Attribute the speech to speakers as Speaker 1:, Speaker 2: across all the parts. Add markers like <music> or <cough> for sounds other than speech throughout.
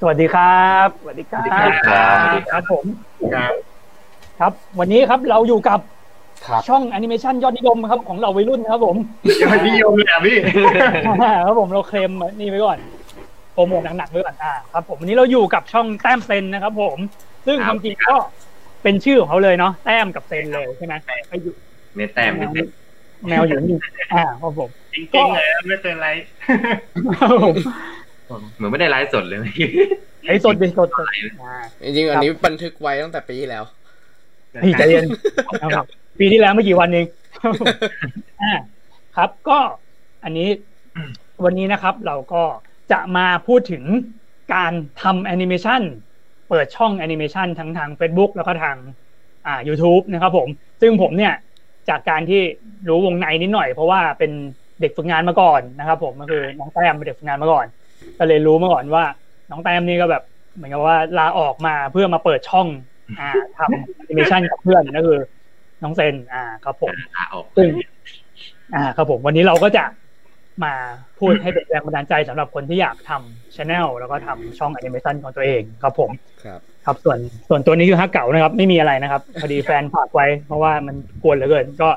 Speaker 1: สวัสดีครับสวัสดีครับ
Speaker 2: สวัสดีครับ
Speaker 1: สวัสดีครับผม <laughs>
Speaker 2: ครับ
Speaker 1: ครับ วันนี้ครับเราอยู่กับ
Speaker 3: ครับ
Speaker 1: ช่องแอนิเมชันยอดนิยมครับของเราวัยรุ่นครับผม
Speaker 2: ยังไม่นิยมเลยอ่ะพี่
Speaker 1: ครับผมเราเคลมนี่ไว้ก่อนโปรโมทหนักๆไว้ก่อนอ่าครับ ผมวันนี้เราอยู่กับช่องแต้มเซนนะครับ ผม ซึ่ง
Speaker 2: ค
Speaker 1: ครับ วามจริงก็เป็นชื่อของเขาเลยเนาะแต้มกับเซนเลยใช่ไหมไปอยู่
Speaker 4: เมตแต้มเมตแต้ม
Speaker 1: แมวอยู่นี่อ่าครับผม
Speaker 2: จริงๆเลยไม่เป็นไร
Speaker 4: เหมือนไม่ได้ไลฟ์สดเลย
Speaker 1: ไอ้สดดิสดสดอ่า
Speaker 3: จริงๆ
Speaker 1: ครับ
Speaker 3: อันนี้บันทึกไว้ตั้งแต่ปีที่แล้ว
Speaker 1: พี่ใจเย็นนะครับปีที่แล้วไม่กี่วันเอง <laughs> อ่าครับก็อันนี้วันนี้นะครับ เราก็จะมาพูดถึงการทำแอนิเมชันเปิดช่องแอนิเมชันทั้งทาง Facebook แล้วก็ทางอ่า YouTube นะครับผม ซึ่งผมเนี่ยจากการที่รู้วงในนิดหน่อย เพราะว่าเป็นเด็กฝึกงานมาก่อนนะครับผมก็คือน้องแต้มเป็นเด็กฝึกงานมาก่อน ก็เลยรู้มาก่อนว่า น้องแต้มนี่ก็แบบเหมือนกับว่าลาออกมาเพื่อมาเปิดช่อง อ่าทำแอนิเมชันกับเพื่อนก็คือ น้องเซนอ่าครับผม
Speaker 4: ขาออก
Speaker 1: ซึ่ง อ่าครับผมวันนี้เราก็จะมาพูดให้เป็นแรงบันดาลใจสำหรับคนที่อยากทำช anel แล้วก็ทำช่องแอนิเมชันของตัวเองครับผม
Speaker 3: ครับ
Speaker 1: ครับส่วนส่วนตัวนี้คือฮักเก่านะครับ ไม่มีอะไรนะครับ พอดีแฟนฝากไว้ เพราะว่ามันกวนเหลือเกินก็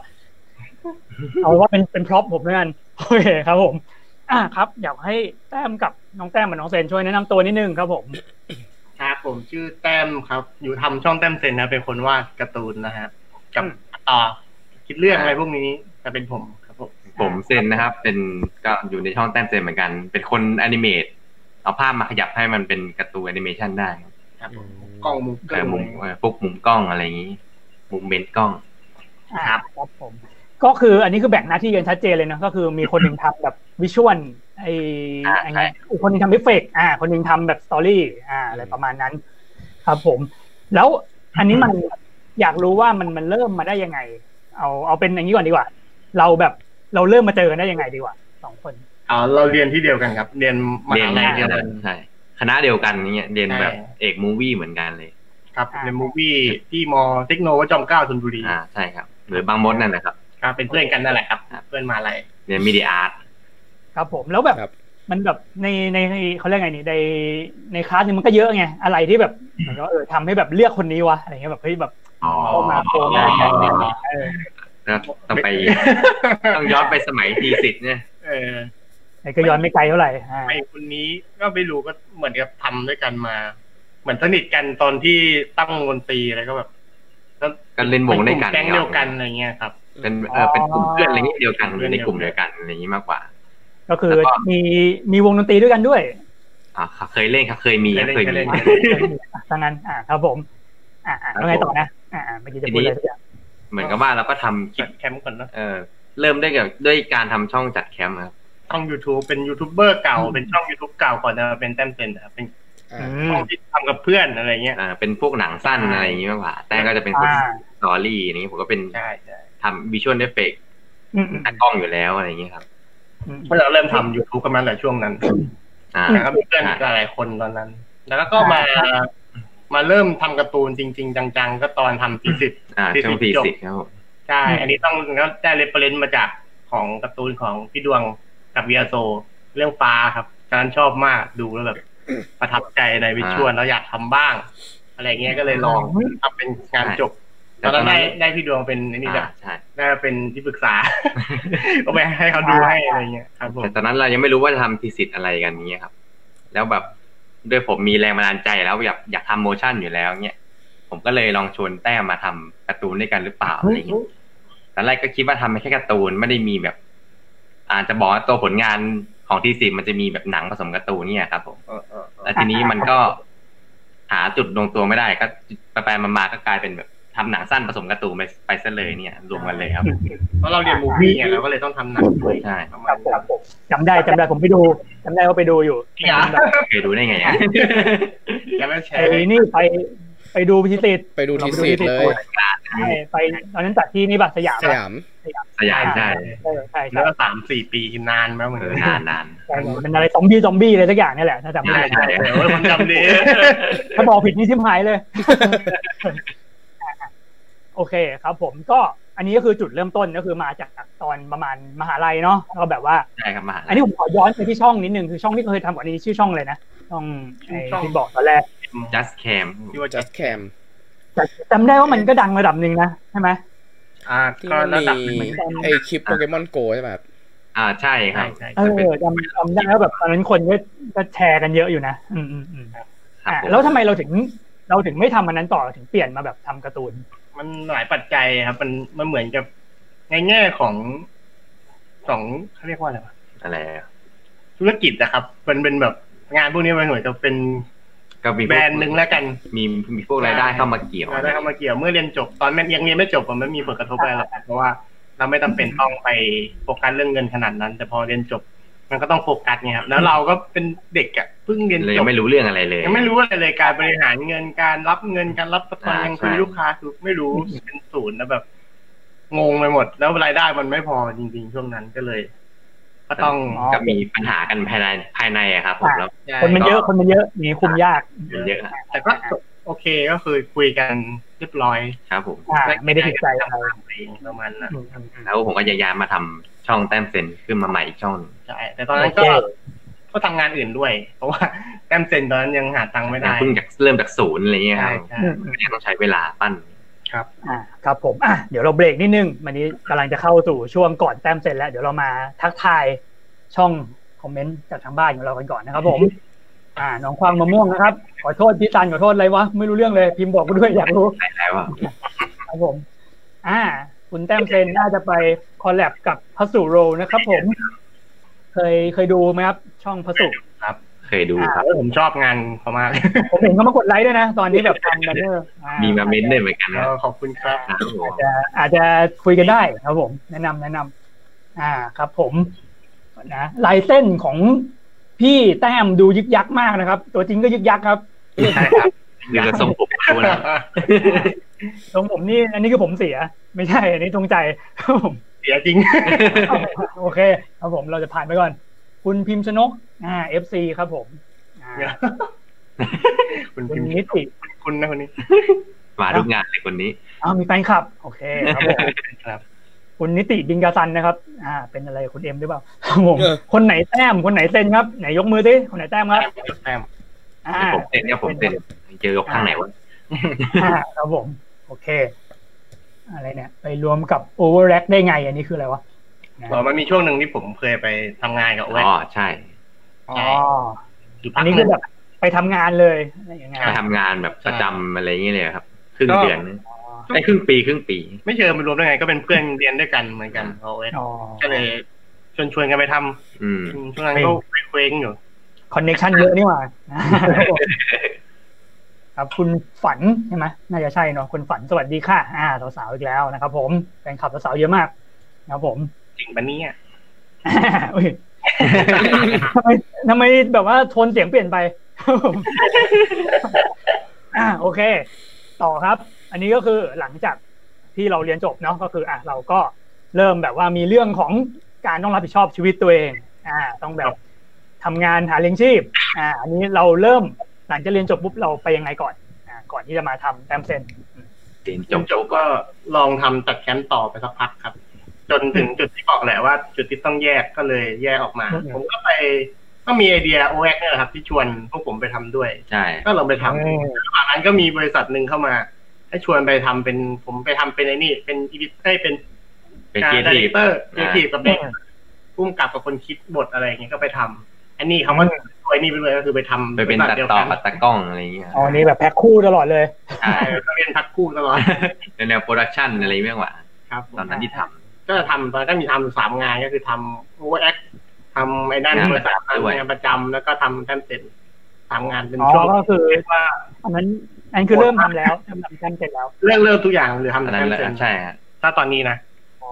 Speaker 1: เอาว่าเป็นเป็นพร็อพผมแล้วกันโอเคครับผม อ่าครับ อยากให้แต้มกับน้องแต้มกับน้องเซนช่วยแนะนำตัวนิดนึงครับผม
Speaker 2: ครับผมชื่อแต้มครับ อยู่ทำช่องแต้มเซนนะ เป็นคนวาดการ์ตูนนะครับกับต่อคิดเรื่องอะไรพวกนี้จะเป็นผมครับผม
Speaker 4: ผมเซนนะครับ เป็นก็อยู่ในช่องแต้มเซนเหมือนกัน เป็นคนแอนิเมตเอาภาพมาขยับให้มันเป็นการ์ตูนแอนิเมชันได้ครับ
Speaker 2: ครับผมกล้องมุกเก
Speaker 4: เอ
Speaker 2: อ
Speaker 4: อ
Speaker 2: ร์
Speaker 4: มุมเออปุ๊กมุมกล้องอะไรอย่างนี้ มุมเมนต์กล้อง
Speaker 1: ครับ ครับผม ก็คืออันนี้คือแบ่งหน้าที่กันชัดเจนเลยนะก็คือมีคนหนึ่งทำแบบวิชวลไอ
Speaker 4: อ่า
Speaker 1: ไอ้
Speaker 4: ใช่
Speaker 1: อีกคนหนึงทำเอฟเฟกต์อ่า คนหนึงทำแบบสตอรี่อ่า อะไรประมาณนั้น ครับผม แล้วอันนี้มันอยากรู้ว่ามันมันเริ่มมาได้ยังไง เอาเอาเป็นอย่างนี้ก่อนดีกว่า เราแบบเราเริ่มมาเจอกันได้ยังไงดีกว่าสองคน
Speaker 2: อ่าเราเรียนที่เดียวกันครับ เรียนม
Speaker 4: เรียน
Speaker 2: หาลัยเดียวกัน
Speaker 4: ใช่คณะเดียวกันเนี่ยเรียนแบบ
Speaker 2: ใช่
Speaker 4: เอกมูวี่เหมือนกันเลย
Speaker 2: ครับ
Speaker 1: อ่า
Speaker 2: เรียนมูวี่ที่มอเทคโนวจอมเกล้าธนบุรี
Speaker 4: อ่าใช่ครับ หรือบางมดนั่นแหละครับ
Speaker 2: ครับเป็นเพื่อนกันนั่นแหละครับเพื่อนมหาอะไร
Speaker 4: เรียนมีเดียอาร์ต
Speaker 1: ครับผมแล้วแบบ
Speaker 3: ครับ
Speaker 1: มันแบบในในในเขาเรียกไงนี่ในในคลาสเนี่ยมันก็เยอะไงอะไรที่แบบเหมือนกับว่าเออทำให้แบบเลือกคนนี้วะอะไรเงี้ยแบบเฮ้ยแบบ
Speaker 4: อ๋อ
Speaker 1: เข้ามาโครงานกันเนี่ยเออ
Speaker 4: ก็ต้องไป ต้องย้อนไปสมัยทีสิทธ์เนี่ย
Speaker 2: เออ
Speaker 1: ไอ้ก็ย้อนไม่ไกลเท่าไหร่อ่า
Speaker 2: ไอคนนี้ก็ไม่รู้ก็เหมือนกับทำด้วยกันมา เหมือนสนิทกันตอนที่ตั้งวงดนตรีอะไรก็แบบแล้ว
Speaker 4: ก็เล่นวงด้วยกัน
Speaker 2: เป็กลุ่มแก๊งเดียวกันอะไรเงี้ยครับ
Speaker 4: เป็นเออเป็นกลุ่มเพื่อนอะไรอย่างนี้เดียวกันอยู่ในกลุ่มเดียวกันอะไรอย่างนี้มากกว่า
Speaker 1: ก็คือมีมีวงดนตรีด้วยกันด้วย
Speaker 4: อ่าเคยเล่นครับเคยมีครับ
Speaker 2: เค
Speaker 4: เค
Speaker 2: ย
Speaker 4: ย
Speaker 2: เล่
Speaker 4: มี
Speaker 2: น
Speaker 1: ดังนั้น อ่าครับผม อ่าอ่าแล้วไงต่อนะ อ่าอ่าเมื่อกี้จะพูดอะไรสักอย่าง
Speaker 4: เหมือนกับว่าเราก็ทำคลิ
Speaker 2: จั
Speaker 4: ป
Speaker 2: ดแคมป์ก่อนนะ
Speaker 4: เออเริ่มได้กับด้วยการทำช่องจัดแคมป์ครับ
Speaker 2: ช่อง YouTube เป็นยูทูบเบอร์เก่า เป็นช่อง YouTube เก่าก่อนจะมาเป็นแต้มเซนนะครับเป็น
Speaker 3: อ่า
Speaker 1: อื
Speaker 2: ช่
Speaker 1: ม
Speaker 2: องที่ทำกับเพื่อนอะไรเงี้ย
Speaker 4: อ่าเป็นพวกหนังสั้นอะไรอย่างนี้มากกว่า แต่ก็จะเป็นพวก
Speaker 1: อ่า
Speaker 4: สตอรี่อย่างนี้ผมก็เป็น
Speaker 2: ใช่ใช่
Speaker 4: ทำวิชวลเอฟเฟกต์
Speaker 1: อืมอืม
Speaker 4: กล้องอยู่แล้วอะไรอย่างนี้ครับ
Speaker 1: อืม
Speaker 2: เมื่อเราเริ่มทำ YouTube กันมาแต่ช่วงนั้น
Speaker 4: อ่า
Speaker 2: แล้วก็มีเพื่อนอีกหลายๆคนตอนนั้น แล้วก็มา มาเริ่มทำการ์ตูนจริง ๆ จัง ๆ ก็ตอนทำทีสิบ
Speaker 4: อ่า
Speaker 2: ที่
Speaker 4: ช่อง
Speaker 2: สิ
Speaker 4: ที
Speaker 2: บจบ
Speaker 4: สิทธ์ครับผม
Speaker 2: ใช่
Speaker 1: อืม
Speaker 2: อันนี้ต้องก็ได้เรฟเฟรนซ์มาจากของการ์ตูนของพี่ดวงกับเวียโซ เรื่องฟ้าครับตอนนั้นชอบมากดูแล้วแบบ <coughs> ประทับใจในวิชวลแล้วอยากทำบ้าง อะไรเงี้ยก็เลยลองทำเป็นงานจบ ตอนนั้นได้ได้พี่ดวงเป็นไอ้นี่แบ
Speaker 4: อ่า
Speaker 2: บ
Speaker 4: ใช่
Speaker 2: ได้เป็นที่ปรึกษ <laughs> า ก็ไปให้เขาดูให้อะไรเงี้ยครับผม
Speaker 4: แต่ตอนนั้นเรายังไม่รู้ว่าจะทำทีสิทธ์อะไรกันอย่างนี้ยครับ แล้วแบบด้วยผมมีแรงบันดาลใจแล้วอยากอยากทำโมชั่นอยู่แล้วเนี่ยผมก็เลยลองชวนแต้มมาทำการ์ตูนด้วยกันหรือเปล่าอะไรอย่างนี้ ตอนแรกก็คิดว่าทำแค่การ์ตูนไม่ได้มีแบบ อาจจะบอกว่าตัวผลงานของทีสิมันจะมีแบบหนังผสมการ์ตูนเนี่ยครับผม
Speaker 2: เออเออเออ
Speaker 4: แล้วทีนี้มันก็หาจุดลงตัวไม่ได้ ก็ไปไปๆมาๆก็กลายเป็นแบบทำหนังสั้นผสมการ์ตูนไปไปซะเลยเนี่ย รวมกันเลยครับ
Speaker 2: เพราะเราเรียนมูฟี่ไงเราก็เลยต้องทำหนังด้วย
Speaker 4: ใช่
Speaker 2: ประ
Speaker 1: ค
Speaker 2: มา
Speaker 1: รั
Speaker 2: ณ
Speaker 1: บ
Speaker 2: นั้น
Speaker 1: ผมจำได้จำได้ผมไปดูจำได้ว่าไปดูอยู่
Speaker 2: จริงเหรอ
Speaker 4: เคยดูได้ไงอะ
Speaker 2: แล้วไม่แช
Speaker 1: ไอ้
Speaker 2: ร์ <laughs>
Speaker 1: นี่ไปไปดูพิเศษ
Speaker 3: ไปดูทีสิทธ์เลย
Speaker 1: ใช่ไปตอนนั้นจัดที่นี่บัตรสยาม
Speaker 3: สยาม
Speaker 4: สยามใช่
Speaker 1: เออใช่
Speaker 2: แล้
Speaker 1: ใช่
Speaker 2: วก็สามสี่ปีนานมากเหมือน
Speaker 4: เอ
Speaker 2: กั
Speaker 4: อน นานนาน
Speaker 1: ใช่เป็นอะไรซอมบี้ซอมบี้อะไรสักอย่างนี่แหละถ้าจำไม่
Speaker 2: ใช่
Speaker 1: ผิด
Speaker 2: ใช่แต่ว่ามันจำดี
Speaker 1: ถ้าบอกผิดนี่ชิมหายเลย <laughs> โอเคครับผมก็อันนี้ก็คือจุดเริ่มต้นก็คือมาจากตอนประมาณมหาลัยเนาะแล้วก็แบบว่า
Speaker 4: ใช่ครับมหา
Speaker 1: อันนี้ผมขอย้อนไปที่ช่องนิดนึงคือช่องที่เคยทำก่อนนี้ชื่อช่องเลยนะ ต้องไอ้
Speaker 2: ช่อง
Speaker 1: ที่บอกตอนแรก
Speaker 4: just cam
Speaker 2: ที่ว่าจะ
Speaker 3: just cam
Speaker 1: แต่จำได้ว่ามันก็ดังระดับหนึ่งนะใช่ไหม
Speaker 2: อ่า
Speaker 3: ที่
Speaker 2: ก็
Speaker 3: มัน
Speaker 2: ระ
Speaker 3: มี
Speaker 2: ดับหนึ่งเหมือนกัน
Speaker 3: ไอคลิปโปเกมอนโกใช่ไหมครับ
Speaker 4: อ่าใช่ค
Speaker 2: ใช่
Speaker 4: รับ
Speaker 2: ใช่
Speaker 1: เอ
Speaker 4: จะเป็น
Speaker 1: อจำจำได้ว่าแบบตอนนั้นคนก็ก็แชร์กันเยอะอยู่นะ อืมอืมอืม
Speaker 4: ครับ
Speaker 1: อ่ะ
Speaker 4: ผม
Speaker 1: แล้วทำไมเราถึงเราถึงไม่ทำอันนั้นต่อเราถึงเปลี่ยนมาแบบทำการ์ตูน
Speaker 2: มันหลายปัจจัยครับ มันมันเหมือนกับในแง่ของสองเขาเรียกว่าอะไรวะ
Speaker 4: อะไรอะ
Speaker 2: ธุรกิจนะครับ มันเป็นแบบงานพวกนี้มันเหมือนจะเป็น
Speaker 4: ก็มีพวก
Speaker 2: แบรนด์หนึ่งแล้วกัน
Speaker 4: มีมีพวกรายได้เข้ามาเกี่ยว
Speaker 2: เราได้เข้ามาเกี่ยวเมื่อเรียนจบตอนแม่ยังเรียนไม่จบอะมันมีผลกระทบอะไรหรอกครับเพราะว่าเราไม่จำเป็นต้องไปโฟกัสเรื่องเงินขนาดนั้น แต่พอเรียนจบ มันก็ต้องโฟกัสไงครับแล้วเราก็เป็นเด็กอะเพิ่งเรียน
Speaker 4: เลย
Speaker 2: จ
Speaker 4: ยั
Speaker 2: บ
Speaker 4: งไม่รู้เรื่องอะไรเลย
Speaker 2: ยังไม่รู้อะไรเลยการบริหารเงินการรับเงินการรับสตา
Speaker 4: อ่า
Speaker 2: งค์ยังคุย
Speaker 4: ใช่
Speaker 2: ลูกค้าคือไม่รู้เป็นศูนย์นะแบบงงไปหมด แล้วรายได้มันไม่พอจริง ๆ ช่วงนั้นก็เลย ก็ต้อง
Speaker 1: อ๋อ
Speaker 4: ก็มีปัญหากันภายในภายในอะครับผมแล้ว
Speaker 1: คนมันเยอะคนมันเยอะนี่คุมยาก
Speaker 4: มันเยอะอะ
Speaker 2: แต่ก็โอเคก็คือคุยกันเรียบร้อย
Speaker 4: ครับผม
Speaker 1: อ่าไม่ได้ติดใจอะไร
Speaker 2: ประมาณนั้น
Speaker 1: อืมอืมอืม
Speaker 4: แล้วผมก็จะย้ายมาทำช่องแต้มเซนขึ้นมาใหม่อีกช่องหนึ่ง
Speaker 2: ใช่แต่ตอนนั้นก็
Speaker 1: โอเค
Speaker 2: ก็ทำงานอื่นด้วย เพราะว่าแต้มเซนตอนนั้นยังหาตังค์ไม่
Speaker 4: ยั
Speaker 2: ได้
Speaker 4: งเพิ่งจากเริ่มจากศูนย์อะไรเงี้ยค
Speaker 2: ใช่
Speaker 4: รับ
Speaker 2: ใช่
Speaker 1: อืมอืม
Speaker 4: ยังต้องใช้เวลาปั้น
Speaker 1: อ่าครับผมอ่ะเดี๋ยวเราเบรกนิดนึงวันนี้กำลังจะเข้าสู่ช่วงก่อนแต้มเสร็จแล้วเดี๋ยวเรามาทักทายช่องคอมเมนต์จากทางบ้านของเรากันก่อนนะครับผม อ่าน้องควางมะม่วงนะครับขอโทษพี่ตันขอโทษอะไรวะไม่รู้เรื่องเลยพิมพ์บอกกูด้วยอยากรู้
Speaker 4: แล้วอะ
Speaker 1: ครับผม อ่า คุณแต้มเซนน่าจะไปคอลแลบกับพัสุโรนะครับผม เคยเคยดูไหมครับ ช่องพัสุ
Speaker 4: เคยดูครับ
Speaker 2: เออผมชอบงานเขามาก
Speaker 1: ผมเห็นเขามากดไลค์ด้วยนะ ตอนนี้แบบทำแบนเนอร์อ่
Speaker 4: มีมาเม้นต์ด้วยเหมือนกันนะ
Speaker 2: เออขอบคุณครับ
Speaker 4: ครับผม
Speaker 1: อาจจะอาจจะคุยกันได้ครับผม แนะนำแนะนำอ่าครับผมนะลายเส้นของพี่แต้มดูยึกยักมากนะครับ ตัวจริงก็ยึกยักครับ
Speaker 2: ใช่ครับ
Speaker 4: คือจะส่งผมชวน
Speaker 1: ตรงผมนี่อันนี้คือผมเสีย ไม่ใช่ อันนี้ตรงใจครับผม <laughs>
Speaker 2: เสียจริง
Speaker 1: โอเคครับผมเราจะผ่านไปก่อน คุณพิมพ์ชนกอ่า FC ครับผมอ่า
Speaker 2: <laughs> คุณ
Speaker 1: คุ
Speaker 2: พิ
Speaker 1: ณ
Speaker 2: มพ์
Speaker 1: นิติ
Speaker 2: คุณนะคนนี้
Speaker 4: มาทุกงานเลยคนนี้
Speaker 1: อ้าวมีแฟนคลับ โอเคครับผม
Speaker 2: ครับ
Speaker 1: คุณนิติบิงกาซันนะครับ อ่า เป็นอะไรคุณเอ็มหรือเปล่าครับผม
Speaker 3: เออ
Speaker 1: คนไหนแต้มคนไหนเซนครับไหนยกมือสิคนไหนแต้มครับ
Speaker 2: แต้ม
Speaker 1: อ่า
Speaker 4: ผมเต้นเนี่ยผมเต้นเจอยกข้างไหนวะ
Speaker 1: อ่าครับผม โอเค อะไรเนี่ย ไปรวมกับ Overrack ได้ไง อันนี้คืออะไรวะนะ
Speaker 2: เออมันมีช่วงหนึ่งที่ผมเคยไปทำงานกับโอเว
Speaker 4: อ๋อใช่
Speaker 1: อ๋อ
Speaker 2: อยู่
Speaker 1: อั
Speaker 2: พั
Speaker 1: น
Speaker 2: ก
Speaker 1: นี้
Speaker 2: ห
Speaker 1: คื
Speaker 2: นึ่
Speaker 1: อง แบบไปทำงานเลยอะไรอย่างเงี้ย
Speaker 4: ไปทำงานแบบประจำอะไรอย่างเงี้ยเลยครับ ครึ่งเดือนนึง
Speaker 1: อ๋อ
Speaker 4: ไอ้ครึ่งปีครึ่งปี
Speaker 2: ไม่เชิญมารวมได้ไง ก็เป็นเพื่อนเรียนด้วยกันเหมือนกันโอเว
Speaker 1: อ๋อ
Speaker 2: ก็เลยชวนชวนๆกันไปทำ
Speaker 4: อืม
Speaker 2: ช่วงนั้นก็เคว้งๆอยู่
Speaker 1: คอนเน t ชันเยอะนี่หว่า <laughs> ครับคุณฝันใช่ไหมน่าจะใช่เนาะคุณฝันสวัสดีค่ะ อ่าสาวๆอีกแล้วนะครับผมแฟนคลับสาวๆเยอะมากนะครับผม
Speaker 2: จริงปะเนี่ย
Speaker 1: <laughs> อุ๊ยทำไมทำไมแบบว่าโทนเสียงเปลี่ยนไป <laughs> ครับผมอ่าโอเค ต่อครับ อันนี้ก็คือหลังจากที่เราเรียนจบเนาะก็คือ อ่ะเราก็เริ่มแบบว่ามีเรื่องของการต้องรับผิดชอบชีวิตตัวเอง อ่า ต้องแบบทำงานหาเลี้ยงชีพ อ่า อันนี้เราเริ่มหลังจากเรียนจบปุ๊บเราไปยังไงก่อน อ่า ก่อนที่จะมาทำแต้มเซน
Speaker 4: เรียน
Speaker 2: จ
Speaker 4: จ
Speaker 2: บบ จบก็ลองทำตัดแคมป์ต่อไปสักพักครับ จนถึงจุดที่บอกแหละว่า จุดที่ต้องแยกก็เลยแยกออกมา ผมก็ไปก็มีไอเดียโอเอ็กนี่ยแหละครับ ที่ชวนพวกผมไปทำด้วย
Speaker 4: ใช่
Speaker 2: ก็ลองไปทำระหว่างนั้นก็มีบริษัทหนึ่งเข้ามา ให้ชวนไปทำเป็นผมไปทำเป็นไอ้นี่ เป็นอีดิเอ้ยเป็น
Speaker 4: เป็น
Speaker 2: การ
Speaker 4: เกียร
Speaker 2: ดี
Speaker 4: ติ
Speaker 2: เตอร์เอทีกับเด็กพุ่มกับกับคนคิดบทอะไรอย่างเงี้ยก็ไปทำอันนี้เขาก็ช่วยนี่ไปด้วยก็คือไปทำ
Speaker 4: ไปเป็น
Speaker 2: บริ
Speaker 4: ตั
Speaker 2: ษัท
Speaker 4: ด
Speaker 2: ดียว
Speaker 4: ต่อ
Speaker 2: กัน
Speaker 4: ปัดตะกล้องอะไรอย่างเงี้ย
Speaker 1: อ๋อนี่แบบแพ็คคู่ตลอดเลย
Speaker 4: ใช่
Speaker 2: ใช่ก็เรียนพักคู่ตลอด
Speaker 4: ในแนวโปรดักชันอะไรเรื่องว่า
Speaker 2: ครับผม
Speaker 4: ตอนนั้นที่ท
Speaker 2: ก็ทำตอนนนก็มีทำสามงานก็คือทำ OX ทำไอ้นั่นบริษัททำงานประจำแล้วก็ทำแต้มเสร็จสามงานเป็น
Speaker 1: อ๋อ
Speaker 2: ช่วง
Speaker 1: ก็คือ
Speaker 2: เรียกว่า
Speaker 1: อันนั้น อันนคือเริ่มทำแล้วทำทำแต้มเสร็จแล้ว
Speaker 2: เรื่องเริ่มทุกอย่างหรือ
Speaker 4: ำตอ
Speaker 2: ทำ
Speaker 4: นนั้
Speaker 2: แต้
Speaker 4: น
Speaker 2: ม
Speaker 4: แหละ
Speaker 2: เสร็จ
Speaker 4: ใช่ฮะ
Speaker 2: ถ้าตอนนี้นะ
Speaker 1: อ๋อ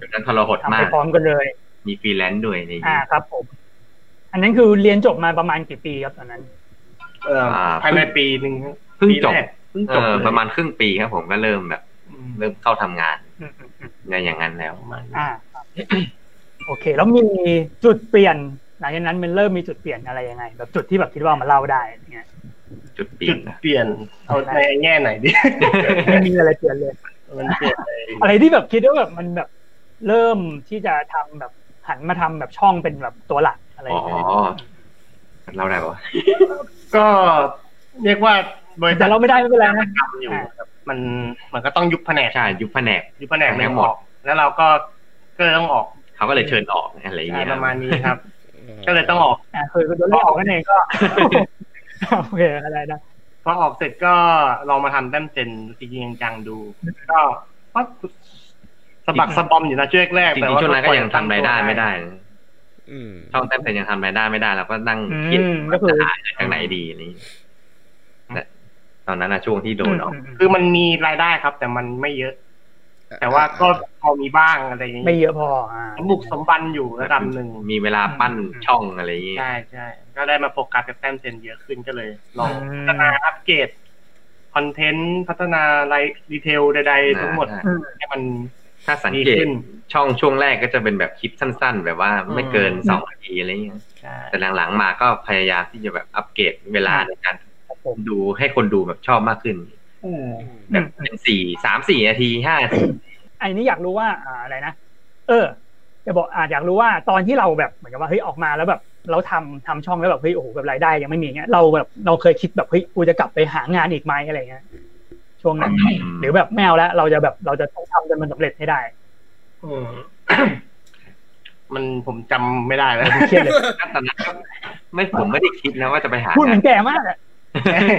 Speaker 4: ตอนนั้นทรหด
Speaker 1: ทำ
Speaker 4: มา
Speaker 1: ไป
Speaker 4: ก
Speaker 1: พร้อมกันเลย
Speaker 4: มีฟรีแลนซ์ด้วยอะไรอย่าง
Speaker 1: อ่า
Speaker 4: เงี้ย
Speaker 1: ครับผม อันนั้นคือเรียนจบมาประมาณกี่ปีครับตอนนั้น
Speaker 2: เออ
Speaker 4: อ่า
Speaker 2: ภายในปีหนึ่ง
Speaker 4: เพิ่ง
Speaker 2: ปี
Speaker 4: จบ
Speaker 2: แรกเพิ่ง
Speaker 4: เอ
Speaker 2: จบ
Speaker 4: อ
Speaker 2: เลย
Speaker 4: ประมาณครึ่งปีครับผมก็เริ่มแบบ
Speaker 2: อืม
Speaker 4: เริ่มเข้าทำงาน
Speaker 1: อืมอืมอืม
Speaker 4: ในอย่างนั้นแล้ว
Speaker 2: ประมาณนั้น
Speaker 1: อ่าครับโอเค แล้วมีจุดเปลี่ยน หลังจากนั้นมันเริ่มมีจุดเปลี่ยนอะไรยังไง แบบจุดที่แบบคิดว่ามาเล่าได้อย่างเงี้ย
Speaker 4: จุดเปลี่
Speaker 2: จุ
Speaker 4: ยน
Speaker 2: ด
Speaker 4: นะ
Speaker 2: เปลี่ยนเอาในแง่ไหน
Speaker 4: <laughs>
Speaker 2: ดี
Speaker 1: ไม่มีอะไรเปลี่ยนเลย
Speaker 2: มันเปลี่ยนไป
Speaker 1: อะไรที่แบบคิดว่าแบบมันแบบ เริ่มที่จะทำแบบหันมาทำแบบช่องเป็นแบบตัวหลักอะไรอ
Speaker 4: อ๋อย่าง
Speaker 1: เงี้ย
Speaker 4: เล่าได้ปะวะ
Speaker 2: ก็เรียกว่าบริษั
Speaker 1: แต่
Speaker 2: ท
Speaker 1: เราไม่ได้ไม่เป็นไรนะ
Speaker 2: ทำอยู่ครับมันมันก็ต้องยุบแผนก
Speaker 4: ใช่ยุบแผนก
Speaker 2: ยุบแผนกหนึ่งออก แล้วเราก็ก็เลยต้องออก
Speaker 4: เขาก็เลยเชิญออกอะไรอย่าง
Speaker 2: ใช่
Speaker 4: เงี้ย
Speaker 2: ประมาณนี้
Speaker 4: <laughs>
Speaker 2: ครับ ก็เลยต้องออก
Speaker 1: อ่าคือโดนเลือกออกนั่นเองก็ <laughs> โอเคอะไรนะ
Speaker 2: พอออกเสร็จก็ลองมาทำแต้มเจนจริงๆจังๆดู ก็ปั๊บสะบักสะบอมอยู่นะช่วงแรก
Speaker 4: จ
Speaker 2: แต่
Speaker 4: ริงๆ
Speaker 2: ว่า
Speaker 4: ช่วงนั้นก็ยังทำรายได้ไม่ได้
Speaker 3: อืม
Speaker 4: ช่องแต้มเต็นยังทำรายได้ไม่ได้เราก็นั่ง
Speaker 1: อืม
Speaker 4: คิด
Speaker 1: ก็คือ
Speaker 4: จะหาเงินจากไหนดีอะไรอย่างงี้แต่ตอนนั้นนะช่วงที่โดนออก
Speaker 1: อืม
Speaker 2: คือมันมีรายได้ครับ แต่มันไม่เยอะ แต่ว่าก็พอมีบ้างอะไรอย่าง
Speaker 1: ไม่
Speaker 2: นี้
Speaker 1: เยอะพออ่า
Speaker 2: สมบุกสมบันอยู่ระดับหนึ่ง
Speaker 4: มีเวลาปั้นช่องอะไรอย่างงี้
Speaker 2: ใช่ใช่ก็ได้มาโฟกัสกับแต้มเจนเยอะขึ้นก็เลย ลอง
Speaker 1: อืม
Speaker 2: พัฒนาอัปเกรดคอนเทนต์พัฒนาอะไรดีเทลใดๆทั้งหมด
Speaker 1: อืม
Speaker 2: ให้มัน
Speaker 4: ถ้าสังเก
Speaker 2: ดี
Speaker 4: ต
Speaker 2: ขึ้น
Speaker 4: ช่องช่วงแรกก็จะเป็นแบบคลิปสั้น ๆ แบบว่าไม่เกินสองนาทีอะไรอย่างเงี้ย
Speaker 2: ใช่
Speaker 4: แต่หลังๆมาก็พยายามที่จะแบบอัปเกรดเวลาในการ
Speaker 1: ครับผม
Speaker 4: ดูให้คนดูแบบชอบมากขึ้น
Speaker 2: อืม
Speaker 4: แบบเป็นสี่สามสี่นาทีห้านาที <coughs>
Speaker 1: อันนี้อยากรู้ว่าอ่าอะไรนะ เออจะบอกอาจอยากรู้ว่าตอนที่เราแบบเหมือนกับว่าเฮ้ยออกมาแล้วแบบเราทำทำช่องแล้วแบบเฮ้ยโอ้โหแบบรายได้ยังไม่มีเงี้ยเราแบบเราเคยคิดแบบเฮ้ยกูจะกลับไปหางานอีกไหมอะไรเงี้ยช่วงนั้น
Speaker 4: อืม
Speaker 1: หรือแบบแมวแล้วเราจะแบบเราจะต้องทำจนมันสำเร็จให้ได้
Speaker 2: อืม มันผมจำไม่ได้แล้ว
Speaker 1: เครียด
Speaker 4: <laughs>
Speaker 1: เลย
Speaker 4: ตอนนั้นก็ไม่ผมไม่ได้คิดนะว่าจะไปหา
Speaker 1: พูดเหมือ
Speaker 4: งา
Speaker 1: น นแก่มากอะ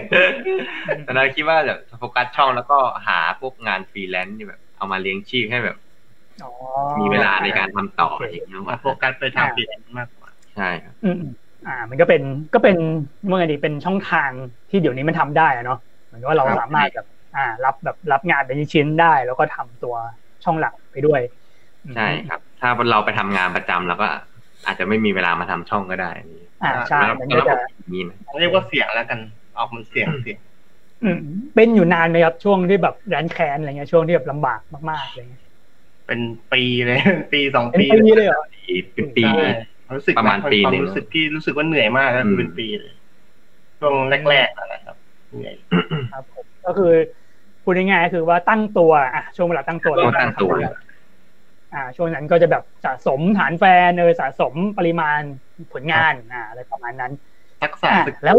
Speaker 4: <laughs> ตอนนั้นคิดว่าแบบโฟกัสช่องแล้วก็หาพวกงานฟรีแลนซ์ที่แบบ เอามาเลี้ยงชีพให้แบบ
Speaker 1: อ๋อ
Speaker 4: มีเวลาในการทำต่ออะไรอย่างเงี้ย
Speaker 2: มา
Speaker 4: ว่า
Speaker 2: โฟกัสไปทางฟรีแลนซ์มากกว่า
Speaker 4: ใช่ครับ
Speaker 1: อืมๆอ่า มันก็เป็นก็เป็นว่าไงดีเป็นช่องทางที่เดี๋ยวนี้มันทำได้อะเนาะเหมือนกับว่าเรา
Speaker 2: ครับ
Speaker 1: สามารถแบบอ่า รับแบบรับงานเป็นชิ้นๆได้ แล้วก็ทำตัวช่องหลักไปด้วยอืม
Speaker 4: ใช่ครับ ถ้าเราไปทำงานประจำเราก็อาจจะไม่มีเวลามาทำช่องก็ได้
Speaker 1: อ่าใช่
Speaker 4: แล้ว
Speaker 1: มัน
Speaker 4: แล้
Speaker 1: ก็
Speaker 4: วผ
Speaker 1: จะ
Speaker 4: มมีนะ
Speaker 2: เรียกว่าเสียงแล้วกัน ออกมันเสียงเสียง
Speaker 1: อืมเป็นอยู่นานไหมครับช่วงที่แบบร้านแค้นอะไรเงี้ยช่วงที่แบบลำบากมากๆอะไรเงี้ย
Speaker 2: เป็นปีเลย <laughs> เป็นปีสอง
Speaker 1: เป็น
Speaker 2: ปี
Speaker 1: ปีเลยเหรอ
Speaker 4: เป็นปี
Speaker 2: ใช่รู้สึก
Speaker 4: ประมาณปีหนึ่ง
Speaker 2: ควรู้สึกที่รู้สึกว่าเหนื่อยมากก็คือเป็นปีเลยช่วงแรกๆนะครับเหนื่อย
Speaker 1: ครับผมก็คือพูดง่ายๆก็คือว่าตั้งตัวอ่ะช่วงเวลาตั้งตัว
Speaker 4: ก็ตั้งตัว
Speaker 1: อ่าช่วงนั้นก็จะแบบสะสมฐานแฟนเออสะสมปริมาณผลงานอ่าอะไรประมาณนั้น
Speaker 2: ทักษะ
Speaker 1: อ่ะ
Speaker 2: สกิ
Speaker 1: แล้ว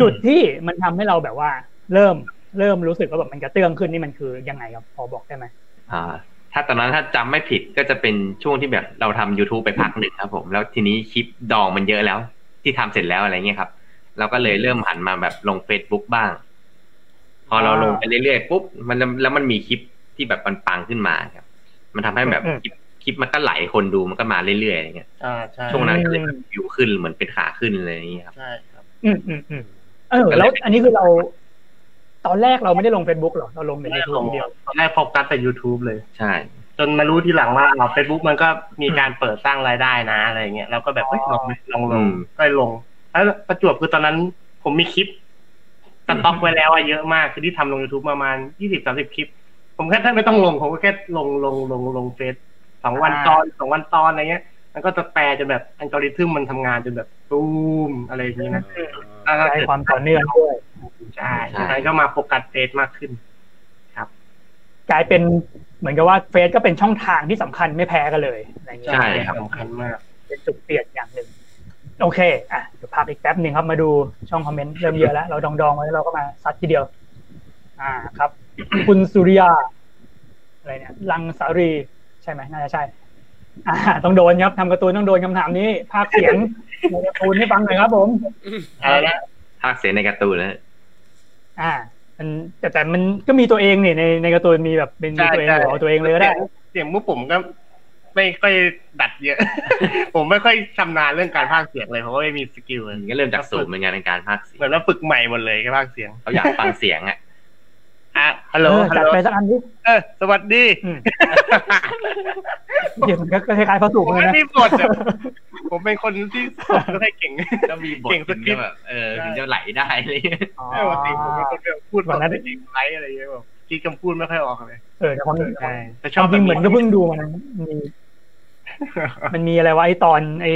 Speaker 1: จุดที่มันทำให้เราแบบว่า เริ่มเริ่มรู้สึกว่าแบบมันกระเตื้องขึ้นนี่มันคือยังไงครับพอบอกได้ไหม
Speaker 4: อ่าถ้าตอนนั้นถ้าจำไม่ผิดก็จะเป็นช่วงที่แบบเราทำ youtube ไปพักหนึ่งครับผม แล้วทีนี้คลิปดองมันเยอะแล้ว ที่ทำเสร็จแล้วอะไรเงี้ยครับ เราก็เลยเริ่มหันมาแบบลง Facebook บ้าง พอเราลงไปเรื่อยๆปุ๊บมันแล้วมันมีคลิปที่แบบมันปังขึ้นมาครับ มันทำให้แบบคลิปคลิปมันก็ไหลคนดูมันก็มาเรื่อยๆอะไรเงี้ย
Speaker 2: อ่าใช่
Speaker 4: ช่วงนั้นก็เลยแบบวิวขึ้นเหมือนเป็นขาขึ้นอะไรอย่างเงี้ยครับ
Speaker 2: ใช่ครับ
Speaker 1: อืมอืมอืมเออแล้วอันนี้คือเรา ตอนแรกเราไม่ได้ลง Facebook หรอเราลงใน
Speaker 2: แรก
Speaker 1: YouTube
Speaker 2: ล
Speaker 1: อง ย่างเดียว
Speaker 2: ตอนแรกโฟกัสแต่ YouTube เลย
Speaker 4: ใช่
Speaker 2: จนมารู้ทีหลังว่าเฟซบุ๊กมันก็มีการเปิดสร้างรายได้นะอะไรเงี้ยเราก็แบบเอ้ยลองไหมลองล
Speaker 4: อื
Speaker 2: ง
Speaker 4: ม
Speaker 2: ก็ลง แล้วประจวบคือตอนนั้นผมมีคลิปสต็อกไว้แล้วอะเยอะมาก คือที่ทำลง YouTube ประมาณยี่สิบสาสิบคลิป ผมแค่แทบไม่ต้องลง ผมก็แค่ลงลงลงลงเฟซสองวันตอนสองวันตอนอะไรเงี้ย มันก็จะแปลจนแบบอัลกอริทึมมันทำงานจนแบบตูมอะไรอย่างนี้นะ
Speaker 3: อ่า
Speaker 1: ใช้ความต่อเนื่องด้วย
Speaker 2: ใช่
Speaker 4: ใช่
Speaker 2: ใช่ก็มาโฟกัสเฟซมากขึ้น
Speaker 1: กลายเป็นเหมือนกับว่าเฟซก็เป็นช่องทางที่สำคัญไม่แพ้กันเลยอะไรอย่างเงี้ย
Speaker 4: ใช่ครับ
Speaker 2: สำคัญมาก
Speaker 1: เป็นจุดเปลี่ยนอย่างหนึ่ง โอเค อ่ะเดี๋ยวพักอีกแป๊บหนึ่งครับมาดูช่องคอมเมนต์เริ่มเยอะแล้ว เราดองๆไว้แล้วเราก็มาซัดทีเดียว อ่าครับ คุณสุริยา อะไรเนี่ยลังสารีใช่ไหมน่าจะใช่ อ่า ต้องโดนครับทำการ์ตูนต้องโดนคำถามนี้ ภาคเสียงในการ์ตูนให้ฟังหน่อยครับผม
Speaker 2: อะไรนะ
Speaker 4: ภาคเสียงในการ์ตูนนะ
Speaker 1: อ่า มันแต่แต่มันก็มีตัวเองเนี่ยในในการ์ตูนมีแบบเป็นมีตัวเองหรือยู่เอาตัวเองเลยก็ได้
Speaker 2: เสียงมุกผมก็ไม่ค่อยดัดเยอะ ผมไม่ค่อยชำนาญเรื่องการพากย์เสียงเลยเพราะว่าไม่มีสกิลเลย
Speaker 4: มันก็เริ่มจากศูนย์เหมือนกันในการภาคเสีย
Speaker 2: เห
Speaker 4: ง
Speaker 2: มื <laughs> อนว่าฝึกใหม่หมดเลยการพากย์เสียง
Speaker 4: เขาอยากฟังเสียงอ่ะ
Speaker 2: อ่ะฮัลโหล
Speaker 1: เออ
Speaker 2: ฮัล
Speaker 1: จัด
Speaker 2: โหล
Speaker 1: ไปสักอันดิ
Speaker 2: เออสวัสดี
Speaker 1: อืม <laughs> เดี๋ยวมันก็คล้ายๆพระ
Speaker 2: ผ
Speaker 1: สู
Speaker 2: ม
Speaker 1: ตรเลย
Speaker 2: ไม่
Speaker 1: นะ
Speaker 2: มีบทอะผมเป็นคนที่สดไม่ค่อยเก่ง
Speaker 4: ต้องมีบท
Speaker 2: เก่งส
Speaker 4: ถึง
Speaker 2: คริ
Speaker 4: จะ
Speaker 2: ปต์
Speaker 4: แบบเออถึงจะไหลได้อะไรเงี้ย
Speaker 1: อ๋อ
Speaker 2: เออปกติผมเป็นคนแบบพูดแบบไม่เก่งไรอะไรอย่างเงี้ยแบบคิดคำพูดไม่ค่อยออกเลย
Speaker 1: เออแต่ความ
Speaker 2: แต่ช
Speaker 1: ช
Speaker 2: อ
Speaker 1: อ
Speaker 2: บบ
Speaker 1: จริงเหมือนก็เพิ่งดูมันมีมันมีอะไรวะไอตอนไอ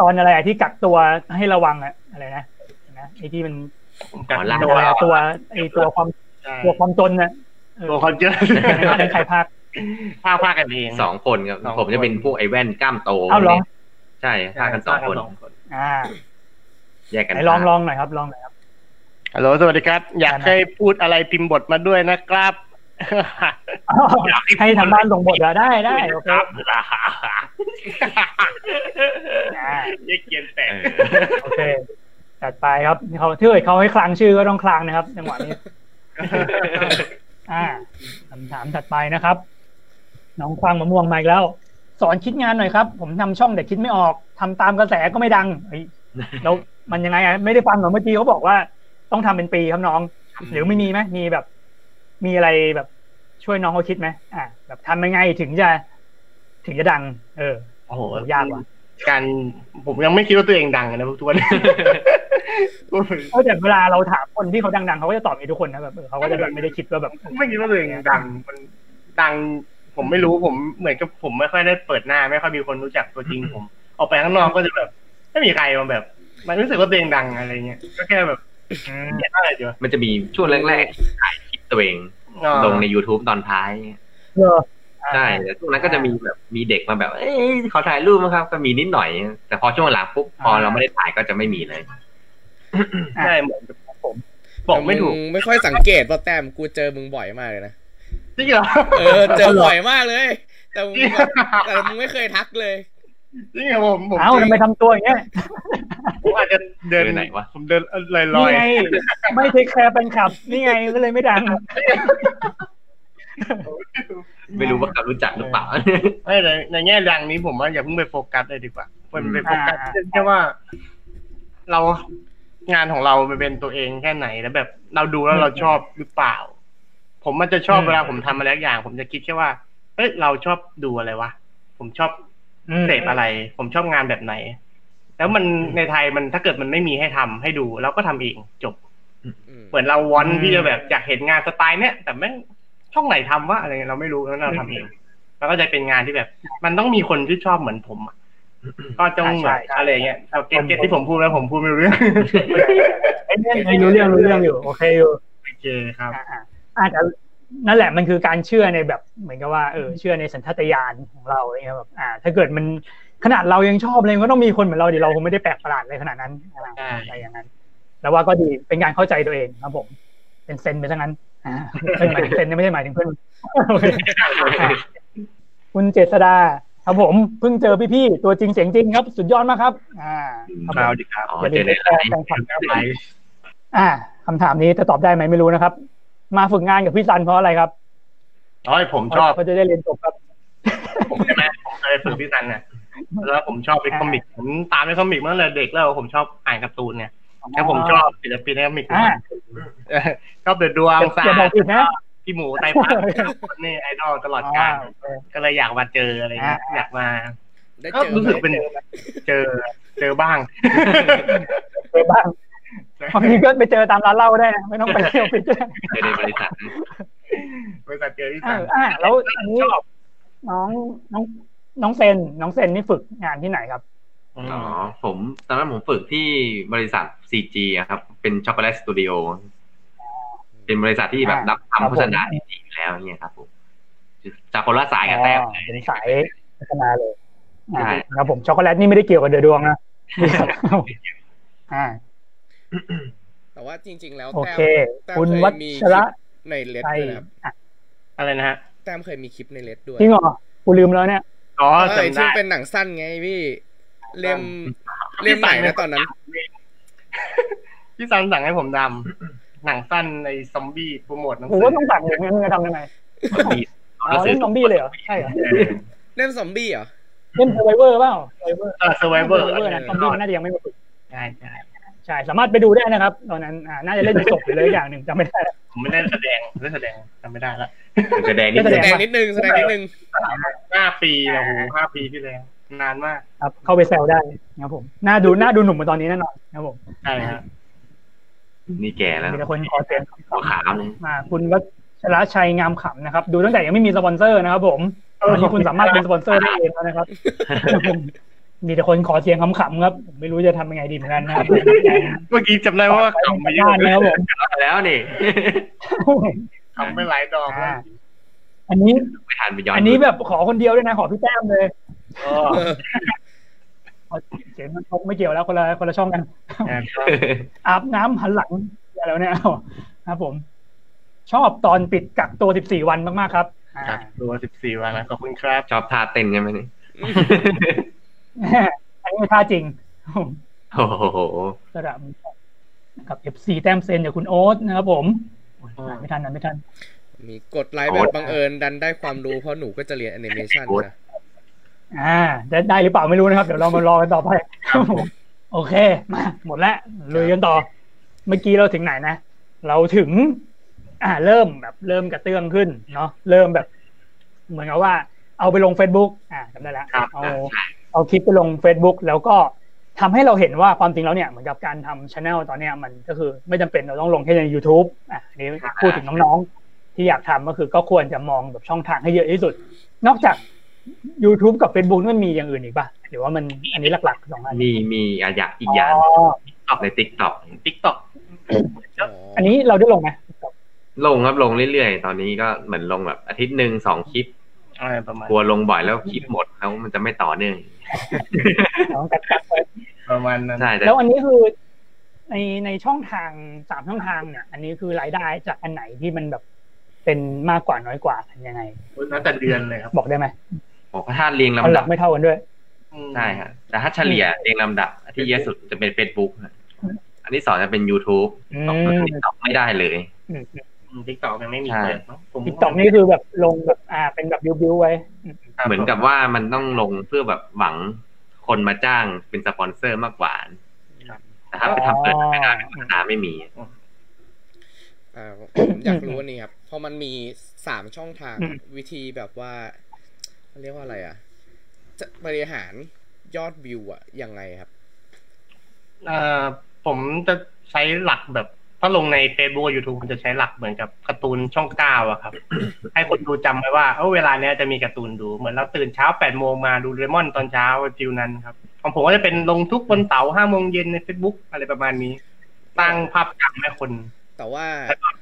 Speaker 1: ตอนอะไรอะที่กักตัวให้ระวังอะอะไรนะนะไอที่มัน
Speaker 2: ผมกัด
Speaker 1: ตั
Speaker 2: ตัว ว
Speaker 1: อะไรอะตัวไอตัวความ
Speaker 2: ใช่
Speaker 1: ตัวความจนนะเออ
Speaker 2: ตัวคนเยอะ
Speaker 1: ภาคนั้นใครภาค
Speaker 2: ภาพภาคกันเอง
Speaker 4: สองคนครับ
Speaker 2: สองคน
Speaker 4: ผมจะเป็นพวกไอ้แว่นกล้ามโต
Speaker 1: เอ้าเหรอ
Speaker 4: ใช่ภาคกันสองคน
Speaker 1: อ่า
Speaker 4: แยกกัน
Speaker 1: ไหนลอง
Speaker 4: ทำ
Speaker 1: ลองหน่อยครับลองหน่อยครับ
Speaker 2: ฮัลโหลสวัสดีครับ อยาก
Speaker 1: ได้นะ
Speaker 2: ให้พูดอะไรพิมพ์บทมาด้วยนะครับ
Speaker 1: ให้ทางบ้านส่งบทเหรอได้ได้โอเค
Speaker 2: ครับ
Speaker 1: อ่า
Speaker 2: <laughs> เรียกเกียนแตก
Speaker 4: เออ
Speaker 1: โอเคจัดไปครับเขาถ้าเกิดเขาให้คลางชื่อก็ต้องคลางนะครับจังหวะนี้ อ่าคำถามถัดไปนะครับ น้องควางมะม่วงมาอีกแล้ว สอนคิดงานหน่อยครับ ผมทำช่องแต่คิดไม่ออกทำตามกระแสก็ไม่ดัง
Speaker 4: <laughs>
Speaker 1: เฮ้ยแล้วมันยังไงอะไม่ได้ฟังเหรอเมื่อกี้เขาบอกว่า ต้องทำเป็นปีครับน้อง หรือไม่มีไหมมีแบบ มีอะไรแบบช่วยน้องเขาคิดไหมอ่าแบบทำยังไงถึงจะ ถึงจะดัง เออ
Speaker 2: โอ้โห
Speaker 1: โหยากว่ะ
Speaker 2: การผมยังไม่คิดว่าตัวเองดังนะทุกวัน <laughs>
Speaker 1: เออแต่เวลาเราถามคนที่เขาดังๆเขาก็จะตอบอย่างนี้ทุกคนนะแบบเออเขาก็จะแบบไม่ได้คิดว่าแบบ
Speaker 2: ไม่คิดว่าตัวเองดัง มันดัง ผมไม่รู้ผมเหมือนกับผมไม่ค่อยได้เปิดหน้า ไม่ค่อยมีคนรู้จักตัวจริงผม ออกไปข้างนอกก็จะแบบ ไม่มีใครมาแบบ มันรู้สึกว่าตัวเองดังอะไรเงี้ยก็แค่แบบเขียนอะไรเดี๋ยว
Speaker 4: มันจะมีช่วงแรกๆถ่ายคลิปตัวเอง
Speaker 2: อ่า
Speaker 4: ลงใน YouTube ตอนท้าย
Speaker 1: เออ
Speaker 4: ใช่แล้วช่วงนั้นก็จะมีแบบมีเด็กมาแบบ เอ้ยขอถ่ายรูปมั้งครับ ก็มีนิดหน่อย แต่พอช่วงหลังปุ๊บพอเราไม่ได้ถ่ายก็จะไม่มีเลย
Speaker 2: ใช่เหมือนกับผมบอกไม่ถูก
Speaker 3: แต่งไม่ค่อยสังเกตว่าแต้มกูเจอมึงบ่อยมากเลยนะ
Speaker 2: จริงเหรอ
Speaker 3: เออ เจอบ่อยมากเลย แต่มึงแต่มึงไม่เคยทักเลย
Speaker 2: จริงเหรอผมผม
Speaker 1: เอ้าทำไมทำตัวอย่างเงี้ย
Speaker 2: ผมอาจจะเดิน
Speaker 4: เดินไหนวะ
Speaker 2: ผมเดินลอยลอ
Speaker 1: นี่
Speaker 2: ย
Speaker 1: ไง ไม่เทคแคร์แฟนคลับ นี่ไงก็เลยไม่ดัง
Speaker 4: ไม่รู้ว่าเขารู้จักหรือเปล่า
Speaker 2: ๆไม่แต่ในแง่ดังนี้ผมว่าอย่าเพิ่งไปโฟกัสเลยดีกว่ามันไปโฟกัสแค่ว่า เรางานของเรามันเป็นตัวเองแค่ไหนแล้วแบบ เราดูแล้วเราชอบหรือเปล่า ผมมันจะชอบเวลาผมทำอะไรสักอย่าง ผมจะคิดแค่ว่าเอ้ยเราชอบดูอะไรวะผมชอบ เสพอะไร ผมชอบงานแบบไหน แล้วมันในไทยมันถ้าเกิดมันไม่มีให้ทำให้ดูเราก็ทำเองจบ
Speaker 3: อืม
Speaker 2: เหมือนเราวอนที่จะแบบอยากเห็นงานสไตล์เนี้ยแต่แม่งช่องไหนทำวะอะไรเงี้ยเราไม่รู้แล้วเราทำเองแล้วก็จะเป็นงานที่แบบ มันต้องมีคนที่ชอบเหมือนผมอะก็จงแบบอะไรเงี้ยเอาเก็ตเก็ตที่ผมพูดแล้วผมพูดไม่รู้เรื่อง
Speaker 1: ไอ้เนี่ยไอ้รู้เรื่องรู้เรื่องอยู่ โอเคอยู่
Speaker 2: โอเคครับ
Speaker 1: อ่าๆอาจจะนั่นแหละมันคือการเชื่อในแบบ เหมือนกับว่าเออเชื่อในสัญชาตญาณของเราอะไรเงี้ยแบบอ่า ถ้าเกิดมันขนาดเรายังชอบเลยมันก็ต้องมีคนเหมือนเราดิเราคงไม่ได้แปลกประหลาดอะไรขนาดนั้นอะไร
Speaker 2: ใช่
Speaker 1: อะไรอย่างนั้น แล้วว่าก็ดีเป็นการเข้าใจตัวเองครับผม เป็นเซนไปซะงั้นอ่าเอ้ยหมายถึงเซนเนี่ยไม่ได้หมายถึงเพื่อน <laughs> โอเค คุณเจษดาครับผมเพิ่งเจอพี่ๆตัวจริงเสียงจริงครับ สุดยอดมากครับ อ่าค
Speaker 2: เอา
Speaker 1: รับ
Speaker 2: ดีครับ
Speaker 4: อ๋อ
Speaker 1: ผมอ
Speaker 4: เจ
Speaker 1: ย่า
Speaker 4: อ
Speaker 1: ลื
Speaker 4: ใน
Speaker 1: ม
Speaker 4: ไล
Speaker 1: ไปแช
Speaker 4: น์
Speaker 1: ร์แฟนคลับนะครับอ่าคำถามนี้จะตอบได้ไหมไม่รู้นะครับ มาฝึกงานกับพี่ซันเพราะอะไรครับ
Speaker 2: อ๋อผมชอบ
Speaker 1: เพราะจะได้เรียนจบครับ
Speaker 2: ผมใช่ไหมผมเคยฝึกพี่ซันเนี่ยแล้วผมชอบไปคอมิกผมตามไปคอมิกมาตั้งแต่เด็กแล้วผมชอบอ่านการ์ตูนเนี่ย แล้วผมชอบศิลปินในคอมิก
Speaker 1: อ่า
Speaker 2: ชอบเดือดดวงซา
Speaker 1: อย่าบอกผิดนะ
Speaker 2: พี่หมูไตรพัฒ <laughs> น์คนนี่ไอดอลตลอดกาล ก็เลยอยากมาเจออะไรเงี้ยอยากมา
Speaker 3: ได้
Speaker 2: ก็
Speaker 3: เจอ
Speaker 2: รู้สึก
Speaker 3: ไหม
Speaker 2: เป็นเจอเจอบ้าง
Speaker 1: ไปบ้าง <laughs> บางทีก็ไปเจอตามร้านเหล้าได้นะไม่ต้องไปเที่ยวไป <laughs> เจอ
Speaker 4: เจอในบริษัทนะ
Speaker 2: บริษัทเจอที่
Speaker 1: เอ
Speaker 2: ต่าง
Speaker 1: ออ่าแล้วอันนี้น้องน้องน้องเซนน้องเซนนี่ฝึกงานที่ไหนครับ
Speaker 4: อ๋อผมตอนนั้นผมฝึกที่บริษัท CG อะครับ เป็นช็อกโกแลตสตูดิโอเป็นบริษัทที่แบบรับ
Speaker 1: ครับผม
Speaker 4: ทำโฆษณาจริงๆแล้วเนี่ยครับผมจากคนละสายกับแต้ม
Speaker 1: อ๋อเป็นสายพัฒนาเลย
Speaker 4: ใช่
Speaker 1: ครับผมช็อกโกแลตนี่ไม่ได้เกี่ยวกับเดือดดวง <laughs> นะอ่า
Speaker 3: แต่ว่าจริง ๆ แล้ว
Speaker 1: โอ
Speaker 3: แต้ม
Speaker 1: เค คุณวัชระ
Speaker 3: ในเลด
Speaker 1: ชัย
Speaker 3: ด้วยนะครับ
Speaker 1: อ่ะ
Speaker 2: อะไรนะฮะ
Speaker 3: แต้มเคยมีคลิปในเลดด้วย
Speaker 1: จริงเหรอกูลืมแล้วเนี่ย
Speaker 2: อ๋อ
Speaker 3: เออ
Speaker 2: จำ
Speaker 3: ที่
Speaker 2: ได้
Speaker 3: เป็นหนังสั้นไงพี่ เล่มเล่มไหนนะตอนนั้น
Speaker 2: พี่ซันสั่งให้ผมดำหนังสั้นในซอมบี้โปรโมทหนัง
Speaker 1: กู
Speaker 2: สื
Speaker 1: ก็
Speaker 2: อ
Speaker 1: ต้องสั่งอย่างนั้นมึงจะทำยังไง
Speaker 4: เอา
Speaker 1: อ๋
Speaker 4: หนัง
Speaker 1: อ
Speaker 4: สื
Speaker 1: เล่นซอมบี้เลยเหรอ ใช่เหรอ
Speaker 3: เล่มซอมบี้เหรอ
Speaker 1: เล่น s ไ r เวอร์เปล่า survivor
Speaker 2: เออเซอร์ไวเวอร์
Speaker 1: survivor นะซอมบี้มันน่าจะยังไม่มาฝึก
Speaker 2: ใช่ใช่
Speaker 1: ใช่ สามารถไปดูได้นะครับ ตอนนั้นอ่าน่าจะเล่นศพหรืออะไรอย่างหนึ่งจำไม่ได้
Speaker 2: ผมไม่ได้แสดงไม่ได้แสดงจำไม่ได้ละ
Speaker 4: แสดงนิด
Speaker 1: แส
Speaker 3: แส
Speaker 4: นึง
Speaker 3: ดงนิดนึงแสดงนิดนึง
Speaker 2: ห้าปีนะโหห้าปีที่แล้วนานมาก
Speaker 1: ครับ เข้าไปแซวได้นะครับผมหน้าดูหน้าดูหนุ่มกว่าตอนนี้แน่นอนนะครับผม
Speaker 2: ใช่ฮะ
Speaker 4: นี่แก่แล้ว
Speaker 1: มีแต่คนขอเสียง
Speaker 4: หัวขาวเลย
Speaker 1: มาคุณวัชระชัยงามขำนะครับ ดูตั้งแต่ยังไม่มีสปอนเซอร์นะครับผมวันนี้คุณสามารถเป็นสปอนเซอร์ได้เองแล้วนะครับ <laughs> มีแต่คนขอเสียงขำๆครับผมไม่รู้จะทำยังไงดีเหมือนกันนะครับ
Speaker 2: เมื่อกี้จำได้ว่า
Speaker 1: ไป
Speaker 2: ขำไปเย
Speaker 1: บ้าน
Speaker 2: อะเล
Speaker 1: นะ
Speaker 2: ย
Speaker 1: ครับผม
Speaker 4: แล้วนี่
Speaker 2: ขำไปหลายดอกแล้ว
Speaker 1: <laughs> อันนี้
Speaker 4: ไม่ทันไปย้อน
Speaker 1: อันนี้แบบขอคนเดียวด้วยนะ ขอพี่แต้มเลย
Speaker 2: อ๋อ
Speaker 3: เออ
Speaker 1: ขอ เสียงมันชกไม่เกี่ยวแล้วคนละคนละช่องกัน
Speaker 2: นะครับ
Speaker 1: อาบน้ำหันหลังอะไรแล้วเนี่ย <laughs> ครับผม ชอบตอนปิดกักตัว 14 วันมากๆครับอ่า
Speaker 2: กักตัวสิบสี่วันแล้วขอบคุณครับ
Speaker 4: ชอบท่าเต้นใช่ไหมนี่
Speaker 1: อันนี้ท่า <laughs> จริงผม
Speaker 4: โอ้โห
Speaker 1: สระบุรีกับ FC แต้มเซนจากคุณโอ๊ตนะครับผมโอ้ย
Speaker 2: อ่า
Speaker 1: อ่านไม่ทันอ่านไม่ทัน
Speaker 3: มีกดไลค์แบบบังเอิญดันได้ความรู้เพราะหนูก็จะเรียนแอนิเมชันนะ
Speaker 1: อ่าจะได้หรือเปล่าไม่รู้นะครับ เดี๋ยวเรามารอกันต่อไปครับผมโอเค มา หมดแล้วลุยกันต่อ เมื่อกี้เราถึงไหนนะ เราถึง อ่า เริ่มแบบเริ่มกระเตื้องขึ้น เนาะเริ่มแบบ เหมือนกับว่า เอาไปลง Facebook อ่าจำได้แล้ว
Speaker 2: ครับ
Speaker 1: เอา
Speaker 2: อ่า
Speaker 1: เอาคลิปไปลง Facebook แล้วก็ทำให้เราเห็นว่าความจริงแล้วเนี่ยเหมือนกับการทำช anel ตอนเนี้ยมันก็คือไม่จำเป็นเราต้องลงแค่ใน YouTube อ่ะอันนี้พูดถึงน้องๆ ที่อยากทำก็คือก็ควรจะมองแบบช่องทางให้เยอะที่สุด นอกจาก YouTube กับ Facebook นี่มันมีอย่างอื่นอีกป่ะหรือว่ามันอันนี้หลักๆสองอัน
Speaker 4: มีมีอะอยากอีกอย่าง
Speaker 1: อ๋อ
Speaker 4: ตอกในติ๊กต็อก
Speaker 2: ติ๊กต็อก
Speaker 1: อันนี้เราได้ลงไหม
Speaker 4: ลงครับลงเรื่อยๆ ตอนนี้ก็เหมือนลงแบบอาทิตย์หนึ่งสองคลิป
Speaker 2: อะไรประมาณ
Speaker 4: กลัวลงบ่อยแล้วคลิปหมดแล้วมันจะไม่ต่อเนื่อง
Speaker 1: ของกัดกัดไป
Speaker 2: ประมาณนั้น
Speaker 4: ใช่แต่
Speaker 1: แล้วอันนี้คือในในช่องทางสามช่องทางเนี่ย อันนี้คือรายได้จากอันไหนที่มันแบบเป็นมากกว่าน้อยกว่ากันยังไง
Speaker 2: แล้วแต่เดือนเลยครับ
Speaker 1: บอกได้ไหม
Speaker 4: ผมก็ถ้าเรียง
Speaker 1: เอา
Speaker 4: ลำ
Speaker 1: ห
Speaker 4: ดั
Speaker 1: ลั
Speaker 4: บ
Speaker 1: กไม่เท่ากันด้วย
Speaker 4: ใช่ครับแต่ถ้าเฉลี่ยเรียงลำดับที่เยอะสุดจะเป็น Facebook ฮะอันที่สองจะเป็น YouTube
Speaker 1: อื
Speaker 4: ตอก
Speaker 1: ม
Speaker 4: ติ๊กต็อกไม่ได้เลย
Speaker 2: ติ๊กต็อกยังไม่มี
Speaker 4: ใช่
Speaker 2: เปิดเนอะผม
Speaker 1: ติ๊กต็อกนี่คือแบบลงแบบอ่าเป็นแบบบิวๆไว้อืม
Speaker 2: ครับ
Speaker 4: เหมือนกับว่ามันต้องลงเพื่อแบบหวังคนมาจ้างเป็นสปอนเซอร์มากกว่าแต่ถ้าไปทำเปิดไม่ได้ตาไม่มี
Speaker 3: อ่าผมอยากรู้อันนี่ครับเพอมันมีสามช่องทางวิธีแบบว่าเขาเรียกว่าอะไรอ่ะ จะบริหารยอดวิวอ่ะยังไงครับ
Speaker 2: เอ่อผมจะใช้หลักแบบ ถ้าลงใน Facebook กับ YouTube ผมจะใช้หลักเหมือนกับการ์ตูนช่องเก้าอะครับ <coughs> ให้คนดูจำไว้ว่าเออเวลาเนี้ยจะมีการ์ตูนดูเหมือนเราตื่นเช้าแปดโมงมาดูเรมอนตอนเช้าจิวนั้นครับของผมก็จะเป็นลงทุกวันเสาร์ห้าโมงเย็นใน Facebook อะไรประมาณนี้ตั้งภาพจำให้คน
Speaker 3: แต่ว่า
Speaker 2: ครับ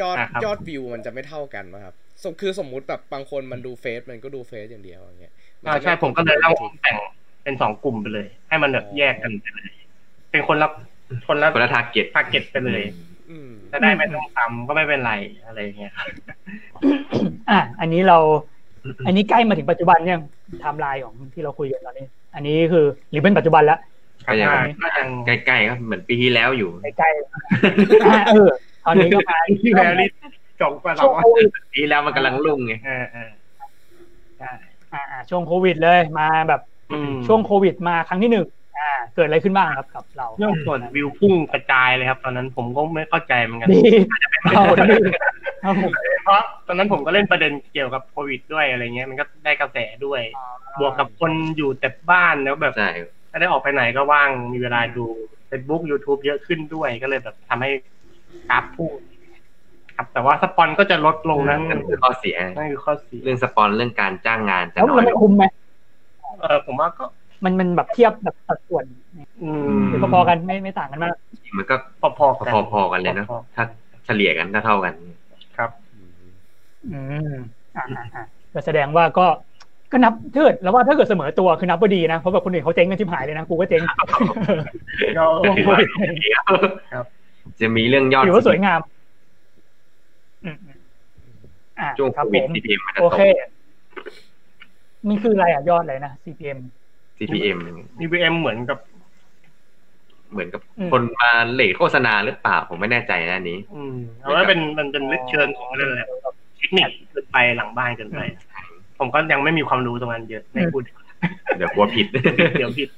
Speaker 3: ยอด
Speaker 2: อ่าครับ
Speaker 3: ยอดวิวมันจะไม่เท่ากันนะครับสมคือสมมุติแบบบางคนมันดูเฟซมันก็ดูเฟซอย่างเดียวอย่างเงี้ยน
Speaker 2: อ่า
Speaker 3: จะไ
Speaker 2: ใช่ผมก็เลย
Speaker 3: ต้
Speaker 2: เล่า
Speaker 3: อง
Speaker 2: แต่งเป็นสองกลุ่มไปเลย ให้มันแบบ
Speaker 3: อ๋อ
Speaker 2: แยกกันไปเลย เป็นคนละคนละ
Speaker 4: คนละทาร์เก็ต
Speaker 2: ทาร์เก็ตไปเลย
Speaker 3: อืม
Speaker 2: จะได้ไม่ต้องซ้ำก็ไม่เป็นไรอะไรอย่างเงี้ยครับ
Speaker 1: อ่ะอันนี้เรา อันนี้ใกล้มาถึงปัจจุบันยังไทม์ไลน์ของที่เราคุยกันตอนนี้ อันนี้คือหรือเป็นปัจจุบันแล้ว
Speaker 4: ก็ยัง
Speaker 2: อ่าก็ยัง
Speaker 4: ใกล้ๆครับเหมือนปีที่แล้วอยู่
Speaker 1: ใกล้ๆอ่ะ
Speaker 2: <laughs>
Speaker 1: เออตอนนี้ก็มา
Speaker 2: ที่แล้วนี่จบไปแล้
Speaker 1: ช่วง
Speaker 2: ว
Speaker 1: โควิด
Speaker 4: ปีที่แล้วมันกำลังรุ่งไง
Speaker 2: เออเออใช่
Speaker 1: อ่ะอ่ะช่วงโควิดเลยมาแบบ
Speaker 2: อืม
Speaker 1: ช่วงโควิดมาครั้งที่หนึ่งอ่า เกิดอะไรขึ้นบ้างครับกับเรา
Speaker 2: ช่วงส่วนวิวพุ่งกระจายเลยครับ ตอนนั้นผมก็ไม่เข้าใจเหมือนกัน
Speaker 1: ดี
Speaker 2: เป็นคน
Speaker 1: ดีครับผม
Speaker 2: <laughs> เพราะตอนนั้นผมก็เล่นประเด็นเกี่ยวกับโควิดด้วยอะไรเงี้ยมันก็ได้กระแสด้วย บวกกับคนอยู่แต่บ้านแล้วแบบ
Speaker 4: ใช่
Speaker 2: ถ้าได้ออกไปไหนก็ว่างมีเวลาดู Facebook YouTube เยอะขึ้นด้วยก็เลยแบบทำให้กราฟพุ่งครับแต่ว่าสปอนก็จะลดลงนะ
Speaker 4: นั่นคือข้อเสีย
Speaker 2: นั่นคือข้อเสีย
Speaker 4: เรื่องสปอนเรื่องการจ้างงานจะ
Speaker 1: แล้ว
Speaker 4: น้อ
Speaker 1: มั
Speaker 4: ย
Speaker 1: น
Speaker 4: ลง
Speaker 1: คุ้มไหม
Speaker 2: เออผมว่าก็
Speaker 1: มันมันแบบเทียบแบบสัดส่วน
Speaker 2: อืม
Speaker 1: คือพอๆกันไม่ไม่ต่างกันมาก
Speaker 4: มันก็
Speaker 2: พอๆกัน
Speaker 4: พอๆกันเลยเนอะ
Speaker 2: พอ
Speaker 4: ถ้าเฉลี่ยกันถ้าเท่ากัน
Speaker 2: ๆครับ
Speaker 1: อืมอ่าอ่าก็แสดงว่าก็ก็นับถ้าเกิดแล้วว่าถ้าเกิดเสมอตัวคือนับว่าดีนะ เพราะแบบคนอื่นเขาเจ๊งกันชิบหายเลยนะ กู
Speaker 2: <laughs>
Speaker 1: ก็เจ๊ง
Speaker 4: ก็ถือว่า
Speaker 2: ครับ
Speaker 4: จะมีเรื่องยอด
Speaker 1: ถือว่าสวยงามอืมอืมอ่า
Speaker 4: ช่วง
Speaker 1: ค
Speaker 4: โครับ
Speaker 1: ผ
Speaker 4: วิด
Speaker 1: ม
Speaker 4: CPM มันจะ
Speaker 1: โอ
Speaker 4: ตก
Speaker 1: เค มันคืออะไรอ่ะยอดอะไรนะ CPM
Speaker 4: CPM
Speaker 2: EBM เหมือนกับ
Speaker 4: เหมือนกับ
Speaker 1: อืม
Speaker 4: คนมาเลทโฆษณาหรือเปล่า ผมไม่แน่ใจนะอันนี้
Speaker 2: อืมเอาว่าเป็นมันเป็นลึกเชิญของเรื่องอะไรเทคนิคเกินไปหลังบ้านเกินไป ผมก็ยังไม่มีความรู้ตรงนั้นเยอะไม่พูด
Speaker 4: เดี๋ยวกลัวผิ
Speaker 1: <laughs>
Speaker 4: ด
Speaker 2: เดี๋ยวผิ
Speaker 4: <laughs>
Speaker 2: ด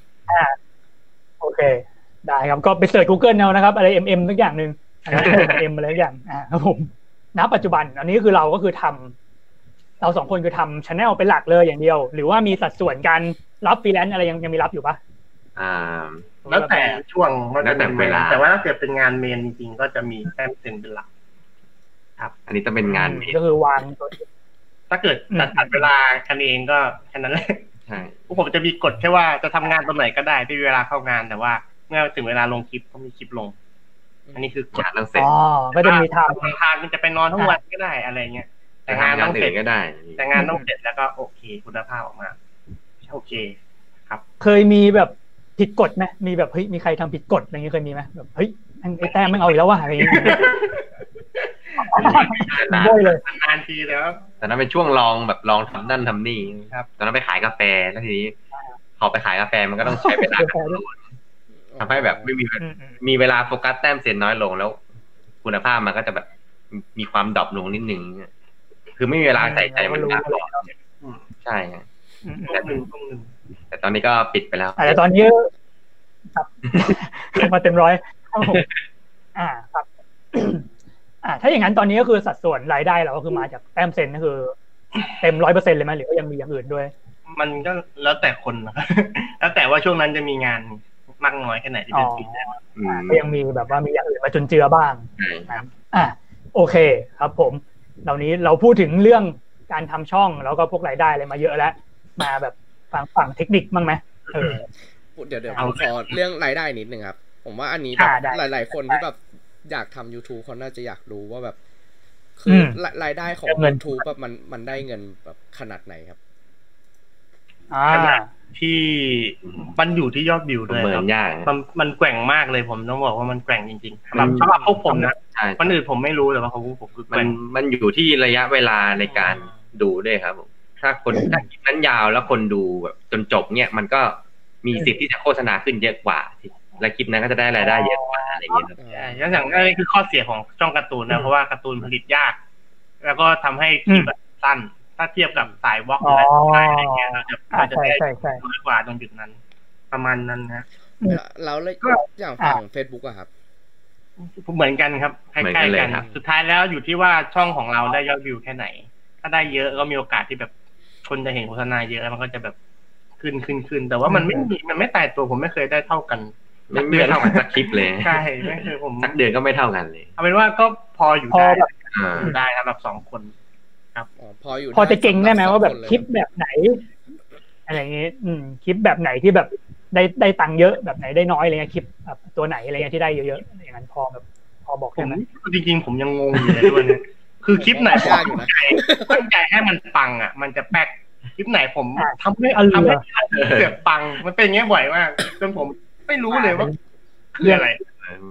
Speaker 1: โอเค ได้ครับก็ไปเสิร์ช Google เอานะครับ อะไร MM สักอย่างหนึ่งอะไร MM อะไรสักอย่างอ่าครับผมณปัจจุบัน อันนี้คือเราก็คือทำเราสองคนคือทำช anel เป็นหลักเลยอย่างเดียว หรือว่ามีสัดส่วนการรับฟรีแลนซ์อะไรยังยังมีรับอยู่ปะ
Speaker 4: อ่า
Speaker 2: แล้วแต่ช่วงา
Speaker 4: แล้วแต่เวลา
Speaker 2: แต่ว่าถ้าเกิดเป็นงานเมนจริงๆก็จะมีแต้มเต็มเป็นหลัก
Speaker 4: อันนี้ต้องเป็นงาน
Speaker 1: อืม
Speaker 4: เมน
Speaker 1: ก็คือวางตัว
Speaker 2: ถ้าเกิด
Speaker 1: อืม
Speaker 2: จัดสรรเวลากันเองก็แค่นั้นแหละ
Speaker 4: ใช่
Speaker 2: พวกผมจะมีกฎแค่ว่าจะทำงานตอนไหนก็ได้ที่เวลาเข้างานแต่ว่าเมื่อถึงเวลาลงคลิปก็มีคลิปลง อันนี้คือกฎ
Speaker 4: งานต้องเสร็จ
Speaker 1: อ๋อ ก็จะมีท
Speaker 2: บางทางมันจะไปนอนทั้งวันก็ได้อะไรเงี้ยแต่งาน
Speaker 4: งาน
Speaker 2: ต้องเสร็
Speaker 4: อื่
Speaker 2: จ
Speaker 4: นก็ได้
Speaker 2: แต่งานต้องเสร็จแล้วก็โอเคคุณภาพออกมา โอเค ครับ
Speaker 1: เคยมีแบบผิดกฎไหมมีแบบเฮ้ยมีใครทำผิดกฎอะไรอย่างเงี้ยเคยมีไหมแบบเฮ้ยแม่งไอ้แต้มไม่งเอาอีกแล้วว่ะอะไรอย่างเงี้ย
Speaker 4: <laughs> นะ
Speaker 1: ด้วย
Speaker 4: <laughs>
Speaker 1: เลย
Speaker 2: นานทีแล้วครับ
Speaker 4: ตอนนั้นเป็นช่วงลองแบบลองทำนั่นทำนี่ครับตอนนั้นไปขายกาแฟแล้วทีนี้พอไปขายกาแฟมันก็ต้องใช้เวลา
Speaker 1: ขายด้วย
Speaker 4: ทำให้แบบไม่มี
Speaker 1: อืมอืม
Speaker 4: มีเวลาโฟกัสแต้มเซ็นน้อยลงแล้ว คุณภาพมันก็จะแบบมีความดรอปลงนิดนึงคือไม่มีเวลาใส่ใจมันมากกว่าใช่ฮะ
Speaker 1: อืมอืม
Speaker 2: ช่วงหนึ่งช่วงหนึ่ง
Speaker 4: แต่ตอนนี้ก็ปิดไปแล้ว
Speaker 1: อ่ะแต่ตอนนี้ครับ มาเต็มร้อยครับผมอ่าครับ อ่า ถ้าอย่างนั้นตอนนี้ก็คือสัดส่วนรายได้เราก็คือมาจากแต้มเซ็นก็คือ เต็มร้อยเปอร์เซ็นเลยไหมหรือว่ายังมีอย่างอื่นด้วย
Speaker 2: มันก็แล้วแต่คนนะครับ <laughs> แล้วแต่ว่าช่วงนั้นจะมีงานมากน้อยแค่ไหนที่เป็น
Speaker 1: อ๋อ
Speaker 2: ปีแรก
Speaker 4: อืม
Speaker 1: ก็ยังมีแบบว่ามีอย่างอื่นมาจนเจือบ้าง
Speaker 4: ใช่
Speaker 1: อ่ะโอเคครับผมเหล่านี้เราพูดถึงเรื่องการทำช่องแล้วก็พวกรายได้อะไรมาเยอะแล้ว มาแบบฝั่งฝั่งเทคนิคบ้างไหมเออ
Speaker 3: เดี๋ยวเดี๋ยวผมขอเรื่องรายได้นิดนึงครับ ผมว่าอันนี้แบ
Speaker 1: อ่า
Speaker 3: บ
Speaker 1: ได้
Speaker 3: หลาย ๆ คนที่แบบอยากทำ YouTube เขาน่าจะอยากรู้ว่าแบบ
Speaker 1: อื
Speaker 3: คือ
Speaker 1: ม
Speaker 3: รรายได้ของ
Speaker 1: เงิน
Speaker 3: YouTube แบบมันมันได้เงินแบบขนาดไหนครับ
Speaker 1: อ่า
Speaker 2: ที่มันอยู่ที่ยอดวิว
Speaker 4: ป
Speaker 2: ด้
Speaker 4: ระ
Speaker 2: วย
Speaker 4: เมิ
Speaker 2: ครั
Speaker 4: น
Speaker 2: บ
Speaker 4: ยากนะ
Speaker 2: มันมันแกว่งมากเลยผมต้องบอกว่ามันแกว่งจริงๆ
Speaker 4: มัน
Speaker 2: สำหรับพวกผมนะ
Speaker 4: ใช่
Speaker 2: คนอื่นผมไม่รู้แต่ว่าของผมคือแก
Speaker 4: มัน
Speaker 2: ว่ง
Speaker 4: มันอยู่ที่ระยะเวลาในการดูด้วยครับผมถ้าคนถ้าคลิปนั้นยาวแล้วคนดูแบบจนจบเนี่ย มันก็มีสิทธิ์ที่จะโฆษณาขึ้นเยอะกว่าและคลิปนั้นก็จะได้รายได้เยอะกว่าอะไรอย่างเงี้ยครับ
Speaker 2: ใช่แล้วอย่างนั้นคือข้อเสียของช่องการ์ตูนนะเพราะว่าการ์ตูนผลิตยาก แล้วก็ทำให้คลิปอะสั้น ถ้าเทียบกับสายวอล์กหรือ
Speaker 1: อ๋อ
Speaker 2: อะไรอะไรเงี้ยเราจะ
Speaker 1: อ่า
Speaker 2: เราจะ
Speaker 1: ใช่
Speaker 2: ได้
Speaker 1: ใช่ใช่
Speaker 2: น้อยกว่าตรงจุดนั้น ประมาณนั้นนะ
Speaker 3: แล้วแล้วเลย
Speaker 1: ก็
Speaker 3: อย่างฝั่ง
Speaker 1: อ่า
Speaker 3: Facebook อะครับ
Speaker 2: เหมือนกันครับใกล้
Speaker 4: เหมือนกัน
Speaker 2: ๆกัน
Speaker 4: เลยครับ
Speaker 2: สุดท้ายแล้วอยู่ที่ว่าช่องของเราได้ยอดวิวแค่ไหน ถ้าได้เยอะก็มีโอกาสที่แบบคนจะเห็นโฆษณาเยอะแล้วมันก็จะแบบขึ้นขึ้นขึ้นแต่ว่ามันไม่มีมันไม่ตายตัวผมไม่เคยได้เท่ากัน
Speaker 4: ไม่ไม่เท่ากันสักคลิปเลย
Speaker 2: ใช่ไม่เคยผม
Speaker 4: สักเดือนก็ไม่เท่ากันเลย
Speaker 2: เอาเป็นว่าก็พออยู่
Speaker 1: พอ
Speaker 2: ได้
Speaker 1: แบบ
Speaker 4: อ่า
Speaker 2: ได้สำหรับสองคน
Speaker 3: อ๋อพออยู่
Speaker 1: พอจะเก่งได้ไหม
Speaker 3: สำห
Speaker 1: ว่าแบบ
Speaker 3: นเย
Speaker 1: คลิปแบบไหน อะไรอย่างเงี้ยอืมคลิปแบบไหนที่แบบได้ได้ตังค์เยอะแบบไหนได้น้อยอะไรเงี้ยคลิปแบบตัวไหนอะไรเงี้ยที่ได้เยอะๆอย่างนั้นพอแบบ พอบอก
Speaker 2: ผ
Speaker 1: ได้
Speaker 2: ม
Speaker 1: ไหม
Speaker 2: จริงๆ ผมยังงงอยู่เลยด้วยเนี่ยคือคลิปไหนผม
Speaker 3: ยากอยู่นะ
Speaker 2: ตั้งใจให้มันปังอ่ะ มันจะแป๊กคลิปไหนผมทำไม่
Speaker 1: เอา
Speaker 2: ทำ
Speaker 1: เรื
Speaker 2: ไม่
Speaker 1: อ
Speaker 2: เสือกปัง มันเป็นอย่างเงี้ยบ่อยมากจนผมไม่รู้เลยว่าคืออะไร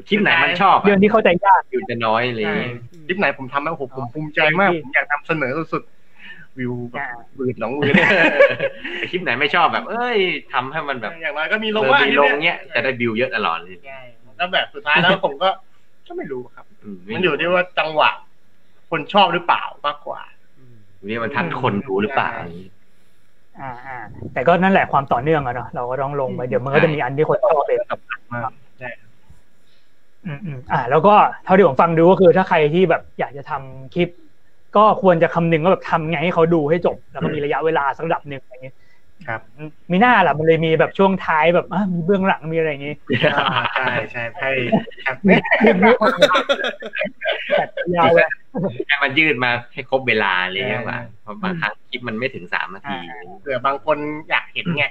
Speaker 4: คลิปไหนมันชอบ
Speaker 1: เรื่อง
Speaker 4: อะ
Speaker 1: ที่เข้าใจยาก
Speaker 4: อยู่จะน้อยเลย
Speaker 2: ใช่ คลิปไหนผมทำแล้วโอ้โหผมภูมิใจมาก ผมอยากนำเสนอสุดๆวิวแบบบืดหลงบืด
Speaker 4: <laughs> แต่คลิปไหนไม่ชอบแบบ เอ้ยทำให้มันแบบ
Speaker 2: อย่างไรก็มี
Speaker 4: เอ
Speaker 2: ลง
Speaker 4: อ
Speaker 2: ว่า
Speaker 4: มีลงเนี้ยจะ
Speaker 2: ได้
Speaker 4: ได้บิวเยอะตลอดเลย
Speaker 2: แล้วแบบสุดท้ายแล้วผมก็ก็ไม่รู้ครับ
Speaker 4: อืม
Speaker 2: มันอยู่ที่ว่าจังหวะ คนชอบหรือเปล่ามากกว่า
Speaker 3: อืม
Speaker 4: นี่มันทัดคนดูหรือเปล่า
Speaker 1: อ่าอ่าแต่ก็นั่นแหละความต่อเนื่องอะเนาะเราก็ต้องลงไปเดี๋ยวมันก็จะมีอันที่คนชอบเอง
Speaker 2: มาก
Speaker 1: อืมอืมอ่าแล้วก็เท่าที่ผมฟังดูก็คือถ้าใครที่แบบอยากจะทำคลิป ก็ควรจะคำนึงว่าแบบทำไงให้เขาดูให้จบ แล้วก็มีระยะเวลาสักระดับหนึ่งอะไรอย่างเงี้ย
Speaker 2: ครับ
Speaker 1: มีหน้าล่ะมันเลยมีแบบช่วงท้ายแบบอ่ะมีเบื้องหลังมีอะไรอย่างงี้
Speaker 2: อ่าใช่ใช่ใช่ครับ
Speaker 1: แบบยาวเลย
Speaker 4: ให้มันยืดมาให้ครบเวลาเลยดีกว่า
Speaker 2: ใช่
Speaker 4: เพราะบางครั้งคลิปมันไม่ถึงสามนาที
Speaker 2: เผื่อบางคนอยากเห็นไง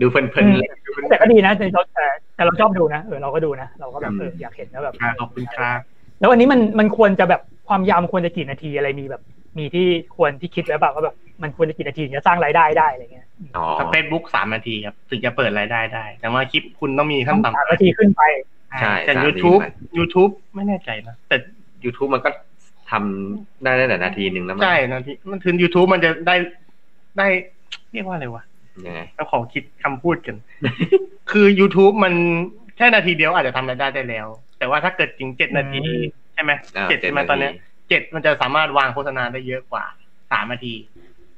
Speaker 4: ดูเพลิน
Speaker 1: อื
Speaker 4: ๆ
Speaker 1: ม
Speaker 4: เลย
Speaker 1: แต่ก็ดีนะแต่เราแต่แต่เราชอบดูนะเออเราก็ดูนะเราก็แบบเออ
Speaker 4: ครับ
Speaker 1: อยากเห็นนะแบบ
Speaker 2: ครับขอบคุณครับ
Speaker 1: แล้ววันนี้มันมันควรจะแบบความยาวมันควรจะกี่นาทีอะไรมีแบบ มีที่ควรที่คิดไว้แบบว่าแบบมันควรจะกี่นาทีถึงจะสร้างรายได้ได้อะไรเงี้ย
Speaker 4: อ๋อ
Speaker 2: สเฟซบุ๊กสามนาทีครับ ถึงจะเปิดรายได้ได้ แต่ว่าคลิปคุณต้องมีขั้น
Speaker 1: สาม
Speaker 2: ต่ำ
Speaker 1: นาทีขึ้นไป
Speaker 4: ใช่
Speaker 2: แต่
Speaker 4: สาม
Speaker 2: YouTube
Speaker 4: นาที
Speaker 2: YouTube ไม่แน่ใจนะ แต่
Speaker 4: YouTube มันก็ทำได้ตั้งแต่นาทีหนึ่งแล้วมั้ง
Speaker 2: ใช่นะพี่มันถึง YouTube มันจะได้ได้ เรียกว่าอะไรวะ
Speaker 4: ยังไง
Speaker 2: เราขอคิดคำพูดกัน คือ YouTube มันแค่นาทีเดียวอาจจะทำรายได้ได้แล้ว แต่ว่าถ้าเกิดถึงเจ็ดนาที
Speaker 1: อืม
Speaker 2: ใช่ไหม
Speaker 4: อ่า
Speaker 2: เจ็ดใช่ไหมตอนเนี้ยเจ็ดมันจะสามารถวางโฆษณาได้เยอะกว่าสามนาที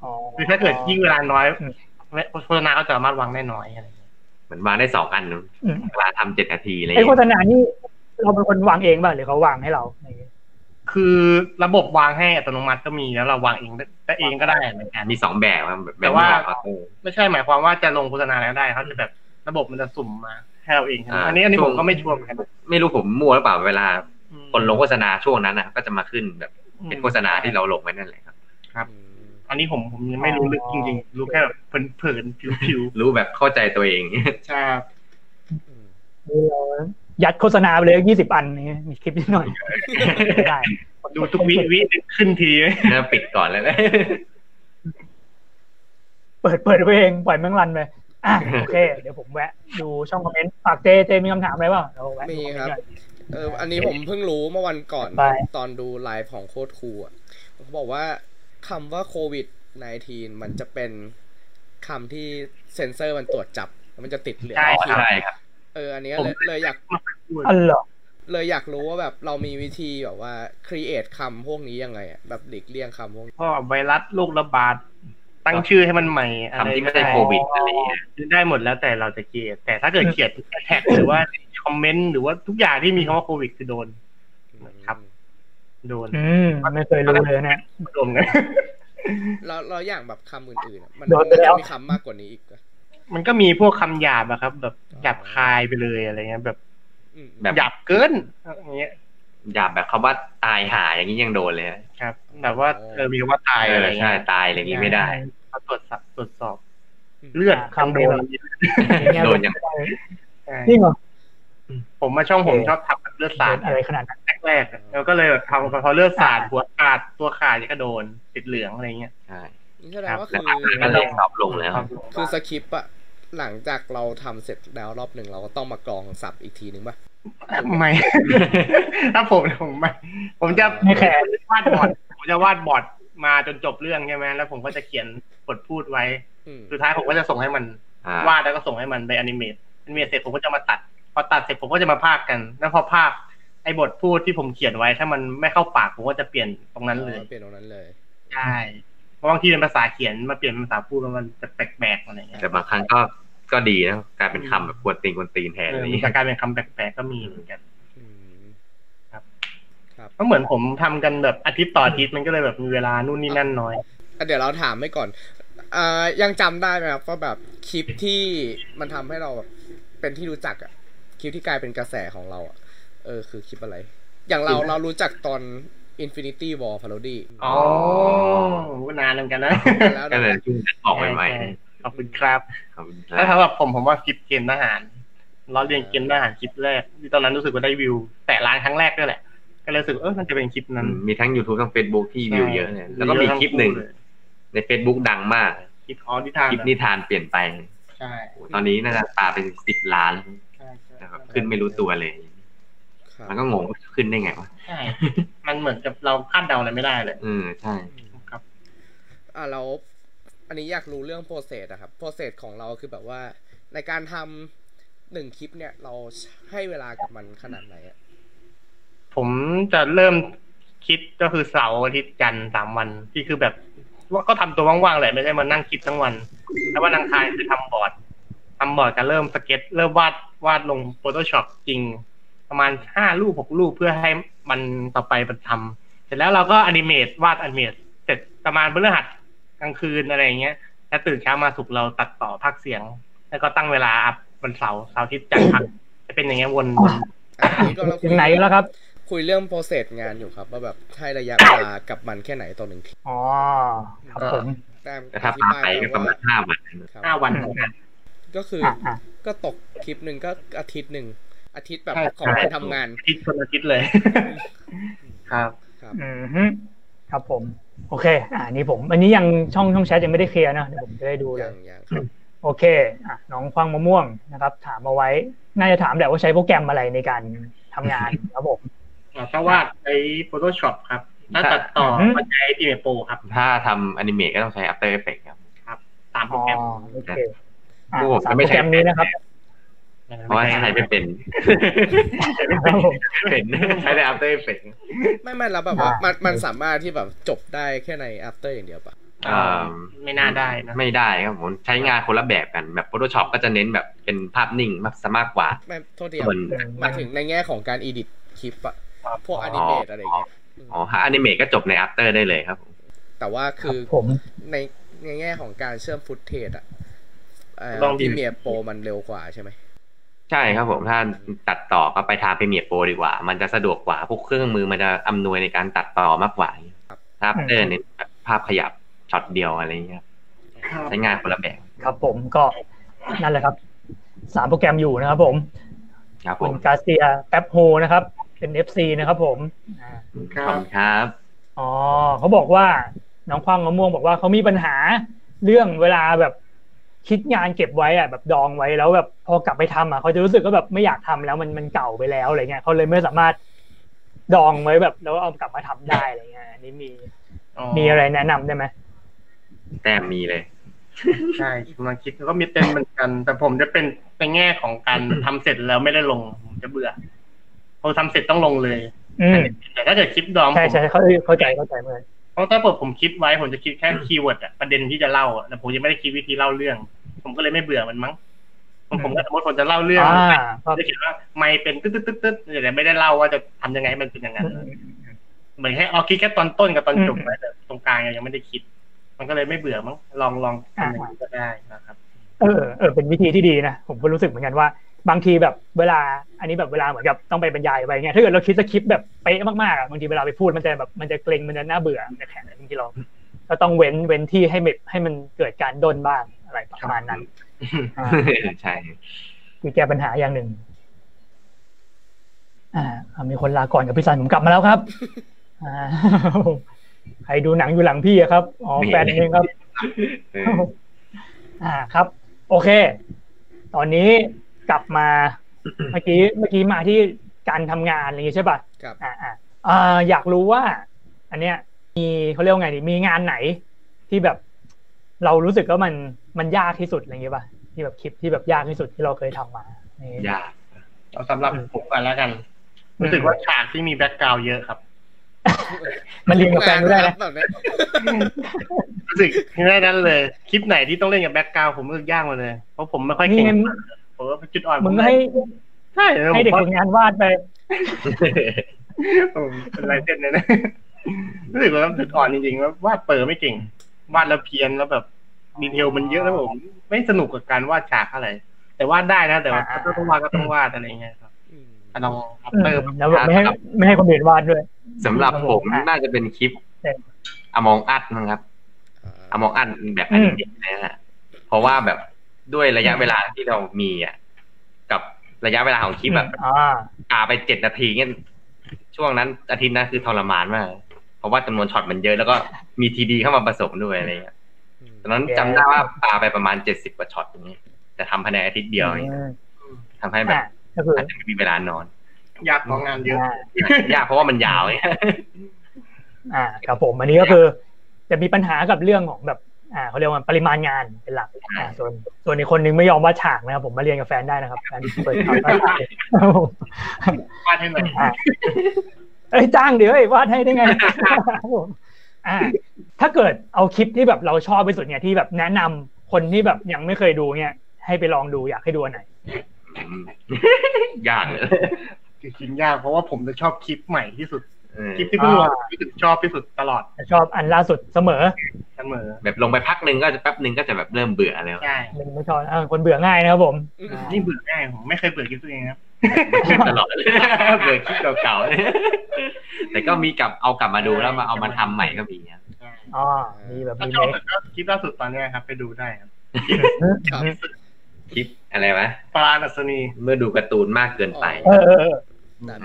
Speaker 1: อ๋อ
Speaker 2: คือถ้าเกิดยิ่งเวลาน้อย
Speaker 1: อืม
Speaker 2: โฆษณาก็จะสามารถวางได้น้อยอะไรอย่างเงี้ย
Speaker 4: เหมือนวางได้สองอันนู้น
Speaker 1: อืม
Speaker 4: เวลาทำเจ็ดนาทีอะไรอย่าง
Speaker 1: ไอโฆ
Speaker 4: เงี้ย
Speaker 1: ษณานี่เราเป็นคนวางเองป่ะหรือเขาวางให้เราอะไรอย่างเงี้ย
Speaker 2: คือระบบวางให้อัตโนมัติก็มีแล้วเราวางเองได้ได้เองก็ได้เหมือนกัน
Speaker 4: มีสองแบบครับแบบ
Speaker 2: แต่ว่า
Speaker 4: แบบ
Speaker 2: ไม่ใช่หมายความว่าจะลงโฆษณาแล้วได้เขาจะแบบระบบมันจะสุ่มมาให้เราเองครับ
Speaker 4: อ่า
Speaker 2: อันนี้อันนี้
Speaker 4: ช่
Speaker 2: ผ
Speaker 4: วง
Speaker 2: มก็ไม่ชัวร์เหมือนกัน
Speaker 4: ไม่รู้ผมมั่วหรือเปล่าเวลา
Speaker 2: อืม
Speaker 4: คนลงโฆษณาช่วงนั้นน่ะ ก็จะมาขึ้นแบบ
Speaker 2: อืม
Speaker 4: เป็นโฆษณาที่เราลงไว้นั่นแหละครับ
Speaker 3: อืม
Speaker 2: อันนี้ผมผมยังไม่รู้ลึกจริงๆ รู้แค่แบบเผินๆผิว
Speaker 4: รู้แบบเข้าใจตัวเอง <laughs>
Speaker 2: ๆใช่
Speaker 3: อืม
Speaker 1: เรายัดโฆษณาไปเลยยี่สิบอันนี่มีคลิปนิดหน่อยไม่ได้
Speaker 2: ดูทุกวิวิขึ้นทีไหม
Speaker 4: น่าปิดก่อนแล้วนะ
Speaker 1: เปิดเปิดไปเองปล่อยแมงลันไปอ่ะโอเค เดี๋ยวผมแวะ ดูช่องคอมเมนต์ฝากเจเจมีคำถามอะไรบ้างเราแวะ
Speaker 3: มี
Speaker 1: ดูคอมเมน
Speaker 3: ค
Speaker 1: ต์หน่อ
Speaker 3: รับ
Speaker 1: ย
Speaker 3: เอออันนี้ผมเพิ่งรู้เมื่อวันก่อน
Speaker 1: ไป
Speaker 3: ตอนดูไลฟ์ของโคตรครูอ่ะเขาบอกว่าคำว่าโควิด -19 มันจะเป็นคำที่เซ็นเซอร์มันตรวจจับแล้วมันจะติดเหลือไว้ที
Speaker 2: ใช่
Speaker 4: ใช่ครับ
Speaker 3: เอออันเนี้ยเลยเลยอยาก
Speaker 1: อันเหรอ
Speaker 3: เลยอยากรู้ว่าแบบเรามีวิธีแบบว่าครีเอทคำพวกนี้ยังไงอะแบบหลีกเลี่ยงคำพวกนี้
Speaker 2: พ่อไวรัสโรคระบาด ตั้งชื่อให้มันใหม่อะไร
Speaker 4: คำที่ไม่ได้โควิดอะไรเงี้ย
Speaker 2: ได้หมดแล้วแต่เราจะเกลียดแต่ถ้าเกิดเขียนแท็กหรือว่าคอมเมนต์หรือว่าทุกอย่างที่มีคำว่าโควิดคือโดน ครับ โดน
Speaker 1: อืมไม่เคยรู้เลยเนี่ย
Speaker 2: รวมกัน
Speaker 3: เราเราอย่างแบบคำอื่นๆอะมัน
Speaker 1: โดนไปแล้ว
Speaker 3: มันจะมีคำมากกว่านี้อีกอะ
Speaker 2: มันก็มีพวกคำหยาบอะครับ แบบหยาบคายไปเลยอะไรเงี้ยแบบ
Speaker 3: อืม
Speaker 4: แบบ
Speaker 2: หยาบเกินอย่างเงี้ย
Speaker 4: หยาบแบบคำว่าตายหาอย่างนี้ยังโดนเลยนะครับ
Speaker 2: แบบว่าเออมีคำว่าตาย
Speaker 4: เอ
Speaker 2: อะไร
Speaker 4: อใช่
Speaker 2: เงี้ย
Speaker 4: ตายอะไรอย่างนี้ไม่ได้
Speaker 2: เขาตรวจสอบตรวจสอบ
Speaker 3: ม
Speaker 2: เลือด
Speaker 1: คำโดน
Speaker 4: โดนอย่าง
Speaker 2: ใช่
Speaker 1: นี่เหรอ
Speaker 2: ผมมาช่องผมชอบทำแบบเลือดสาด
Speaker 1: อะไรขนาดนั้น
Speaker 2: แรกๆอะแล้วก็เลยแบบทำพอเลือดสาดหัวขาดตัวขาดก็โดนติดเหลืองอะไรเงี้ย
Speaker 4: ใช่
Speaker 3: นี่แสดงว่า
Speaker 4: แล้ว
Speaker 3: คือ
Speaker 4: ก็เลยสอบลงแล้ว
Speaker 3: คือสคริปต์อะหลังจากเราทำเสร็จแล้วรอบหนึ่งเราก็ต้องมากรองสับอีกทีนึงป่ะ
Speaker 2: ไม่ <laughs> ถ้าผมผมไม่ผมจะ
Speaker 1: ไม่แคร์
Speaker 2: วาดบอร์ดผมจะวาดบอร์ดมาจนจบเรื่องใช่ไหมแล้วผมก็จะเขียนบทพูดไว้
Speaker 3: อืม
Speaker 2: สุดท้ายผมก็จะส่งให้มัน
Speaker 4: อ่าว
Speaker 2: าดแล้วก็ส่งให้มันไปอนิเมตอนิเมตเสร็จผมก็จะมาตัด พอตัดเสร็จผมก็จะมาพากย์กัน แล้วพอพากย์ไอ้บทพูดที่ผมเขียนไว้ ถ้ามันไม่เข้าปากผมก็จะเปลี่ยนตรงนั้นเลย
Speaker 3: เปลี่ยนตรงนั้นเลย
Speaker 2: ใช่เพราะบางทีเป็นภาษาเขียนมาเปลี่ยนเป็นภาษาพูดแล้วมันจะแปลกๆอะไรเงี้ย
Speaker 4: แต่บางครั้งก็ก็ดีนะกลายเป็นคำแบบกวนตีนกวนตีนแทน
Speaker 2: เอ
Speaker 4: อะไร
Speaker 2: อ
Speaker 4: อย่าง
Speaker 2: มี
Speaker 4: นี้
Speaker 2: การกลายเป็นคำแปลกๆก็มีเหมือนกัน
Speaker 3: อืม
Speaker 2: ครับ
Speaker 3: ครับ
Speaker 2: ก็เหมือนผมทำกันแบบอาทิตย์ต่ออาทิตย์มันก็เลยแบบมีเวลานู่นนี่นั่นน้อย
Speaker 3: อ่ะเดี๋ยวเราถามไปก่อนอ่ายังจำได้ไหมครับว่าแบบคลิปที่มันทำให้เราแบบเป็นที่รู้จักอะคลิปที่กลายเป็นกระแสของเราอะเออคือคลิปอะไร อย่างเรา
Speaker 2: คลิปอะไร
Speaker 3: เรารู้จักตอน Infinity War Parody
Speaker 4: อ๋อ
Speaker 2: นานเหมือนกันนะ
Speaker 3: แล้ว
Speaker 4: ก็
Speaker 3: นะ
Speaker 4: เลยช่วงออกใหม่
Speaker 2: ช่ขอบคุณครับ
Speaker 4: ๆครับ
Speaker 2: แล้วสำหรับผมผมว่าคลิปเกมทหารล้อเรียนเกมทหารคลิปแรกที่ตอนนั้นรู้สึกว่าได้วิว แต่ล้านครั้งแรกด้วยแหละ ก็เลยรู้สึกเออมันจะเป็นคลิปนั้น
Speaker 4: มีทั้ง YouTube ทั้ง Facebook ที่วิวเยอะเนี่ย
Speaker 2: ใช่
Speaker 4: แล้วก็มีคลิปหนึ่ง
Speaker 2: วิวเยอะทั้งคู่
Speaker 4: ใน Facebook ดังมาก
Speaker 2: คลิปออนิทาน
Speaker 4: คลิปนิทานเปลี่ยนไป
Speaker 2: ใช่
Speaker 4: ตอนนี้น่าจะปาไปถึงสิบล้าน
Speaker 2: ใช่ใช่
Speaker 4: แต่แบบขึ้นไม่รู้ตัวเลย
Speaker 3: ครับ
Speaker 4: มันก็งงว่าขึ้นได้ไงวะ
Speaker 2: ใช่มันเหมือนกับเราคาดเดาอะไรไม่ได้เลย
Speaker 4: เออใช่
Speaker 2: ครับ
Speaker 3: อ่าเราอันนี้อยากรู้เรื่องโปรเซสอะครับโปรเซสของเราคือแบบว่าในการทำหนึ่งคลิปเนี่ย เราให้เวลากับมันขนาดไหนอะ
Speaker 2: ผมจะเริ่มคิดก็คือเสาร์อาทิตย์จันทร์สามวันที่คือแบบว่าก็ทำตัวว่างๆแหละไม่ได้มานั่งคิดทั้งวัน แล้ววันอังคารคือทำบอร์ดทำบอร์ดจะเริ่มสเก็ต เริ่มวาดวาดลง Photoshop จริง ประมาณห้ารูปหกรูปเพื่อให้มันต่อไปมันทำเสร็จแล้วเราก็อนิเมตวาดอนิเมตเสร็จประมาณพฤหัสกลางคืนอะไรอย่างเงี้ยแล้วตื่นเช้ามาสุกร์เราตัดต่อภาคเสียง แล้วก็ตั้งเวลาอัพวันเสาร์เสาร์อาทิตย์จันทร์พักจะเป็นอย่างเงี้ยวนๆ
Speaker 3: อ่ะอันนี้ก็เราคุ
Speaker 1: ถึ
Speaker 3: ย
Speaker 1: งไหนกันแล้วครับ
Speaker 3: คุยเรื่องโปรเซสงานอยู่ครับ ว่าแบบให้ระยะเวลากับมันแค่ไหนต่อหนึ่งที
Speaker 1: อ๋อ ครับผม
Speaker 3: แต้ม
Speaker 4: แต่ถ้าปาไปก็ประมาณห้าวัน
Speaker 3: ครับ
Speaker 2: ห้าวัน
Speaker 1: อืม
Speaker 3: ก็คือ
Speaker 1: อ่ะอ่ะ
Speaker 3: ก็ตกคลิปหนึ่งก็อาทิตย์หนึ่งอาทิตย์แบบ
Speaker 2: ใช่
Speaker 3: ของการทำงาน
Speaker 2: อาทิตย์คนอาทิตย์เลย ครับ
Speaker 3: ครับ
Speaker 1: อืมฮึครับผม โอเค อ่านี่ผม อันนี้ยังช่องช่องแชทยังไม่ได้เคลียร์นะเดี๋ยวผมจะได้ดูเล
Speaker 3: อย่าย งอย่างครับ
Speaker 1: โอเค อ่ะน้องควังมะม่วงนะครับ ถามมาไว้ น่าจะถามแหละว่าใช้โปรแกรมอะไรในการทำ
Speaker 3: <laughs>
Speaker 1: งาน ครับผม
Speaker 2: เราก็วาดใช้ Photoshop ครับ ถ้าตัดต่อ
Speaker 1: อืม
Speaker 2: ก็ใช้ Premiere Pro ครับ
Speaker 4: ถ้าทำอนิเมตก็ต้องใช้ After Effects ครับ
Speaker 2: สามโปร
Speaker 1: อ๋อ
Speaker 2: แกรม
Speaker 1: โอเคอ่ะ
Speaker 4: โอ้โห
Speaker 1: สาม
Speaker 4: ไม่
Speaker 1: โปร
Speaker 4: ใช่
Speaker 1: แกรมนี้นะครับ
Speaker 4: เพราะว่าใช้ไม่เป็น
Speaker 1: ครับผม
Speaker 4: เป็นใช้แต่ After Effects
Speaker 3: ไม่ไม่แล้วแบบว่า
Speaker 1: อ่ะ
Speaker 3: มันมันสามารถที่แบบจบได้แค่ใน after อย่างเดียวปะ
Speaker 4: เอ่อ
Speaker 2: ไม่น่าได้นะ
Speaker 4: ไม่ได้ครับผมใช้งานคนละแบบกันแบบ Photoshop ก็จะเน้นแบบเป็นภาพนิ่งมากซะมากกว่า
Speaker 3: ไม่โทษทีค
Speaker 4: ส่
Speaker 3: รั
Speaker 4: ว
Speaker 3: บ
Speaker 4: น
Speaker 3: หมายถึงในแง่ของการ edit คลิปอะพวก
Speaker 2: อ๋อ
Speaker 3: อ
Speaker 2: อ
Speaker 3: นิเมตอะไรอย่างเงี้ย
Speaker 4: อ๋อหาอนิเมตก็จบใน After ได้เลยครับผม
Speaker 3: แต่ว่า
Speaker 1: ค
Speaker 3: คื
Speaker 1: รับ
Speaker 3: อ
Speaker 1: ผม
Speaker 3: ในในแง่ของการเชื่อมฟุตเทจอะ
Speaker 2: ลองดิ
Speaker 3: พีเมียโปรมันเร็วกว่าใช่ไหม
Speaker 4: ใช่ครับผมถ้าตัดต่อก็ไปทาง Premiere Pro ดีกว่า มันจะสะดวกกว่า พวกเครื่องมือมันจะอำนวยในการตัดต่อมากกว่าถ้า After เน้นแบบภาพขยับช็อตเดียวอะไรอย่างเงี้ยครับใช้งานคนละแบบ
Speaker 1: ครับผมก็นั่นแหละครับสามโปรแกรมอยู่นะครับผม
Speaker 4: ครับผ
Speaker 1: คุณ
Speaker 4: ม
Speaker 1: กาเซียแป๊บโฮนะครับ เป็น FC นะครับผมอ่า
Speaker 4: ขอบคุณครับ
Speaker 1: อ๋อเขาบอกว่าน้องคว้างมะม่วงบอกว่าเขามีปัญหา เรื่องเวลาแบบคิดงานเก็บไว้อะแบบดองไว้แล้วแบบพอกลับไปทำอ่ะเขาจะรู้สึกก็แบบไม่อยากทำแล้วมันมันเก่าไปแล้วอะไรเงี้ยเขาเลยไม่สามารถดองไว้แบบแล้วเอากลับมาทำได้อะไรเงี้ยอันนี้มี
Speaker 2: อ๋อ
Speaker 1: มีอะไรแนะนำได้ไหม
Speaker 4: แต้มมีเลย
Speaker 2: ใช่กำลังคิดก็มีเต้นเหมือนกัน แต่ผมจะเป็นในแง่ของการทำเสร็จแล้วไม่ได้ลงผมจะเบื่อพอทำเสร็จต้องลงเลย
Speaker 1: อืม
Speaker 2: แต่ถ้าเกิดคลิปดองผ
Speaker 1: ใช่
Speaker 2: ม
Speaker 1: ใช่เขาเข้าใจเข้าใจเหมือน
Speaker 2: เพราะถ้าเปิดผมคิดไว้ผมจะคิดแค่คีย์เวิร์ดอะประเด็นที่จะเล่าอะแต่ผมยังไม่ได้คิดวิธีเล่าเรื่อง ผมก็เลยไม่เบื่อมันมั้งผมผมก็สมมติผมจะเล่าเรื่อง
Speaker 1: อ่าค
Speaker 2: ผ
Speaker 1: รั
Speaker 2: ม
Speaker 1: บ
Speaker 2: จะเขียนว่าไม่เป็นตึ๊ดตึ๊ดตึ๊ดตึ๊ดแต่ไม่ได้เล่าว่าจะทำยังไงให้มันเป็นอย่างนั้นเหมือนแค่เอาคิดแค่ตอนต้นกับตอนจบไว้แต่ตรงกลางยังไม่ได้คิด มันก็เลยไม่เบื่อมั้งลองลองทำอย่างนี้ก็ได้นะครับ
Speaker 1: เออเออเป็นวิธีที่ดีนะผมก็รู้สึกเหมือนกันว่า บางทีแบบเวลา อันนี้แบบเวลาเหมือนกับต้องไปบรรยายไปเงี้ยถ้าเกิดเราคิดสคริปต์แบบเป๊ะมากๆอะบางทีเวลาไปพูดมันจะแบบมันจะเกรงมันจะน่าเบื่อมันจะแข็งบางทีเราก็ต้องเว้นเว้นที่ให้แบบให้มันเกิดการด้นบ้างอะไรประมาณนั้นอ่า
Speaker 4: ใช่
Speaker 1: คือแก้ปัญหาอย่างหนึ่ง อ่าอ่ะมีคนลาก่อนกับพี่ซันผมกลับมาแล้วครับ อ่า <laughs> ใครดูหนังอยู่หลังพี่อะครับ อ๋อ แฟนเองครับ
Speaker 4: เออ
Speaker 1: <laughs> อ่าครับ โอเค ตอนนี้กลับมา <coughs> เมื่อกี้เมื่อกี้มาที่การทำงานอะไรอย่างงี้ใช่ป่ะ
Speaker 3: ครับ
Speaker 1: อ่าอ่าอ่าอยากรู้ว่า อันเนี้ย มีเขาเรียกว่าไงดีมีงานไหนที่แบบ เรารู้สึกว่ามันมันยากที่สุดอะไรอย่างงี้ป่ะที่แบบคลิปที่แบบยากที่สุดที่เราเคยทำมานี่
Speaker 4: ยาก <laughs>
Speaker 2: เอาสำหรับผมก่อนแล้วกัน รู้สึกว่าฉากที่มีแบ็กกราวเยอะครับ
Speaker 1: มันเรียนกับแฟนไม่ได้นะ
Speaker 3: แบบเนี้ย
Speaker 2: รู้สึกแค่นั้นเลยคลิปไหนที่ต้องเล่นกับแบ็กกราวผมรู้สึกยากหมาเลย เพราะผมไม่ค่อยเก่
Speaker 1: นี่
Speaker 2: ง
Speaker 1: ไง
Speaker 2: ผมว่าเป็นจุดอ่อน
Speaker 1: มึง
Speaker 2: ผ
Speaker 1: ให้
Speaker 2: ใช่ผม
Speaker 1: ให้เด็กฝึ
Speaker 2: ว่าก
Speaker 1: งานวาดไป
Speaker 2: ผมเป็นลายเส้นเลยนะ <laughs> รู้สึกว่าจุดอ่อนจริงๆว่าวาดเปิดไม่เก่ง วาดแล้วเพี้ยนแล้วแบบดีเทลมันเยอะแล้วผม ไม่สนุกกับการวาดฉากอะไร แต่วาดได้นะแต่ว่า
Speaker 1: อ่า
Speaker 2: ถ้าต้องวาดก็ต้องวาดอะไรอย่างเงี้ยครับ
Speaker 3: อืม
Speaker 2: อ่ะลองอัพ
Speaker 1: อืม
Speaker 2: เตอร์
Speaker 1: แล้วแบบไม่ให้ไม่ให้คนอื่นวาดด้วย
Speaker 4: สำหรับผมน่าจะเป็นคลิป
Speaker 1: เออ
Speaker 4: อมองอัดนะครับ อมองอันแบบอนิเมะนะฮะ เพราะว่าแบบด้วยระยะเวลาที่เรามีอ่ะกับระยะเวลาของคลิปแบบ
Speaker 1: อ่า
Speaker 4: กาไปเจ็ดนาทีเงี้ยช่วงนั้นอาทิตย์นั้นคือทรมานมาก เพราะว่าจำนวนช็อตมันเยอะแล้วก็มีทีดีเข้ามาผสมด้วยอะไรเงี้ย
Speaker 3: อืม
Speaker 4: ตอนนั้นจำได้ว่าปาไปประมาณเจ็ดสิบกว่าช็อตอย่างเงี้ยแต่ทำภายในอาทิตย์เดียวอย่างเงี้ยทำให้แบบ
Speaker 1: อ่ะก็คือ
Speaker 4: อาจจะไม่มีเวลานอน
Speaker 2: อยากของงานเยอะ
Speaker 1: อ่าย
Speaker 4: ากเพราะว่ามันยาว <laughs> ไง
Speaker 1: อ่าครับผมอันนี้ก็คือ จะมีปัญหากับเรื่องของแบบ อ่าเขาเรียกว่าปริมาณงานเป็นหลักอ่าส่วนส่วนอีกคนนึงไม่ยอมวาดฉากนะครับผมมาเรียนกับแฟนได้นะครับแฟนเปิดคำว่าครับ <laughs> ผม
Speaker 2: วาดให้หน่อย
Speaker 1: อ่ะเอ้ยจ้างเดี๋ยวไอ้ยวาดให้ได้ไงครับผมอ่า ถ้าเกิดเอาคลิปที่แบบเราชอบที่สุดเนี่ยที่แบบแนะนำคนที่แบบยังไม่เคยดูเนี่ยให้ไปลองดูอยากให้ดูอันไหน
Speaker 4: อืมยากเลย
Speaker 2: จริงๆยากเพราะว่าผมจะชอบคลิปใหม่ที่สุด
Speaker 4: เออ
Speaker 2: คลิปที่เพิ่งลงรู้สึกชอบที่สุดตลอด
Speaker 1: ชอบอันล่าสุดเสมอ
Speaker 2: เสมอ
Speaker 4: แบบลงไปพักหนึ่งก็จะแป๊บหนึ่งก็จะแบบเริ่มเบื่อแล้ว <laughs>
Speaker 2: ใช่
Speaker 1: มันไม่ชอบอ่าคนเบื่อง่ายนะครับผม
Speaker 3: อืม
Speaker 2: นี่เบื่อง่ายผมไม่เคยเบื่อคลิปตัวเองนะ
Speaker 4: ตลอดเลยเบื่อคลิปเก่าๆ <laughs> แต่ก็มีกลับเอากลับมาดูแล้วมาเอามาทำใหม่ก็มีครับ
Speaker 1: อ๋อ มีแบบ
Speaker 2: ถ้า
Speaker 1: มี
Speaker 2: ชอบ
Speaker 1: เมค
Speaker 2: ก็คลิปล่าสุดตอนเนี้ยครับ ไปดูได้ครับ
Speaker 3: ครับ
Speaker 4: คลิปอะไรวะ
Speaker 2: ปราณัศนี
Speaker 4: เมื่อดูการ์ตูนมากเกินไป
Speaker 1: เออเออ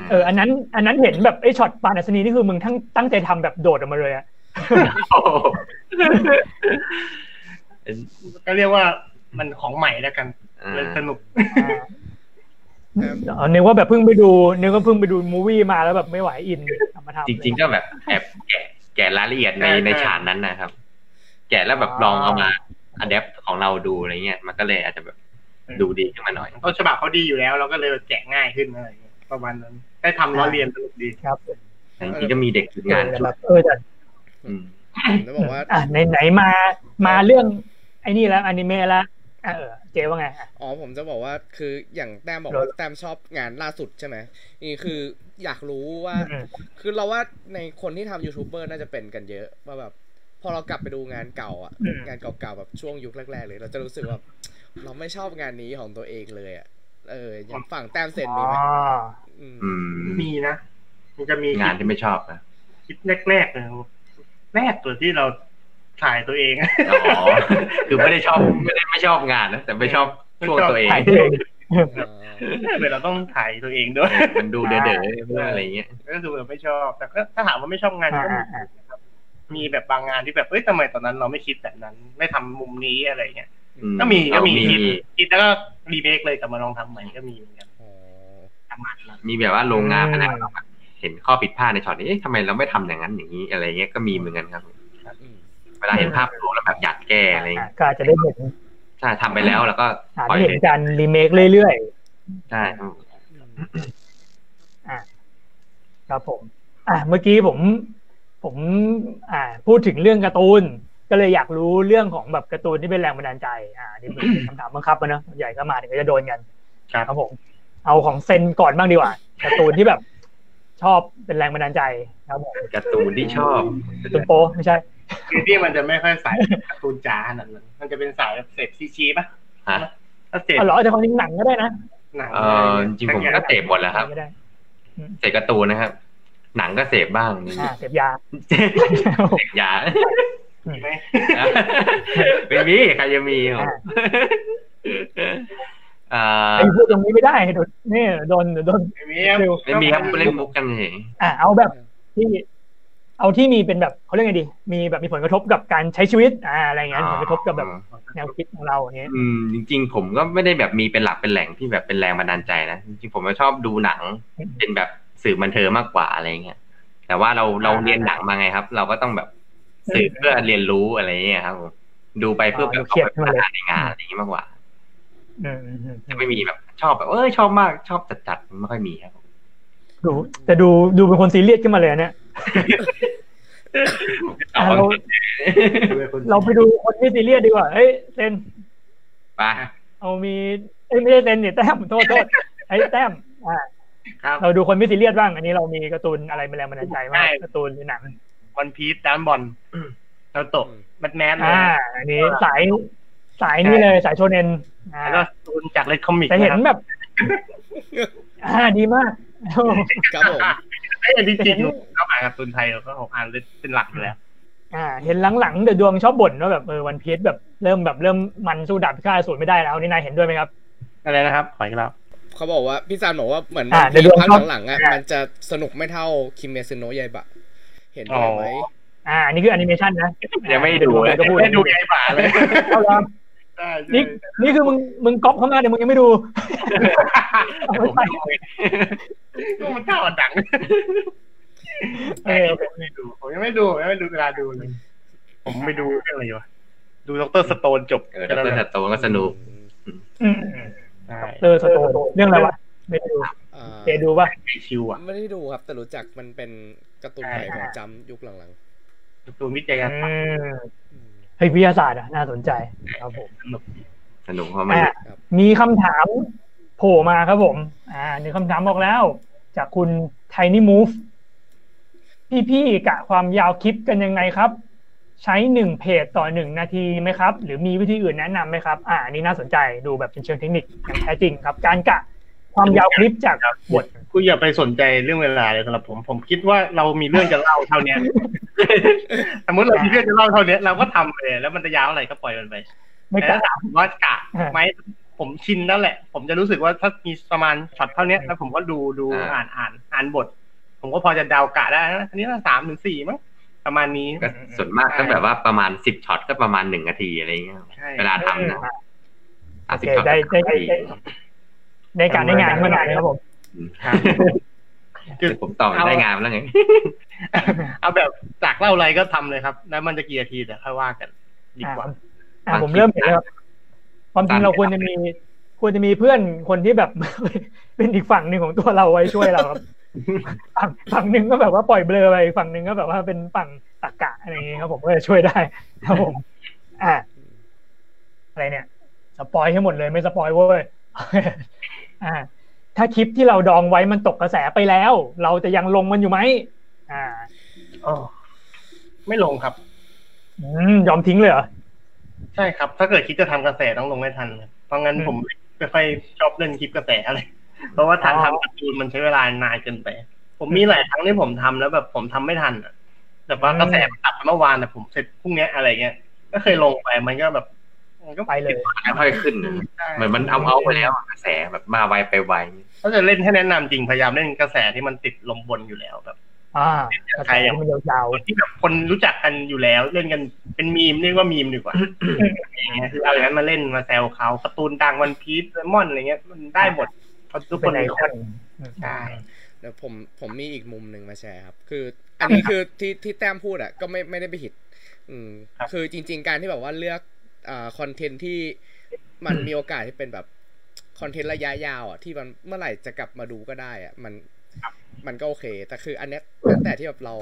Speaker 1: เออ
Speaker 3: นั่น
Speaker 1: เออ อันนั้น อันนั้นเห็นแบบไอ้ช็อตปานัสนีนี่คือมึงทั้งตั้งใจทำแบบโดดออกมาเลยอะ
Speaker 2: ก็เรียกว่ามันของใหม่แล้วกันเลยสนุก
Speaker 1: อ่านึกว่าแบบเพิ่งไปดูนึกว่าเพิ่งไปดูมูวี่มาแล้วแบบไม่ไหวอินเอามาทำ
Speaker 4: จริงๆก็แบบแอบแกะแกะรายละเอียดในในฉากนั้นนะครับ แกะแล้วแบบลองเอามาอัดแอปของเราดูอะไรเงี้ยมันก็เลยอาจจะแบบดูดีขึ้นมาหน่อย
Speaker 2: ต้นฉบับเขาดีอยู่แล้ว เราก็เลยแจกง่ายขึ้นอะไรอย่างเงี้ยประมาณนั้น ได้ทำล้อเรียนสนุกดี
Speaker 1: ครับ
Speaker 4: จริงๆก็มีเด็กฝึกงาน
Speaker 1: แต่
Speaker 4: ช่ว
Speaker 1: แบ
Speaker 4: ย
Speaker 1: บเออแต่
Speaker 4: อืม
Speaker 3: ผมจะบอกว่า
Speaker 1: อ่ะไหนไหนมา มาเรื่องไอ้นี่แล้วอนิเมะแล้วอ่ะเออ เจ๊ว่าไงอ่ะ
Speaker 3: อ๋อผมจะบอกว่าคืออย่างแต้มบอกว่าแต้มชอบงานล่าสุดใช่ไหมนี่คืออยากรู้ว่า
Speaker 1: อืม
Speaker 3: คือเราว่าในคนที่ทำยูทูบเบอร์น่าจะเป็นกันเยอะ ว่าแบบ พอเรากลับไปดูงานเก่าอ่ะ งานเก่าๆแบบช่วงยุคแรกๆเลยเราจะรู้สึกว่า เราไม่ชอบงานนี้ของตัวเองเลยอ่ะเอออย่างฝั่งแต้มเซน
Speaker 1: อ๋
Speaker 3: มีไหม
Speaker 1: อ
Speaker 3: อืม
Speaker 4: อืม
Speaker 2: มีนะมันจะมีค
Speaker 4: งา
Speaker 2: ลิ
Speaker 4: น
Speaker 2: ป
Speaker 4: ที่ไม่ชอบนะ
Speaker 2: คลิปแรกๆเลยครับแรกตัวที่เราถ่ายตัวเอง <laughs>
Speaker 4: อ๋อคือไม่ได้ชอบไม่ได้ไม่ชอบงานนะแต่ไม่ชอบช่วงตัวเอง
Speaker 1: ถ่ายตัวเอง
Speaker 3: เออ
Speaker 2: เดี๋ยวเราต้องถ่ายตัวเองด้วย
Speaker 4: เออมันดูเด๋อๆเพื่ออะไรเงี้ย
Speaker 2: ก็คือแบบไม่ชอบ แต่ก็ถ้าถามว่าไม่ชอบงาน
Speaker 1: อ่า
Speaker 2: ก็
Speaker 1: อ่าอ่า
Speaker 2: มีแบบบางงานที่แบบเอ้ยทำไมตอนนั้นเราไม่คิดแบบนั้น ไม่ทำมุมนี้อะไรเงี้ย
Speaker 4: อื
Speaker 2: ก็มีก็มี
Speaker 4: เอา
Speaker 2: คิดคิดแล้วก็รีเมคเลยกลับมาลองทำใหม่ก็มีเหมือ
Speaker 3: <laughs>
Speaker 2: นกัน
Speaker 3: อ๋อ
Speaker 2: ประมาณนั้น
Speaker 4: มีแบบว่าโรงงานพนักงานเห็นข้อผิดพลาดในช็อตนี้เอ๊ะทำไมเราไม่ทำอย่างนั้นอย่างนี้อะไรเงี้ยก็มีเหมือนกันครับ
Speaker 3: อืม
Speaker 4: เวลาเห็นภาพรวมแล้วแบบอยากแก้อะไรเงี้ย
Speaker 1: ก็อาจจะได้เห็น
Speaker 4: ใช่ทำไปแล้วแล้วก็
Speaker 1: อาจ
Speaker 4: ปล่อ
Speaker 1: จะ
Speaker 4: ย
Speaker 1: เห็
Speaker 4: เล
Speaker 1: น
Speaker 4: ย
Speaker 1: การรีเมคเรื่อย
Speaker 4: ใช่ครับ
Speaker 1: ๆครับผม อ่ะเมื่อกี้ผม ผม อ่า พูดถึงเรื่องการ์ตูน ก็เลยอยากรู้เรื่องของแบบการ์ตูนที่เป็นแรงบันดาลใจ อ่านี่เป็นคำถามบังคับนะเนอะใหญ่ก็มาถึงก็จะโดนกัน
Speaker 2: ครับ
Speaker 1: ครับผม เอาของเซนก่อนบ้างดีกว่าการ์ตูนที่แบบชอบเป็นแรงบันดาลใจครับผม
Speaker 4: การ์ตูนที่ชอบ
Speaker 1: ตุนโปไม่ใช่
Speaker 2: คือที่มันจะไม่ค่อยสายการ์ตูนจ้าขนาดนั้นมันจะเป็นสายแบบเสพซีชีปะ
Speaker 4: ฮะ
Speaker 2: ถ้าเสพ
Speaker 1: เอาเหรอแต่ความจริงหนังก็ได้นะ
Speaker 2: หนัง
Speaker 4: เอ
Speaker 2: อะ
Speaker 4: อ
Speaker 2: ไรเงี้ย
Speaker 4: จริงๆผมก็เสพหมดแหล้วครับ
Speaker 1: ก็ได้
Speaker 4: เสพการ์ตูนนะครับ หนังก็เสพบ้าง
Speaker 1: อ่าเสพยา <laughs>
Speaker 4: เสพยา
Speaker 2: ใช่ไหม
Speaker 4: <laughs> ไม่มีใครจะมีผมเอ่อ
Speaker 1: ไอ้พูดตรงนี้ไม่ได้โดนนี่โดนโดน
Speaker 2: ไม่มีครับ
Speaker 1: ฟิว
Speaker 4: ไม่มีครับเล่นมุกกันเฉย
Speaker 1: อ่ะเอาแบบที่ เอาที่มีเป็นแบบเขาเรียกไงดี มีแบบมีผลกระทบกับการใช้ชีวิต อ่าอะไรอย่างเงี้ยผลกระทบกับแบบแนวคิดของเราอย่างเงี้ย
Speaker 4: อืมจริง ๆ ผมก็ไม่ได้แบบมีเป็นหลักเป็นแหล่งที่แบบเป็นแรงบันดาลใจนะจริงๆผมก็ชอบดูหนัง เป็นแบบสื่อบันเทิงมากกว่าอะไรเงี้ย แต่ว่าเราเราเรียนหนังมาไงครับ เราก็ต้องแบบสื่อเพื่อเรียนรู้อะไรเงี้ยครับผมดูไปเพื่อแบบเอาไปพัฒนาในงานอะไรเงี้ยมากกว่า
Speaker 1: อืมอืมอืม
Speaker 4: จะไม่มีแบบชอบแบบเอ้ยชอบมากชอบจัดจัดๆไม่ค่อยมีครับผม
Speaker 1: ดูแต่ดูดูเป็นคนซีเรียสขึ้นมาเลยอันเนี่ย
Speaker 4: เอา
Speaker 1: อ่ะเราเราไปดูคนไม่ซีเรียสดีกว่าเอ้ยเซน
Speaker 4: ไป
Speaker 1: เอามีเอ้ยไม่ใช่เซนเนี่ยแต้มโทษโทษไอ้แต้มอ่า
Speaker 2: ครับ
Speaker 1: เราดูคนไม่ซีเรียสบ้าง อันนี้เรามีการ์ตูนอะไรเป็นแรงบันดาลใจบ้างการ์ตูนหรือหนัง
Speaker 2: วันพีซด้านบอลเราตกแมทแมนเลย
Speaker 1: อ่า อันนี้สายสายนี่เลยสายโชเนนอ่า
Speaker 2: แล้วก็การ์ตูนจากเลดคอมิก
Speaker 1: แต่เห็น
Speaker 2: นะครับ
Speaker 1: แบบ อ่าดีมาก <laughs>
Speaker 3: ครับผม
Speaker 2: ไอ้ยอันนี้จริงๆเราอ่านการ์ตูนไทยเราก็ของอ่านเป็นหลักอยู่แล้ว
Speaker 1: อ่า เห็นหลังๆเดอะดวงชอบบ่นว่าแบบเออวันพีชแบบเริ่มแบบเริ่มมันสู้ดาบพิฆาตอสูรไม่ได้แล้วนี่นายเห็นด้วยไหมครับ
Speaker 2: อะไรนะครับขออีกรอบ
Speaker 3: เขาบอกว่าพี่ซานบอกว่าเหมือน
Speaker 1: อ่ะ
Speaker 3: มันมี
Speaker 1: เดี๋ยวดู
Speaker 3: ภาค
Speaker 1: ครับ
Speaker 3: หลังๆอ่ะมันจะสนุกไม่เท่าคิมเมซึโนะยายบะ เห็นด้วยไหม
Speaker 1: อ่าอันนี้คือแอนิเมชันนะ
Speaker 4: ยังไม่ดูเลย
Speaker 1: ก็พูด
Speaker 2: ไม่ดูไอ้ป่าเลย
Speaker 1: เอาละ
Speaker 2: ใช่
Speaker 1: นี่นี่คือมึงมึงก๊อปเข้ามาเดี๋ยวมึงยังไม่ดูเอา
Speaker 4: ผม
Speaker 1: ไว้ไป
Speaker 4: ดูเลย
Speaker 2: ใช่มันเท่ากับหนัง
Speaker 1: เออ
Speaker 2: ผมไม่ดูผมยังไม่ดูผมยังไม่ดูเวลาดูเลย ผมไปดูเรื่องอะไรวะดูด็อกเตอร์สโตนจบ
Speaker 4: เออดรสัตว์โตก็สนุก
Speaker 1: อืม
Speaker 2: ใช่
Speaker 1: เออสโตนเรื่องอะไรวะไม่ดู
Speaker 3: อ่า
Speaker 1: เจดูป่ะ
Speaker 2: ไอชิวอ่ะ
Speaker 3: ไม่ได้ดูครับ แต่รู้จักมันเป็นการ์ตูนไทยของจำยุคหลัง
Speaker 2: การ์ตูนวิจัย
Speaker 1: อื
Speaker 2: การศาส
Speaker 1: ม
Speaker 2: ตร์
Speaker 3: ๆอืม
Speaker 1: เฮ้ยวิทยาศาสตร์อะน่าสนใจครับผม
Speaker 2: สนุก
Speaker 4: สนุกเพราะมัน
Speaker 1: อ่ะ
Speaker 3: ครับ
Speaker 1: มีคำถามโผล่มาครับผม อ่าหนึ่งคำถามบอกแล้ว จากคุณ Tiny Move พี่ๆกะความยาวคลิปกันยังไงครับ ใช้หนึ่งเพจต่อหนึ่งนาทีไหมครับ หรือมีวิธีอื่นแนะนำไหมครับ อ่าอันนี้น่าสนใจดูแบบเป็นเชิงเทคนิคอย่างแท้จริงครับ การกะความยาวคลิปจากบท
Speaker 2: คุณอย่าไปสนใจเรื่องเวลาเลยสำหรับผมผมคิดว่าเรามีเรื่องจะเล่าเท่าเนี้ย <laughs> สมมติเรามีเรื่องจะเล่าเท่าเนี้ยเราก็ทำไปเลยแล้วมันจะยาวอะไรก็ปล่อยมันไป
Speaker 1: ไม่กะ
Speaker 2: แต่ถ้าถามว่ากะ
Speaker 1: อ่า
Speaker 2: ไหมผมชินแล้วแหละ ผมจะรู้สึกว่าถ้ามีประมาณช็อตเท่าเนี้ยแล้วผมก็ดูดูอ่านอ่านอ่านบท ผมก็พอจะเดากะได้นะอันนี้น่าสามถึงสี่มั้งประมาณนี้
Speaker 4: ก็ส่วนมากก็แบบว่าประมาณสิบช็อตก็ประมาณหนึ่งนาทีอะไรเงี้ย
Speaker 2: ใช่
Speaker 4: เวลาทำนะ
Speaker 1: โอ
Speaker 4: อ่ะ
Speaker 1: เค
Speaker 4: สิบช็อต
Speaker 1: ได้ได้
Speaker 4: ก็ประมาณ
Speaker 1: ได้ ในการในงานมานานครับผม
Speaker 2: ครับ
Speaker 4: เดี๋ยวผมต่อได้งานแล้วไง
Speaker 2: เอาแบบจากเล่าอะไรก็ทำเลยครับ แล้วมันจะกี่นาทีเดี๋ยวค่อยว่ากันดีกว่า
Speaker 1: อ่าผมเริ่มเห็นแล้วครับความจริงเราควรจะมีควรจะมีเพื่อนคนที่แบบ <laughs> เป็นอีกฝั่งหนึ่งของตัวเราไว้ช่วยเรา <laughs> ครับฝั่งฝั่งหนึ่งก็แบบว่าปล่อยเบลอไปอีกฝั่งหนึ่งก็แบบว่าเป็นฝั่งตะกะอะไรอย่างเงี้ยครับผมก็จะช่วยได้ครับผม อ่าอะไรเนี่ย สปอยให้หมดเลยไม่สปอยเว้ย <laughs> อ่า ถ้าคลิปที่เราดองไว้มันตกกระแสไปแล้ว เราจะยังลงมันอยู่ไหมอ่า
Speaker 2: อ๋อไม่ลงครับ
Speaker 1: อืมยอมทิ้งเลยเหรอ
Speaker 2: ใช่ครับ ถ้าเกิดคิดจะทำกระแสต้องลงให้ทันครับเพราะงั้น
Speaker 1: อืม
Speaker 2: ผมไม่ค่อยชอบเล่นคลิปกระแสอะไร เพราะว่าการ
Speaker 1: อ๋อ
Speaker 2: ทำการ์ตูนมันใช้เวลานานเกินไป ผมมีหลายครั้งที่ผมทำแล้วแบบผมทำไม่ทันอะแต่ว่ากระแสมันตัดมาเมื่อวานแต่ผมเสร็จพรุ่งเนี้ยอะไรเงี้ย ก็เคยลงไปมันก็แบบมันก็
Speaker 1: ไปเลย
Speaker 4: ไม่ค่อยขึ้นนะเหมือนมันเอาเอาไปแล้วกระแสแบบมาไวไปไว
Speaker 2: ถ้าจะเล่นให้แนะนำจริงพยายามเล่นกระแสที่มันติดลมบนอยู่แล้วแบบ
Speaker 1: อ่าแต่ใครมันยาว
Speaker 2: คนที่แบบคนรู้จักกันอยู่แล้ว เล่นกันเป็นมีมเรียกว่ามีมดีกว่าอย่างเงี้ยคือเอาอย่างนั้นมาเล่นมาแซวเขาการ์ตูนดังวันพีซเลมอนอะไรเงี้ย มันได้หมดเพราะทุก
Speaker 1: ๆ
Speaker 2: ค
Speaker 1: เป็น
Speaker 2: น
Speaker 1: ไอ
Speaker 2: มี
Speaker 1: ค
Speaker 2: ค
Speaker 1: อน น
Speaker 2: ใช่
Speaker 3: เดี๋ยวผมผมมีอีกมุมหนึ่งมาแชร์ครับ คือ อันนี้คือที่ที่แต้มพูดอ่ะก็ไม่ไม่ได้ไปผิด อืม คือจริง ๆ การที่แบบว่าเลือกอ่าคอนเทนต์ที่มันมีโอกาสที่เป็นแบบคอนเทนต์ระยะยาวอ่ะที่มันเมื่อไหร่จะกลับมาดูก็ได้อ่ะมันมันก็โอเค แต่คืออันเนี้ยตั้งแต่ที่แบบเรา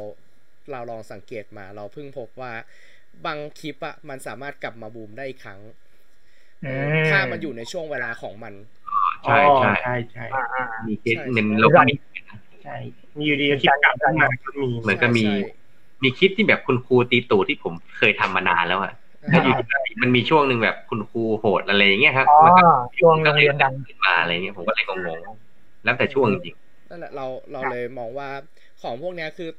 Speaker 3: เราลองสังเกตมา เราเพิ่งพบว่าบางคลิปอ่ะมันสามารถกลับมาบูมได้อีกครั้ง
Speaker 1: อื
Speaker 3: ถ้ามันอยู่ในช่วงเวลาของมัน
Speaker 4: ใช่ใช่
Speaker 2: ใช่ใช่
Speaker 1: อ่าอ่า
Speaker 4: มีเคส
Speaker 3: ใช่
Speaker 4: หนึ่งโลก
Speaker 1: ใช่
Speaker 4: นี้
Speaker 2: ใช่ มีอยู่ดีก็คิดกลับขึ้นมาก็มี
Speaker 4: เหมือนก็มี
Speaker 3: ใช่ใช่
Speaker 4: มีคลิปที่แบบคุณครูตีตู่ที่ผมเคยทำมานานแล้วอะแล้วอยู่ดีๆมันมีช่วงหนึ่งแบบคุณครูโหดอะไรอย่างเงี้ยครับ
Speaker 1: อ๋อ
Speaker 4: มันก็
Speaker 1: ช่วงโรงเรียนดัง
Speaker 4: ขึ้นมาอะไรเงี้ยผมก็เลยงงๆแล้วแต่ช่วงจริง
Speaker 3: นั่นแหละเราเรา
Speaker 1: ครับ
Speaker 3: เลยมองว่าของพวกเนี้ยคือ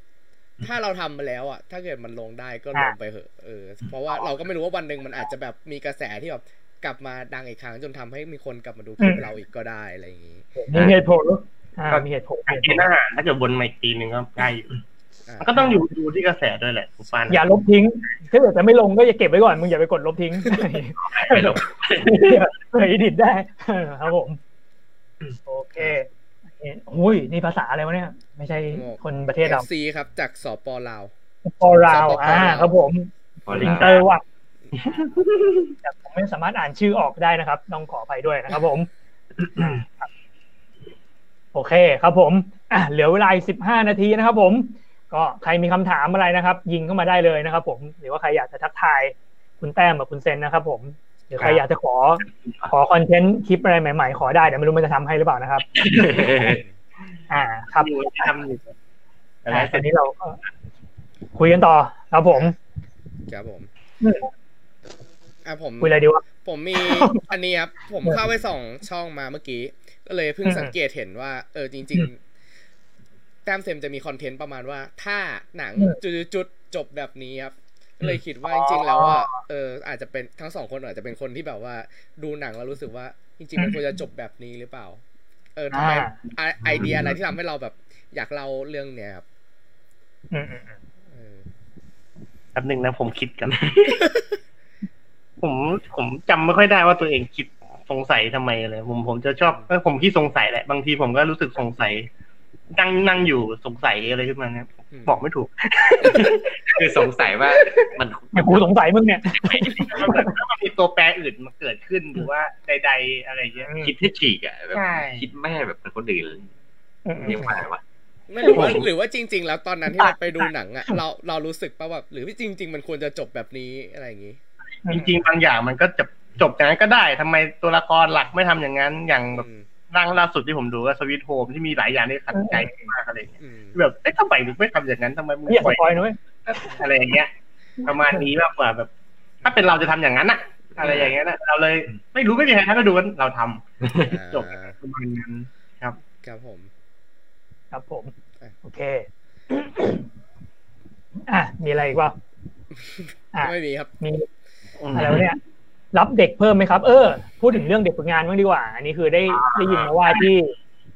Speaker 3: ถ้าเราทำมาแล้วอ่ะ ถ้าเกิดมันลงได้ก็ล
Speaker 1: อ่ะ
Speaker 3: งไปเถอะเออเพราะว่าเราก็ไม่รู้ว่าวันหนึ่งมันอาจจะแบบมีกระแสที่แบบกลับมาดังอีกครั้งจนทำให้มีคนกลับมาดูคลิปเราอีกก็ได้อะไรอย่างนี้
Speaker 1: มีเหตุผลอ่ามีเหตุผล
Speaker 2: การกินอาหารถ้าเกิดบนไมค์ทีนึงก็ได้อยู่
Speaker 3: ะ
Speaker 2: มันก็ต้องอยู่ดูที่กระแสด้วยแหละผมฟัน
Speaker 1: อย่าลบทิ้ง ถ้าเกิดจะไม่ลงก็อย่าเก็บไว้ก่อนมึงอย่าไปกดลบทิ้ง
Speaker 4: ไม่ลบ
Speaker 1: เผื่อดิดได้เออครับผม โอเคหุ้ยนี่ภาษาอะไรวะเนี่ย ไม่ใช่คนประเทศเรา
Speaker 3: อฟซีครับจากสปลาว
Speaker 1: ฟอราวอ่าครับผม
Speaker 4: ๆพ
Speaker 1: ลิง
Speaker 4: เรา
Speaker 1: เตอร์ว่ะแต่ผมไม่สามารถอ่านชื่อออกได้นะครับ ต้องขออภัยด้วยนะครับ <coughs> ผม โอเคครับผม <coughs> อ่ะเหลือเวลาอีกสิบห้านาทีนะครับผม ก็ใครมีคำถามอะไรนะครับ ยิงเข้ามาได้เลยนะครับผม หรือว่าใครอยากจะทักทายคุณแต้มกับคุณเซนนะครับผม หรือใครอยากจะขอ ขอคอนเทนต์คลิปอะไรใหม่ๆ ขอได้ เดี๋ยวไม่รู้มันจะทำให้หรือเปล่า <laughs> นะครับ อ่า ครับ
Speaker 2: อยู่ที่ทำอยู่แต่
Speaker 1: อ่า
Speaker 2: ว่า
Speaker 1: ตอนนี้เราก็คุยกันต่อครับผม
Speaker 3: ครับผม
Speaker 1: อืม
Speaker 3: อ่ะผม
Speaker 1: คุยอะไรดีวะ
Speaker 3: ผม
Speaker 1: <laughs>
Speaker 3: มี อันนี้ครับ ผมเข้าไปส่องช่องมาเมื่อกี้ ก็เลยเพิ่ง
Speaker 1: อืม
Speaker 3: สังเกตเห็นว่า เออจริง ๆ แต้มเซมจะมีคอนเทนต์ประมาณว่า ถ้าหนัง
Speaker 1: อืม
Speaker 3: จุดๆจบแบบนี้ครับก็เลยคิดว่า
Speaker 1: อ๋อ
Speaker 3: จริง ๆ แล้วว่าเออ อาจจะเป็นทั้งสองคนอาจจะเป็นคนที่แบบว่า ดูหนังแล้วรู้สึกว่า จริง ๆ มันควรจะจบแบบนี้หรือเปล่า เออทำไม
Speaker 1: อ่า
Speaker 3: ไอไอเดียอะไรที่ทำให้เราแบบ อยากเล่าเรื่องเนี้ยครับ
Speaker 1: อืมๆ
Speaker 3: เออ
Speaker 2: แป๊บหนึงนะผมคิดกัน <laughs> ผมผมจำไม่ค่อยได้ว่าตัวเองคิดสงสัยทำไมเลยผมผมจะชอบเออผมขี้สงสัยแหละบางทีผมก็รู้สึกสงสัยนั่งนั่งอยู่สงสัยอะไรขึ้นมาเนี่ย
Speaker 3: ม
Speaker 2: บอกไม่ถูก
Speaker 4: คือสงสัยว่ามัน
Speaker 1: ไม่กูสงสัยมึงเนี่ย
Speaker 2: มันเหมือนถ้ามันมีตัวแปรอื่นมาเกิดขึ้นหรือว่าใด ๆ อะไรเงี้ย
Speaker 4: คิดให้ฉีกอะแบบ
Speaker 2: ใช่
Speaker 4: คิดไม่ให้แบบเป็นคนอื่นเลยเรียกว่าอะไรวะ
Speaker 3: ไม่รู้ว่า
Speaker 4: ผม
Speaker 3: หรือว่าจริง ๆ แล้วตอนนั้นที่เราไปดูหนังอ่ะเราเรารู้สึกป่ะแบบหรือว่าจริง ๆ มันควรจะจบแบบนี้อะไรอย่างงี้
Speaker 2: จริง ๆ บางอย่างมันก็จบจบอย่างนั้นก็ได้ทำไมตัวละครหลักไม่ทำอย่างนั้น อย่างแบบ
Speaker 3: อืม
Speaker 2: ร่างล่าสุดที่ผมดูก็สวิตโฮมที่มีหลายอย่างที่ขัดใจมากอะไรเงี้ย
Speaker 3: อืม
Speaker 2: แบบเอ๊ะทำไมมึงไม่ทำอย่างนั้นทำไมมึง
Speaker 1: ไม่อยาก
Speaker 2: ปล่
Speaker 1: ส
Speaker 2: อย
Speaker 1: ปอยนุ้ย
Speaker 2: อะไรอย่างเงี้ย ประมาณนี้มากกว่าแบบ ถ้าเป็นเราจะทำอย่างนั้นน่ะ อะไรอย่างเงี้ยนะเราเลยไม่รู้ไม่มีใครทำก็ดูกันเราทำจบ
Speaker 3: อ่า
Speaker 2: ประมาณนั้น
Speaker 3: ครับผม
Speaker 1: ครับผม โอเค <coughs> อ่ะ มีอะไรอีกวะ อ่ะ
Speaker 3: ไม่มีครับ
Speaker 1: มีอะไรวะเนี่ย รับเด็กเพิ่มไหมครับ เออ พูดถึงเรื่องเด็กฝึกงานบ้างดีกว่า อันนี้คือได้ได้ยินมาว่าที่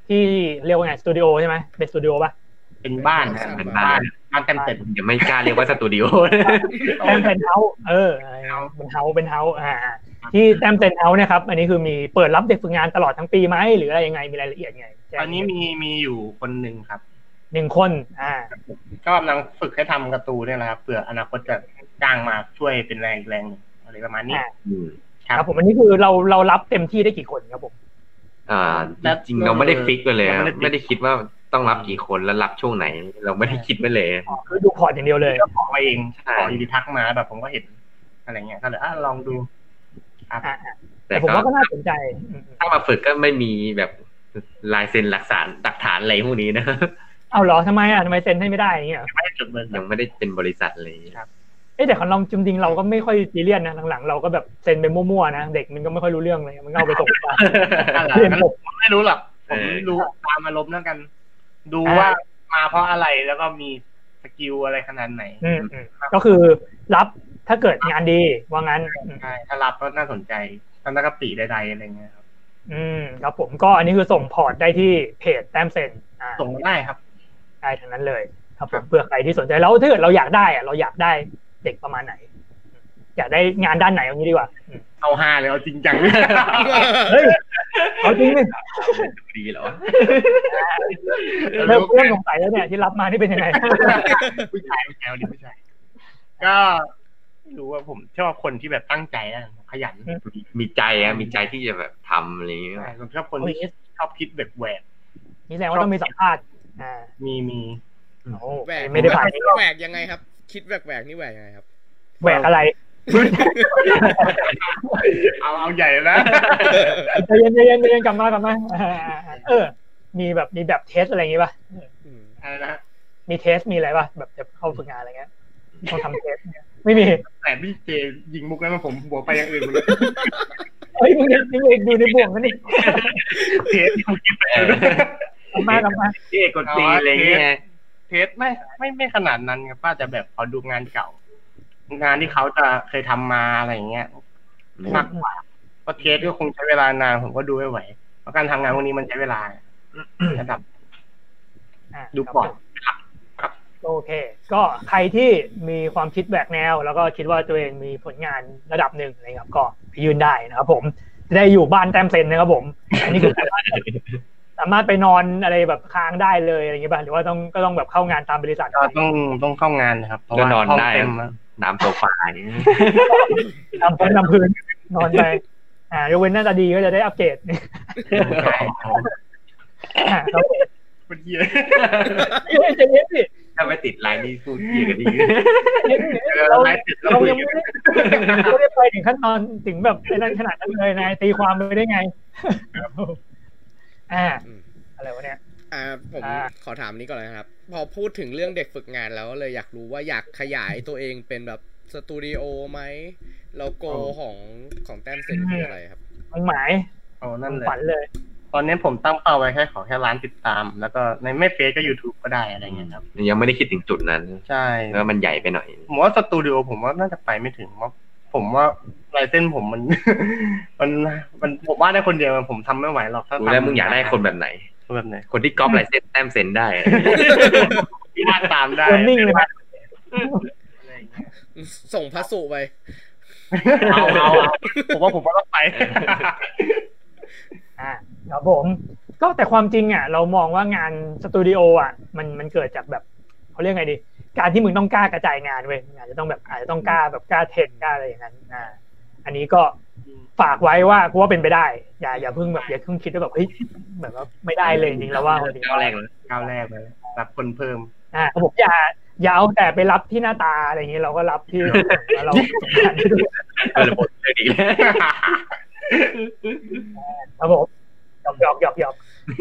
Speaker 1: ที่เรียกว่าไงสตูดิโอใช่ไหมเป็นสตูดิโอปะ
Speaker 2: เป็นบ้านนะ
Speaker 4: เป็
Speaker 2: เป็นน
Speaker 4: บ้า
Speaker 2: บ้าน นบ้านเต็มเต็ม
Speaker 4: เดี๋ยวไม่กล้าเรียกว่าสตูดิโอ
Speaker 1: แต้มเซนเฮาส์เอออะไรนะเป็นเฮาส์เป็นเฮาส์อ่าอ่าที่แต้มเซนเฮาส์เนะครับ อันนี้คือมีเปิดรับเด็กฝึกงานตลอดทั้งปีไหมหรืออะไรยังไง มีรายละเอียดยังไงแจ้ง
Speaker 2: ตอนนี้มีมีอยู่คนหนึ่งครับ
Speaker 1: หนึ่งคน อ่า
Speaker 2: ก็กำลังฝึกให้ทำการ์ตูนเนี่ยแหละครับเผื่ออนาคตจะจ้างมาช่วยเป็นแรงอีกแรงหนึ่งอะไรประมาณนี้
Speaker 1: อ่า
Speaker 4: อืม
Speaker 2: ครับ
Speaker 1: ครับผมอันนี้คือเราเรารับเต็มที่ได้กี่คนครับผม
Speaker 4: อ่าจริงๆเราไม่ได้ฟิกไปเลยอะไม่ได้คิดว่าต้องรับกี่คนแล้วรับช่วงไหน เราไม่ได้คิดไปเลย
Speaker 1: คือดูพอร์ตอย่างเดียวเลย
Speaker 2: ก็ขอมาเอง
Speaker 4: ใช่
Speaker 2: ขออยู่ดีทักมาแบบผมก็เห็นอะไรเงี้ยก็เลยอ่ะลองดู
Speaker 1: แต่
Speaker 4: แต่
Speaker 1: ผม
Speaker 4: ก็
Speaker 1: ว่าก็น่าสนใจอืม
Speaker 4: ถ้ามาฝึกก็ไม่มีแบบลายเซ็นหลักฐานหลักฐานอะไรพวกนี้นะ <laughs>
Speaker 1: ๆเอาเหรอทำไมอ่ะทำไมเซ็นให้ไม่ได้อย่างเงี้ยเหรอ
Speaker 2: ไม่ได้จดเบอร์ค
Speaker 4: ยั
Speaker 2: รับ
Speaker 4: งไม่ได้เป็นบริษัทอะไรอย่างเงี้ย
Speaker 2: ครับ
Speaker 1: เอ้ยแต่ของเราจริงๆเราก็ไม่ค่อยซีเรียสนะหลังๆเราก็แบบเซ็นไปมั่วๆนะเด็กมันก็ไม่ค่อยรู้เรื่องเลยมันก็เอาไปส่งไป
Speaker 2: นั่นแหละ
Speaker 1: เรียน
Speaker 2: นั่น
Speaker 1: จบ
Speaker 2: ไม่รู้หรอก ผมรู้ตามอารมณ์แล้วกัน ดู
Speaker 1: อ่า
Speaker 2: ว่ามาเพราะอะไรแล้วก็มีสกิลอะไรขนาดไหน
Speaker 1: อืมๆก็คือรับถ้าเกิดงานดีว่างั้น
Speaker 2: ใช่ถ้ารับก็น่าสนใจตอนนักกะปิใดๆอะไรเงี้ยครับ
Speaker 1: อืมครับผมก็อันนี้คือส่งพอร์ตได้ที่เพจแต้มเซ็นอ่า
Speaker 2: ส่งมาได้ครับ
Speaker 1: ได้ทั้งนั้นเลย ครับผมเพื่อใครที่สนใจแล้วถ้าเกิดเราอยากได้อะเราอยากได้เด็กประมาณไหน อยากได้งานด้านไหนเอางี้ดีกว่าอืม
Speaker 2: เอาห้าเลยเอาจริง
Speaker 4: <laughs>
Speaker 2: จัง
Speaker 1: เฮ้ยเอาจริงเลย
Speaker 4: ดีเหรอ
Speaker 1: เริ่มเริ่มสงสัยแล้วเนี่ยที่รับมานี่เป็นยังไง
Speaker 2: ผู้ชายผู้ชายวันนี้ผู้ชายก็รู้ว่าผมชอบคนที่แบบตั้งใจนะขยัน
Speaker 4: มีใจอะมีใจที่จะแบบทำอะไรอย่างเงี้ย
Speaker 2: ใช่ผมชอบคนที่ชอบคิดแบบแหวก
Speaker 1: นี่แสดงว่าต้องมีสัมภาษณ์อ่า
Speaker 2: มีมี
Speaker 1: โอ้
Speaker 3: แหวก
Speaker 1: ไม่ได้ผ่านนี่ก็
Speaker 3: แหวกยังไงครับ คิดแหวกแหวกนี่แหวกยังไงครับ
Speaker 1: แหวกอะไร
Speaker 2: เอาเอาใหญ่แล้วนะ
Speaker 1: ใจเย็นใจเย็นใจเย็นกลับมากลับมาอ่าอ่าอ่าเออ มีแบบมีแบบเทสอะไรอย่างงี้ป่ะ
Speaker 3: อืม
Speaker 2: อะไรนะ
Speaker 1: มีเทสมีอะไรป่ะแบบจะเข้าฝึกงานอะไรเงี้ยต้องทำเทสเนี่ยไม่มี
Speaker 2: แต่พี่เจยิงมุกแล้วมาผมหัวไปอย่างอื่นหมดเลย
Speaker 1: เฮ้ยมึงยังมึงเองดูในบ่วงนั่นนี่
Speaker 2: เทสที่ผมคิดไป
Speaker 4: เออก
Speaker 1: ลับมากลับมา
Speaker 4: เอ๊ะกดตีนอะไรอย่างเงี้ย
Speaker 2: เทสไม่ไม่ไม่ขนาดนั้นครับป้าจะแบบขอดูงานเก่า งานที่เขาจะเคยทำมาอะไรอย่างเงี้ย มากกว่าเพราะเทสก็คงใช้เวลานานผมก็ดูไม่ไหวเพราะการทำงานพวกนี้มันใช้เวลาระดับ
Speaker 1: อ่ะ
Speaker 2: ดูก่อน
Speaker 1: โอเค ก็ใครที่มีความคิดแบกแนว แล้วก็คิดว่าตัวเองมีผลงานระดับหนึ่งนะครับ ก็ไปยืนได้นะครับผมจะได้อยู่บ้านแต้มเซนนะครับผม อันนี้คือสามารถสามารถไปนอนอะไรแบบค้างได้เลยอะไรอย่างเงี้ยป่ะหรือว่าต้องก็ต้องแบบเข้างานตามบริษัท
Speaker 2: ก็ต้องต้องเข้างานนะครับเพราะว่า
Speaker 4: ก็นอน
Speaker 2: ห้ง
Speaker 4: ได้
Speaker 2: เต็มอะ
Speaker 4: น้ำโซฟาอย่างเงี้ย
Speaker 1: ทำพื้นทำพื้นนอนไปอ่ายกเว้นหน้าตาดีก็จะได้อัปเกรด อ่ะครับผม
Speaker 2: เป็นเหี้ย
Speaker 1: เอ้ยใจเย็นสิ
Speaker 4: ถ้าไม่ติดไลน์นี่สู้ที่กันที่
Speaker 1: ใจเย็นสิ
Speaker 2: เออ
Speaker 1: เรา
Speaker 2: ไลฟ์เสร็จแล้ว
Speaker 1: เรา
Speaker 2: คุย
Speaker 1: ยัง
Speaker 2: กัน
Speaker 1: ไม่ได้ไม่ได้ไปถึงขั้นตอนถึงแบบในนั้นขนาดนั้นเลยนายตีความไปได้ไงอ่า
Speaker 3: อืม
Speaker 1: อะไรวะเนี่ย
Speaker 3: อ่าผม
Speaker 1: อ่า
Speaker 3: ขอถามนี้ก่อนเลยนะครับ พอพูดถึงเรื่องเด็กฝึกงานแล้วเลยอยากรู้ว่าอยากขยายตัวเองเป็นแบบสตูดิโอไหมโลโก้ของของแต้มเซนคืออะไรครับ
Speaker 1: มันหมาย
Speaker 2: เอานั่นเลย
Speaker 1: ฝันเลย
Speaker 2: ตอนนี้ผมตั้งเป้าไว้แค่ขอแค่ล้านติดตาม แล้วก็ในไม่เฟซก็ YouTube ก็ได้อะไรเงี้ยครับ
Speaker 4: ยังไม่ได้คิดถึงจุดนั้น
Speaker 2: ใช่
Speaker 4: แล้วามันใหญ่ไปหน่อย
Speaker 2: ผมว่าสตูดิโอผมว่าน่าจะไปไม่ถึงเพราะผมว่าลายเส้นผมมัน <laughs> มันมันผมว่าได้คนเดียวผมทำไม่ไหวหรอกถ้า
Speaker 4: ดู
Speaker 2: ทำ
Speaker 4: แล้วมึงอยากได้คนแบบไหน
Speaker 2: แบบไหน
Speaker 4: คนที่ก๊อปลายเส้นแต้มเซ็นได้
Speaker 2: ที่วาดตามได้
Speaker 1: คนนิ่งเลยนะ
Speaker 2: อะไรอย่างเงี้ย
Speaker 3: ส่งพัสดุไป
Speaker 2: เอาเอา
Speaker 1: <laughs>
Speaker 2: เอาผมว่าผมว่าต้อง
Speaker 4: <laughs>
Speaker 2: ไป
Speaker 1: อ่าครับผม ก็แต่ความจริงอ่ะ เรามองว่างานสตูดิโออ่ะ มันมันเกิดจากแบบเขาเรียกไงดี การที่มึงต้องกล้ากระจายงานเว้ยอาจจะต้องแบบอาจจะต้องกล้าแบบกล้าเทรดกล้าอะไรอย่างนั้นอ่า อันนี้ก็ฝากไว้ว่ากูว่าเป็นไปได้ อย่าอย่าเพิ่งแบบอย่าเพิ่งคิดว่าแบบเฮ้ยแบบว่าไม่ได้เลยจริงๆแล้วว่าจริงๆ
Speaker 4: เจ้าแรกเลย
Speaker 2: ก้าวแรกไปแล้วรับคนเพิ่ม
Speaker 1: อ่าเขาบอกอย่าอย่าเอาแต่ไปรับที่หน้าตาอะไรอย่างนี้เราก็รับ
Speaker 2: <laughs>
Speaker 1: ที่ ว่าเราสำคัญด้วย
Speaker 4: เออเดี๋ยวผมเจออีกแล้ว
Speaker 1: ครับผมหยอกหยอกหยอกหยอก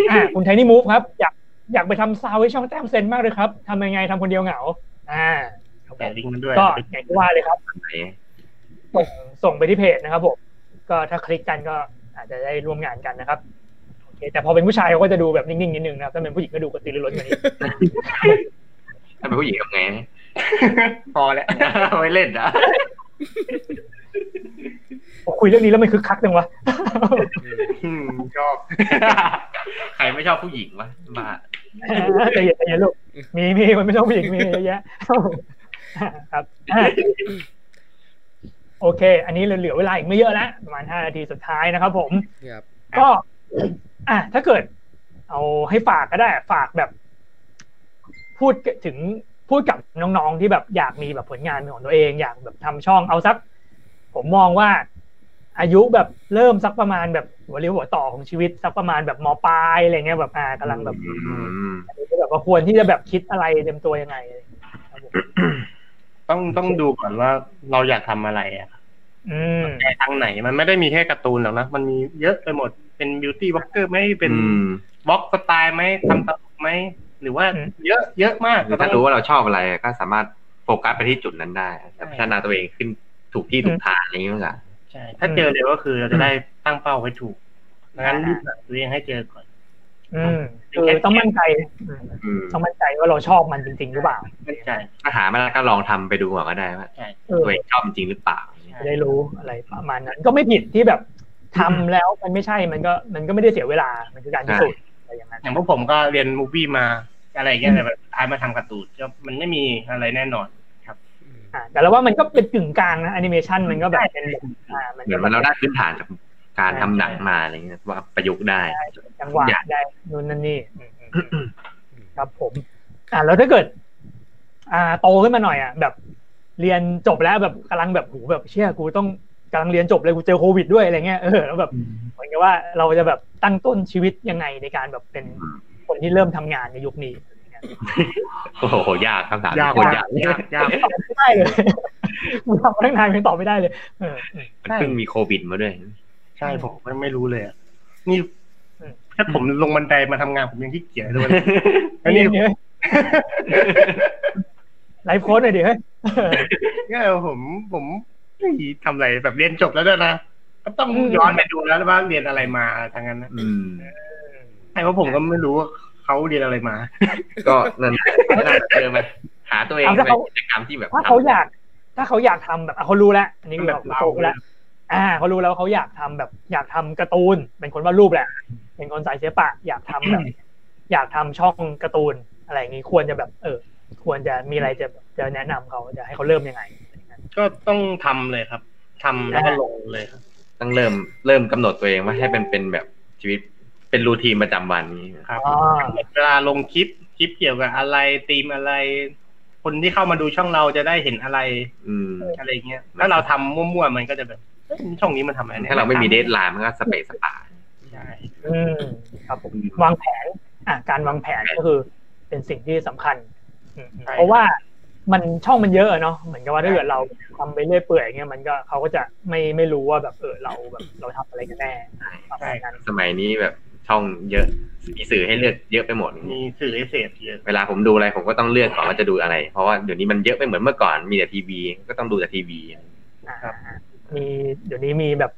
Speaker 1: อ่าคุณไทนี่มูฟครับ อยากอยากไปทำซาวให้ช่องแต้มเซนมากเลยครับทำยังไงทำคนเดียวเหงา อ่าครับผ
Speaker 2: แต่
Speaker 1: ม
Speaker 2: ลิงก์มันด้วย
Speaker 1: ก็อย่างที่ว่าเลยครับ
Speaker 4: ไหน
Speaker 1: ส่งส่งไปที่เพจนะครับผมก็ถ้าคลิกกันก็อาจจะได้ร่วมงานกันนะครับโอเคแต่พอเป็นผู้ชายเขาก็จะดูแบบนิ่งๆนิดนึงนะครับถ้าเป็นผู้หญิงก็ดูกระตือรือร้นกว่า
Speaker 2: <laughs>
Speaker 1: นี้
Speaker 4: ถ้าเป็นผู้หญิงทำไง
Speaker 2: พอแล้ว
Speaker 4: ไว้เล่นนะ
Speaker 1: โอ้คุยเรื่องนี้แล้วมันคึกคักจังวะ
Speaker 2: อืมชอบ
Speaker 4: ใครไม่ชอบผู้หญิงวะบ้า
Speaker 1: ใจเย็นใจเย็นลูก มีมีมันไม่ต้องผู้หญิงมีเยอะแยะ ครับอ่ะโอเค อันนี้เราเหลือเวลาอีกไม่เยอะแล้วประมาณห้านาทีสุดท้ายนะครับผม
Speaker 3: ครับ
Speaker 1: ก็ อ่ะถ้าเกิด เอาให้ฝากก็ได้ ฝากแบบ พูดถึงพูดกับน้องๆที่แบบอยากมีแบบผลงานเป็นของตัวเองอยากแบบทำช่องเอาสัก ผมมองว่า อายุแบบเริ่มสักประมาณแบบหัวเรียวหัวต่อของชีวิตสักประมาณแบบมปลายอะไรเงี้ยแบบอ่ากำลังแบบ
Speaker 4: อืม
Speaker 1: แบบว่าควรที่จะแบบคิดอะไรเตรียมตัวยังไงอะไรอย่างเงี้ยครับผม
Speaker 2: ต้องต้องดูก่อนว่าเราอยากทำอะไรอะ
Speaker 1: อืม
Speaker 2: ไปทางไหนมันไม่ได้มีแค่การ์ตูนหรอกนะ มันมีเยอะไปหมดเป็นบิวตี้บล็อกเกอร์ไหมเป็น
Speaker 4: อืม
Speaker 2: บล็อกสไตล์ไหมทำตลกไหมหรือว่าเยอะเยอะมาก
Speaker 4: คือถ้ารู้ว่าเราชอบอะไรก็สามารถโฟกัสไปที่จุดนั้นได้แต่พัฒนาตัวเองขึ้นถูกที่ถูกทางอะไรอย่างเงี้ยมั้งล่ะ
Speaker 2: ใช่ถ้าเจอเร็วก็คือเราจะได้ตั้งเป้าไว้ถูกดังนั้นรีบหาตัวเองให้เจอก่อน
Speaker 1: อืมคือต้องมั่นใจอืม
Speaker 4: อืม
Speaker 1: ต้องมั่นใจว่าเราชอบมันจริง ๆ หรือเปล่า
Speaker 2: มั่นใจ
Speaker 4: ถ้าหามาแล้วก็ลองทำไปดูก่อนก็ได้ว่า
Speaker 2: ใช่
Speaker 1: เออ
Speaker 4: ตัวเองชอบจริงหรือเปล่าอย่างเงี้ย
Speaker 1: จะได้รู้อะไรประมาณนั้น ก็ไม่ผิดที่แบบทำแล้วมันไม่ใช่มันก็มันก็ไม่ได้เสียเวลามันคือการพิสูจน์อะไรอย่างนั้น
Speaker 2: อย่างพวกผมก็เรียนมูฟี่มา อะไรอย่างเงี้ยแต่แบบสุดท้ายมาทำการ์ตูนก็มันไม่มีอะไรแน่นอน
Speaker 1: อ่าแต่เราว่ามันก็เป็นกึ่งกลางนะแอนิเมชันมันก็แบบเป็นแบบอ่ามัน
Speaker 4: เหมือนว่าเราได้พื้นฐานจากการทำหนังมาอะไรเงี้ยว่าประยุกต์ได้
Speaker 1: จังหวะ
Speaker 4: อย่าง
Speaker 1: ได้นู่นนั่นนี่อืมอืมอืม ครับผม อ่าแล้วถ้าเกิด อ่าโตขึ้นมาหน่อยอ่ะแบบ เรียนจบแล้วแบบกำลังแบบหูแบบเชี่ยกูต้องกำลังเรียนจบเลยกูเจอโควิดด้วยอะไรเงี้ยเออแล้วแบบเหมือนกับว่าเราจะแบบตั้งต้นชีวิตยังไงในการแบบเป็นคนที่เริ่มทำงานในยุคนี้
Speaker 4: โอ้โหยากคำถาม
Speaker 2: ยาก
Speaker 4: โคตร
Speaker 2: ยาก
Speaker 4: ยาย
Speaker 2: าก กยาก
Speaker 1: ตอบไม่ได้เลย กูทำมาตั้งนานยังตอบไม่ได้เลยเออเออ
Speaker 4: มันเพิ่งมีโควิดมาด้วย
Speaker 2: ใช่ผมก็ไม่รู้เลยอะนี่
Speaker 1: อืม
Speaker 2: ถ้าผมลงบันไดมาทำงานผมยังขี้เกียจเลย <laughs> วันนี้ อันนี้
Speaker 1: เฮ้ย <laughs> ไลฟ์โค้ดหน่อยดิเฮ้ย
Speaker 2: เนี่ยผมผมเฮ้ยทำอะไรแบบเรียนจบแล้วด้วยนะก็ต้องย้อนไปดูแล้วว่าเรียนอะไรมาทางนั้นนะ
Speaker 4: อืม
Speaker 2: ใช่เพราะผมก็ไม่รู้ว่าเขาเรียนอะไรมา
Speaker 4: ก็นั่นแหละนั่นแหละเจอมันหาตัวเองเป็นกิจกรรมที่แบบ
Speaker 1: ถ้า
Speaker 4: ทำ
Speaker 1: เขาอยาก ถ้าเขาอยากทำแบบอ่ะเขารู้แล้วอันนี้คือ
Speaker 2: แบ
Speaker 1: แบบ
Speaker 2: บ
Speaker 1: โตขึ้นแล้ว อ่าเขารู้แล้ววาเขาอยากทำแบบอยากทำการ์ตูน เป็นคนวาดรูปแหละ เป็นคนสายศิลปะ อยากทำแบบ อยากทำช่องการ์ตูนอะไรอย่างงี้ควรจะแบบ เออ ควรจะมีอะไรจะจะแนะนำเขาจะให้เขาเริ่มยังไง
Speaker 2: ก็ต้องทำเลยครับทำแล้วก็ลงเลยครับ
Speaker 4: ต้องเริ่มเริ่มกำหนดตัวเองว่าให้เป็นเป็นแบบชีวิตเป็นรูทีนประจำวันนี้
Speaker 2: ครับ
Speaker 1: อ๋อ
Speaker 2: เวลาลงคลิปคลิปเกี่ยวกับอะไรธีมอะไร คนที่เข้ามาดูช่องเราจะได้เห็นอะไร
Speaker 4: อืม
Speaker 2: อะไรเงี้ยถ้าเราทำมั่วๆมันก็จะแบบเอ้ยช่องนี้มันทำอะไรนี่ย
Speaker 4: ถ้าเราไม่มีเดทไลน์มันก็สเปซสปา
Speaker 2: ใช่
Speaker 1: อืมครับผมวางแผน อ่ะการวางแผนก็คือ เป็นสิ่งที่สำคัญอืม
Speaker 2: ใช่
Speaker 1: เพราะว่ามันช่องมันเยอะอะเนาะเหมือนกับว่าถ้าเกิดเราทำไปเรื่อยเปื่อยอย่างเงี้ยมันก็เขาก็จะไม่ไม่รู้ว่าแบบเออเราแบบเราทำอะไรกันแน่ประมาณนั้น
Speaker 4: สมัยนี้แบบช่องเยอะมีสื่อให้เลือกเยอะไปหมด
Speaker 2: มีสื่อเอเซตเยอะ
Speaker 4: เวลาผมดูอะไรผมก็ต้องเลือกก่อนว่าจะดูอะไร เพราะว่าเดี๋ยวนี้มันเยอะไม่เหมือนเมื่อก่อนมีแต่ทีวี ก็ต้องดูแต่ทีวี
Speaker 2: ครับ
Speaker 1: มีเดี๋ยวนี้มีแบบ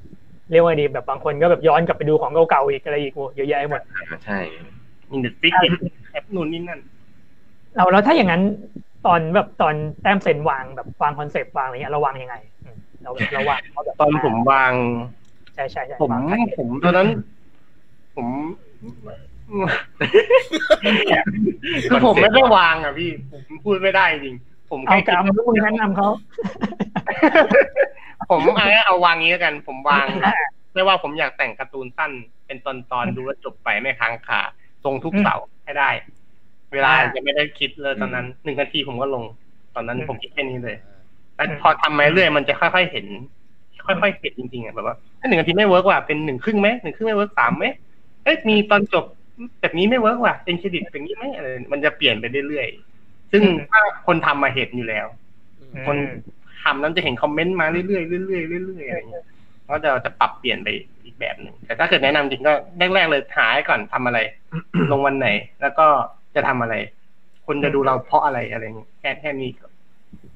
Speaker 1: เรียกว่าไงดีแบบบางคนก็แบบย้อนกลับไปดูของเก่าๆอีกอะไรอีกโอ้เยอะแยะไปหมด
Speaker 4: ใช่
Speaker 2: มีเน็ตฟิกแอปนู่นนี่นั่น
Speaker 1: เราแล้วถ้าอย่างนั้นตอนแบบตอนแต้มเซนวางแบบวางคอนเซปต์วางอะไรเงี้ยเราวางยังไงอืมเราแบบเราวางเราแบบ
Speaker 2: ตอนผมวาง
Speaker 1: ใช่ใช่ใช่
Speaker 2: ผม
Speaker 1: วางแผน
Speaker 2: ผมตอนนั้น ผม <laughs> คือผมไม่ได้วางอ่ะพี่ ผมพูดไม่ได้จริง ผม
Speaker 1: เอาก
Speaker 2: แค่
Speaker 1: รรมแล้วมึงแนะนำเขา
Speaker 2: ผมเอาเอาวางอย่างนี้แล้วกัน ผมวางไม่ว่าผมอยากแต่งการ์ตูนสั้น เป็นตอนตอนๆดูแลวจบไปไม่ค้างคาทรงทุกเสาร์ให้ได้ เวลา
Speaker 1: อ่า
Speaker 2: จะไม่ได้คิดเลยตอนนั้นหนึ่งนาทีผมก็ลง ตอนนั้น
Speaker 1: อืม
Speaker 2: ผมคิดแค่นี้เลย แล้วพอทำมาเรื่อยมันจะค่อยๆเห็น ค่อยๆเห็นจริงๆอ่ะแบบว่าถ้าหนึ่งอาทิตย์ไม่เวิร์กว่ะเป็นหนึ่งครึ่งไหมหนึ่งครึ่งไม่เวิร์กสามไหมเอ๊ะมีตอนจบแบบนี้ไม่เวิร์กว่ะเป็นเครดิตแบบนี้ไหมอะไรมันจะเปลี่ยนไปเรื่อยๆซึ่ง
Speaker 1: อืม
Speaker 2: ถ้าคนทำมาเห็นอยู่แล้ว
Speaker 1: อืม
Speaker 2: คนทำนั้นจะเห็นคอมเมนต์มาเรื่อยๆเรื่อยๆเรื่อยๆอะไรอย่างเงี้ยก็จะจะปรับเปลี่ยนไปอีกแบบหนึ่งแต่ถ้าเกิดแนะนำจริงก็แรกๆเลยหาให้ก่อนทำ <coughs> อะไร ลงวันไหน แล้วก็จะทำอะไร คนจะดูเราเพราะอะไรอะไรอย่างเงี้ยแค่แค่นี้ก่อน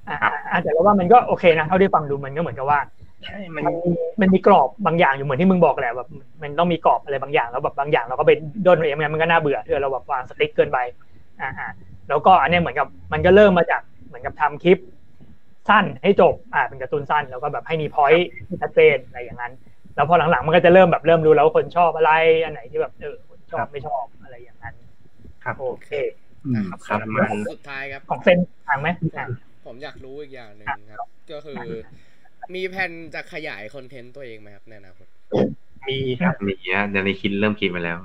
Speaker 1: อ่าอาจจะแล้วว่ามันก็โอเคนะเท่าที่ฟังดูมันก็เหมือนกับว่า
Speaker 2: ใช่มัน
Speaker 1: มันมีมันมีกรอบบางอย่างอยู่เหมือนที่มึงบอกแหละแบบมันต้องมีกรอบอะไรบางอย่างแล้วแบบบางอย่างเราก็ไปโดนเองไม่งั้นมันก็น่าเบื่อเออเราแบบวางสติ๊กเกินไปอ่าอ่าแล้วก็อันเนี้ยเหมือนกับมันก็เริ่มมาจากเหมือนกับทำคลิป สั้นให้จบอ่าเป็นการ์ตูนสั้นแล้วก็แบบให้มีพอยต์ที่ชัดเจนอะไรอย่างนั้น แล้วพอหลังๆมันก็จะเริ่มแบบเริ่มรู้แล้วว่าคนชอบอะไรอันไหนที่แบบเออคนชอ
Speaker 2: ครับ บ
Speaker 1: ไม่ชอบอะไรอย่างนั้น
Speaker 2: ครับ
Speaker 1: โอเค
Speaker 3: ครับ
Speaker 2: ครับ
Speaker 3: สุดท้ายครับ
Speaker 1: ของเซนทางไหมอ่ะ
Speaker 3: ผมอยากรู้อีกอย่างหนึ่งครับ ก็คือ มีแผนจะขยายคอนเทนต์ตัวเองไหมครับในอนาคต
Speaker 2: มีครับ
Speaker 4: มีนะเดี๋ยวนี้คิดเริ่มคิดมาแล้ว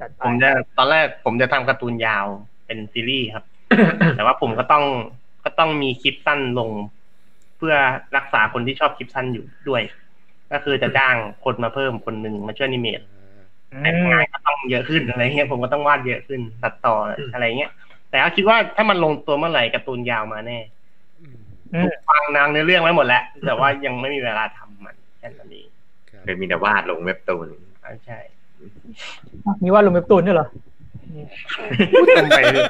Speaker 1: จัดไป
Speaker 2: ผมจะตอนแรกผมจะทำการ์ตูนยาวเป็นซีรีส์ <coughs> ครับ แต่ว่าผมก็ต้องก็ต้องมีคลิปสั้นลง เพื่อรักษาคนที่ชอบคลิปสั้นอยู่ด้วย ก็คือจะจ้างคนมาเพิ่มคนหนึ่งมาช่วยอนิเมตแต่งานก็ต้องเยอะขึ้นอะไรเงี้ยผมก็ต้องวาดเยอะขึ้นตัดต่ออะไรเงี้ย แต่ก็คิดว่าถ้ามันลงตัวเมื่อไหร่การ์ตูนยาวมาแน่
Speaker 3: อืม
Speaker 2: ฟังนางในอเรื่องไว้หมดแล้วแต่ว่ายังไม่มีเวลาทำมันแค่ตอนนี้
Speaker 3: ครับ
Speaker 4: เคยมีแต่วาดลงเว็บตูน
Speaker 2: อ่าใช่
Speaker 1: มีว่าดลงเว็บตูนด้วยเหรอ
Speaker 2: พูดตรงไปเลย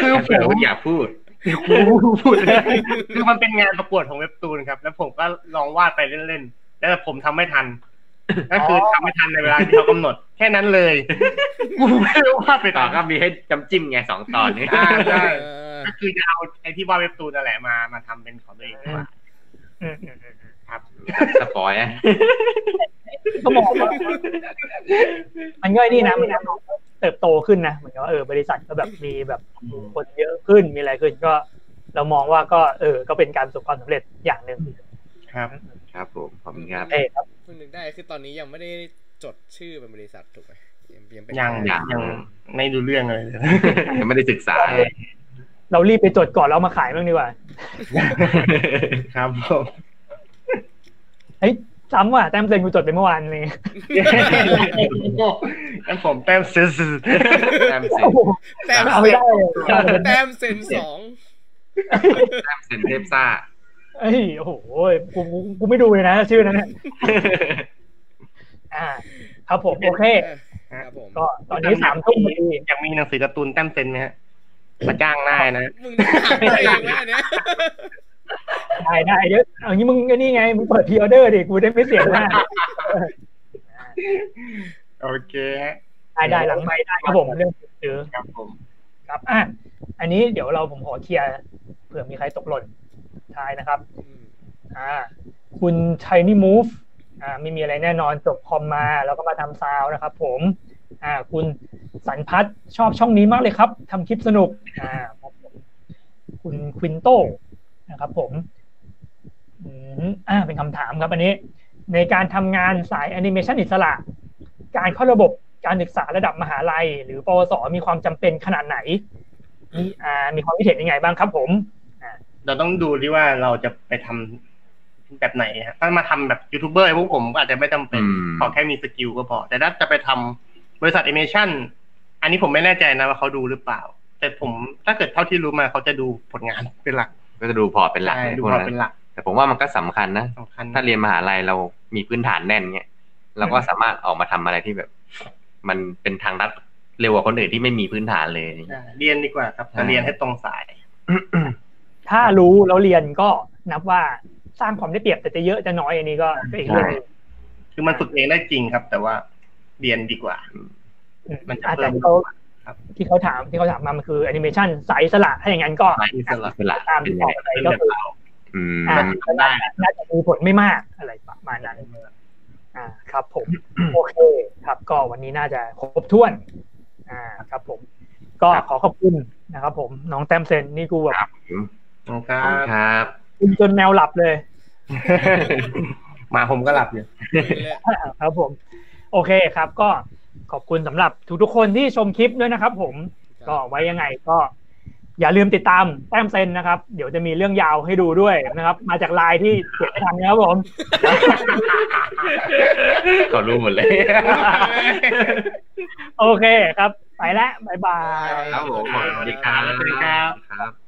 Speaker 2: คือผ
Speaker 4: แต่
Speaker 2: ม
Speaker 4: ว่าอยากพูด
Speaker 2: พูดได้คือมันเป็นงานประกวดของเว็บตูนครับ แล้วผมก็ลองวาดไปเล่นๆ แล้วแต่ผมทำไม่ทัน ก็คือทำไม่ทันในเวลาที่เขากำหนด แค่นั้นเลยกูไม่รู้วาดไป
Speaker 4: ต่
Speaker 2: ต่
Speaker 4: อ
Speaker 2: อค
Speaker 4: ก็
Speaker 2: รับ
Speaker 4: มีให้จำจิ้มไงสองตอนนี้
Speaker 2: อ่าใช่
Speaker 3: เออ
Speaker 2: ก็คือจะเอาไอ้ที่วาดเว็บตูนนั่นแหละมามาทำเป็นของตัวเองดีกว่า
Speaker 1: อืมอืมอืม
Speaker 2: ครับ
Speaker 4: สปอยอะ
Speaker 1: ก็มองว่ามันก็ไอ้นี่นะมันก็ เติบโตขึ้นนะเหมือนกับว่าเออบริษัทก็แบบมีแบบคนเยอะขึ้นมีอะไรขึ้นก็ เรามองว่าก็เออ ก็เป็นการประสบความสำเร็จอย่างหนึ่ง
Speaker 2: ครับ
Speaker 4: ครับผมขอบคุณครับ
Speaker 1: เอยครับ
Speaker 3: เพิ่งนึกได้คือตอนนี้ยังไม่ได้จดชื่อเป็นบริษัทถูกไหมยังเป็น
Speaker 2: ยัง
Speaker 4: ยัง
Speaker 2: ยังไม่ดูเรื่องเลย <laughs>
Speaker 4: ยังไม่ได้ศึกษาเลย
Speaker 1: เรารีบไปจดก่อนแล้วเอามาขายบ้างดีกว่า
Speaker 2: ครับ <laughs> ผม
Speaker 1: เฮ้ยซ้ำว่ะแต้มเซ็นกูจดไปเมื่อวานเลย
Speaker 2: งั้นผมแต้มซื้อซื้อ
Speaker 4: แต้มเซน
Speaker 1: โอ้โห
Speaker 3: แต้ม
Speaker 1: เอา
Speaker 3: เซ็
Speaker 1: ไม่
Speaker 3: น
Speaker 1: ได้เลย
Speaker 3: แต้มเซ็นสอง
Speaker 4: แต้มเซนเทพซ่า
Speaker 1: เอ้ยโอ้โหกูกูกูไม่ดูเลยนะชื่อนั้นน่ะอ่า ครับผมโอเค
Speaker 3: ครับผม
Speaker 1: ก็ตอนนี้สามทุ่มพอดี
Speaker 2: อยากมีหนังสือการ์ตูนแต้มเซนไหมฮะมาจ้างได้นะ
Speaker 3: มึงนึกถามตัวเองว่าอันเนี้ย
Speaker 1: ได้ได้เดี๋ยวเอางี้มึงก็นี่ไงมึงเปิดพีออเดอร์ดิกูได้ไม่เสียมาก
Speaker 2: โอเคฮะ
Speaker 1: ได้ได้หลังไม่ได้ครับผมเรื่องซื้อ
Speaker 2: ครับผม
Speaker 1: ครับอ่ะอันนี้เดี๋ยวเราผมขอเคลียร์เผื่อมีใครตกหล่นท้ายนะครับ
Speaker 3: อืม
Speaker 1: อ่า คุณ Tiny Move อ่าไม่มีอะไรแน่นอนจบคอมมา แล้วก็มาทำซาวด์นะครับผม อ่า คุณสันพัฒน์ชอบช่องนี้มากเลยครับทำคลิปสนุก อ่าครับผมคุณควินโตนะครับผมอืมอ่า เป็นคำถามครับอันนี้ ในการทำงานสายแอนิเมชันอิสระ การเข้าระบบการศึกษาระดับมหาลัย หรือปวส มีความจำเป็นขนาดไหนมีอ่า มีความคิดเห็นยังไงบ้างครับผม
Speaker 2: เราต้องดูที่ว่าเราจะไปทำแบบไหนฮะถ้ามาทำแบบยูทูบเบอร์พวกผมก็อาจจะไม่จำเป็น
Speaker 4: อืม
Speaker 2: ขอแค่มีสกิลก็พอ แต่ถ้าจะไปทำบริษัทแอนิเมชันอันนี้ผมไม่แน่ใจนะว่าเขาดูหรือเปล่า แต่ผมถ้าเกิดเท่าที่รู้มาเขาจะดูผลงานเป็นหลัก
Speaker 4: ก็จะดูพอร์ตเป็นหลัก
Speaker 2: ใช่
Speaker 4: เลย
Speaker 2: ดู
Speaker 4: พวก
Speaker 2: เรา
Speaker 4: นั้น
Speaker 2: เป็นหลัก
Speaker 4: แต่ผมว่ามันก็สำคัญนะ
Speaker 2: สำคัญ
Speaker 4: ถ้าเรียนมหาลัยเรามีพื้นฐานแน่นเงี้ยเราก็สามารถออกมาทำอะไรที่แบบ มันเป็นทางรัดเร็วกว่าคนอื่นที่ไม่มีพื้นฐานเลย
Speaker 2: อ่าเรียนดีกว่าครับ
Speaker 4: ใช่
Speaker 2: แต่เรียนให้ตรงสาย
Speaker 1: ถ้ารู้แล้วเรียนก็นับว่าสร้างความได้เปรียบแต่จะเยอะจะน้อยอันนี้ก็ก็อีกเรื่องหนึ่ง
Speaker 2: คือมันฝึกเองได้จริงครับ แต่ว่าเรียนดีกว่า
Speaker 1: อืม
Speaker 2: มันจะ
Speaker 1: อ่ะ
Speaker 2: เพิ่
Speaker 1: แต่
Speaker 2: ม
Speaker 1: เขา
Speaker 2: ครับ
Speaker 1: ที่เขาถามที่เขาถามมามันคือแอนิเมชันสายอิสระถ้าอย่างนั้นก็
Speaker 4: สายอิสระเป็นหลัก
Speaker 1: ตาม
Speaker 4: เป็น
Speaker 1: ที่
Speaker 4: ยัง
Speaker 1: บอกไป
Speaker 4: ไง
Speaker 1: ก็คือ
Speaker 4: อืม
Speaker 1: อ่า
Speaker 2: ได้
Speaker 1: น่าจะมีผลไม่มากอะไรประมาณนั้น อ่าครับ ผมโอเคครับ ก็วันนี้น่าจะครบถ้วน อ่าครับ ผม ก็
Speaker 4: ครับ
Speaker 1: ขอขอบคุณนะครับ ผมน้องแต้มเซนนี่กูแบบ
Speaker 4: ครับผม
Speaker 2: ค
Speaker 4: ข
Speaker 2: รั
Speaker 4: อบคุณ
Speaker 2: บ
Speaker 4: ครับ
Speaker 1: กินจนแมวหลับเลย <laughs>
Speaker 2: มาผมก็หลับอยู่
Speaker 3: เลยแหละ
Speaker 1: ครับผม โอเคครับ ก็ขอบคุณสำหรับทุกๆคนที่ชมคลิปด้วยนะครับ ผมก็ไว้ยังไงก็ อย่าลืมติดตามแต้มเซนนะครับ เดี๋ยวจะมีเรื่องยาวให้ดูด้วยนะครับ มาจากไลน์ที่เขียนไม่ทันนะครับผม <laughs>
Speaker 4: ก็รู้หมดเลย
Speaker 1: โอเคครับ ไปแล้วบ๊ายบาย
Speaker 4: ครับผมสวัสดีค
Speaker 2: สวัสดีครั
Speaker 4: รับ บครับ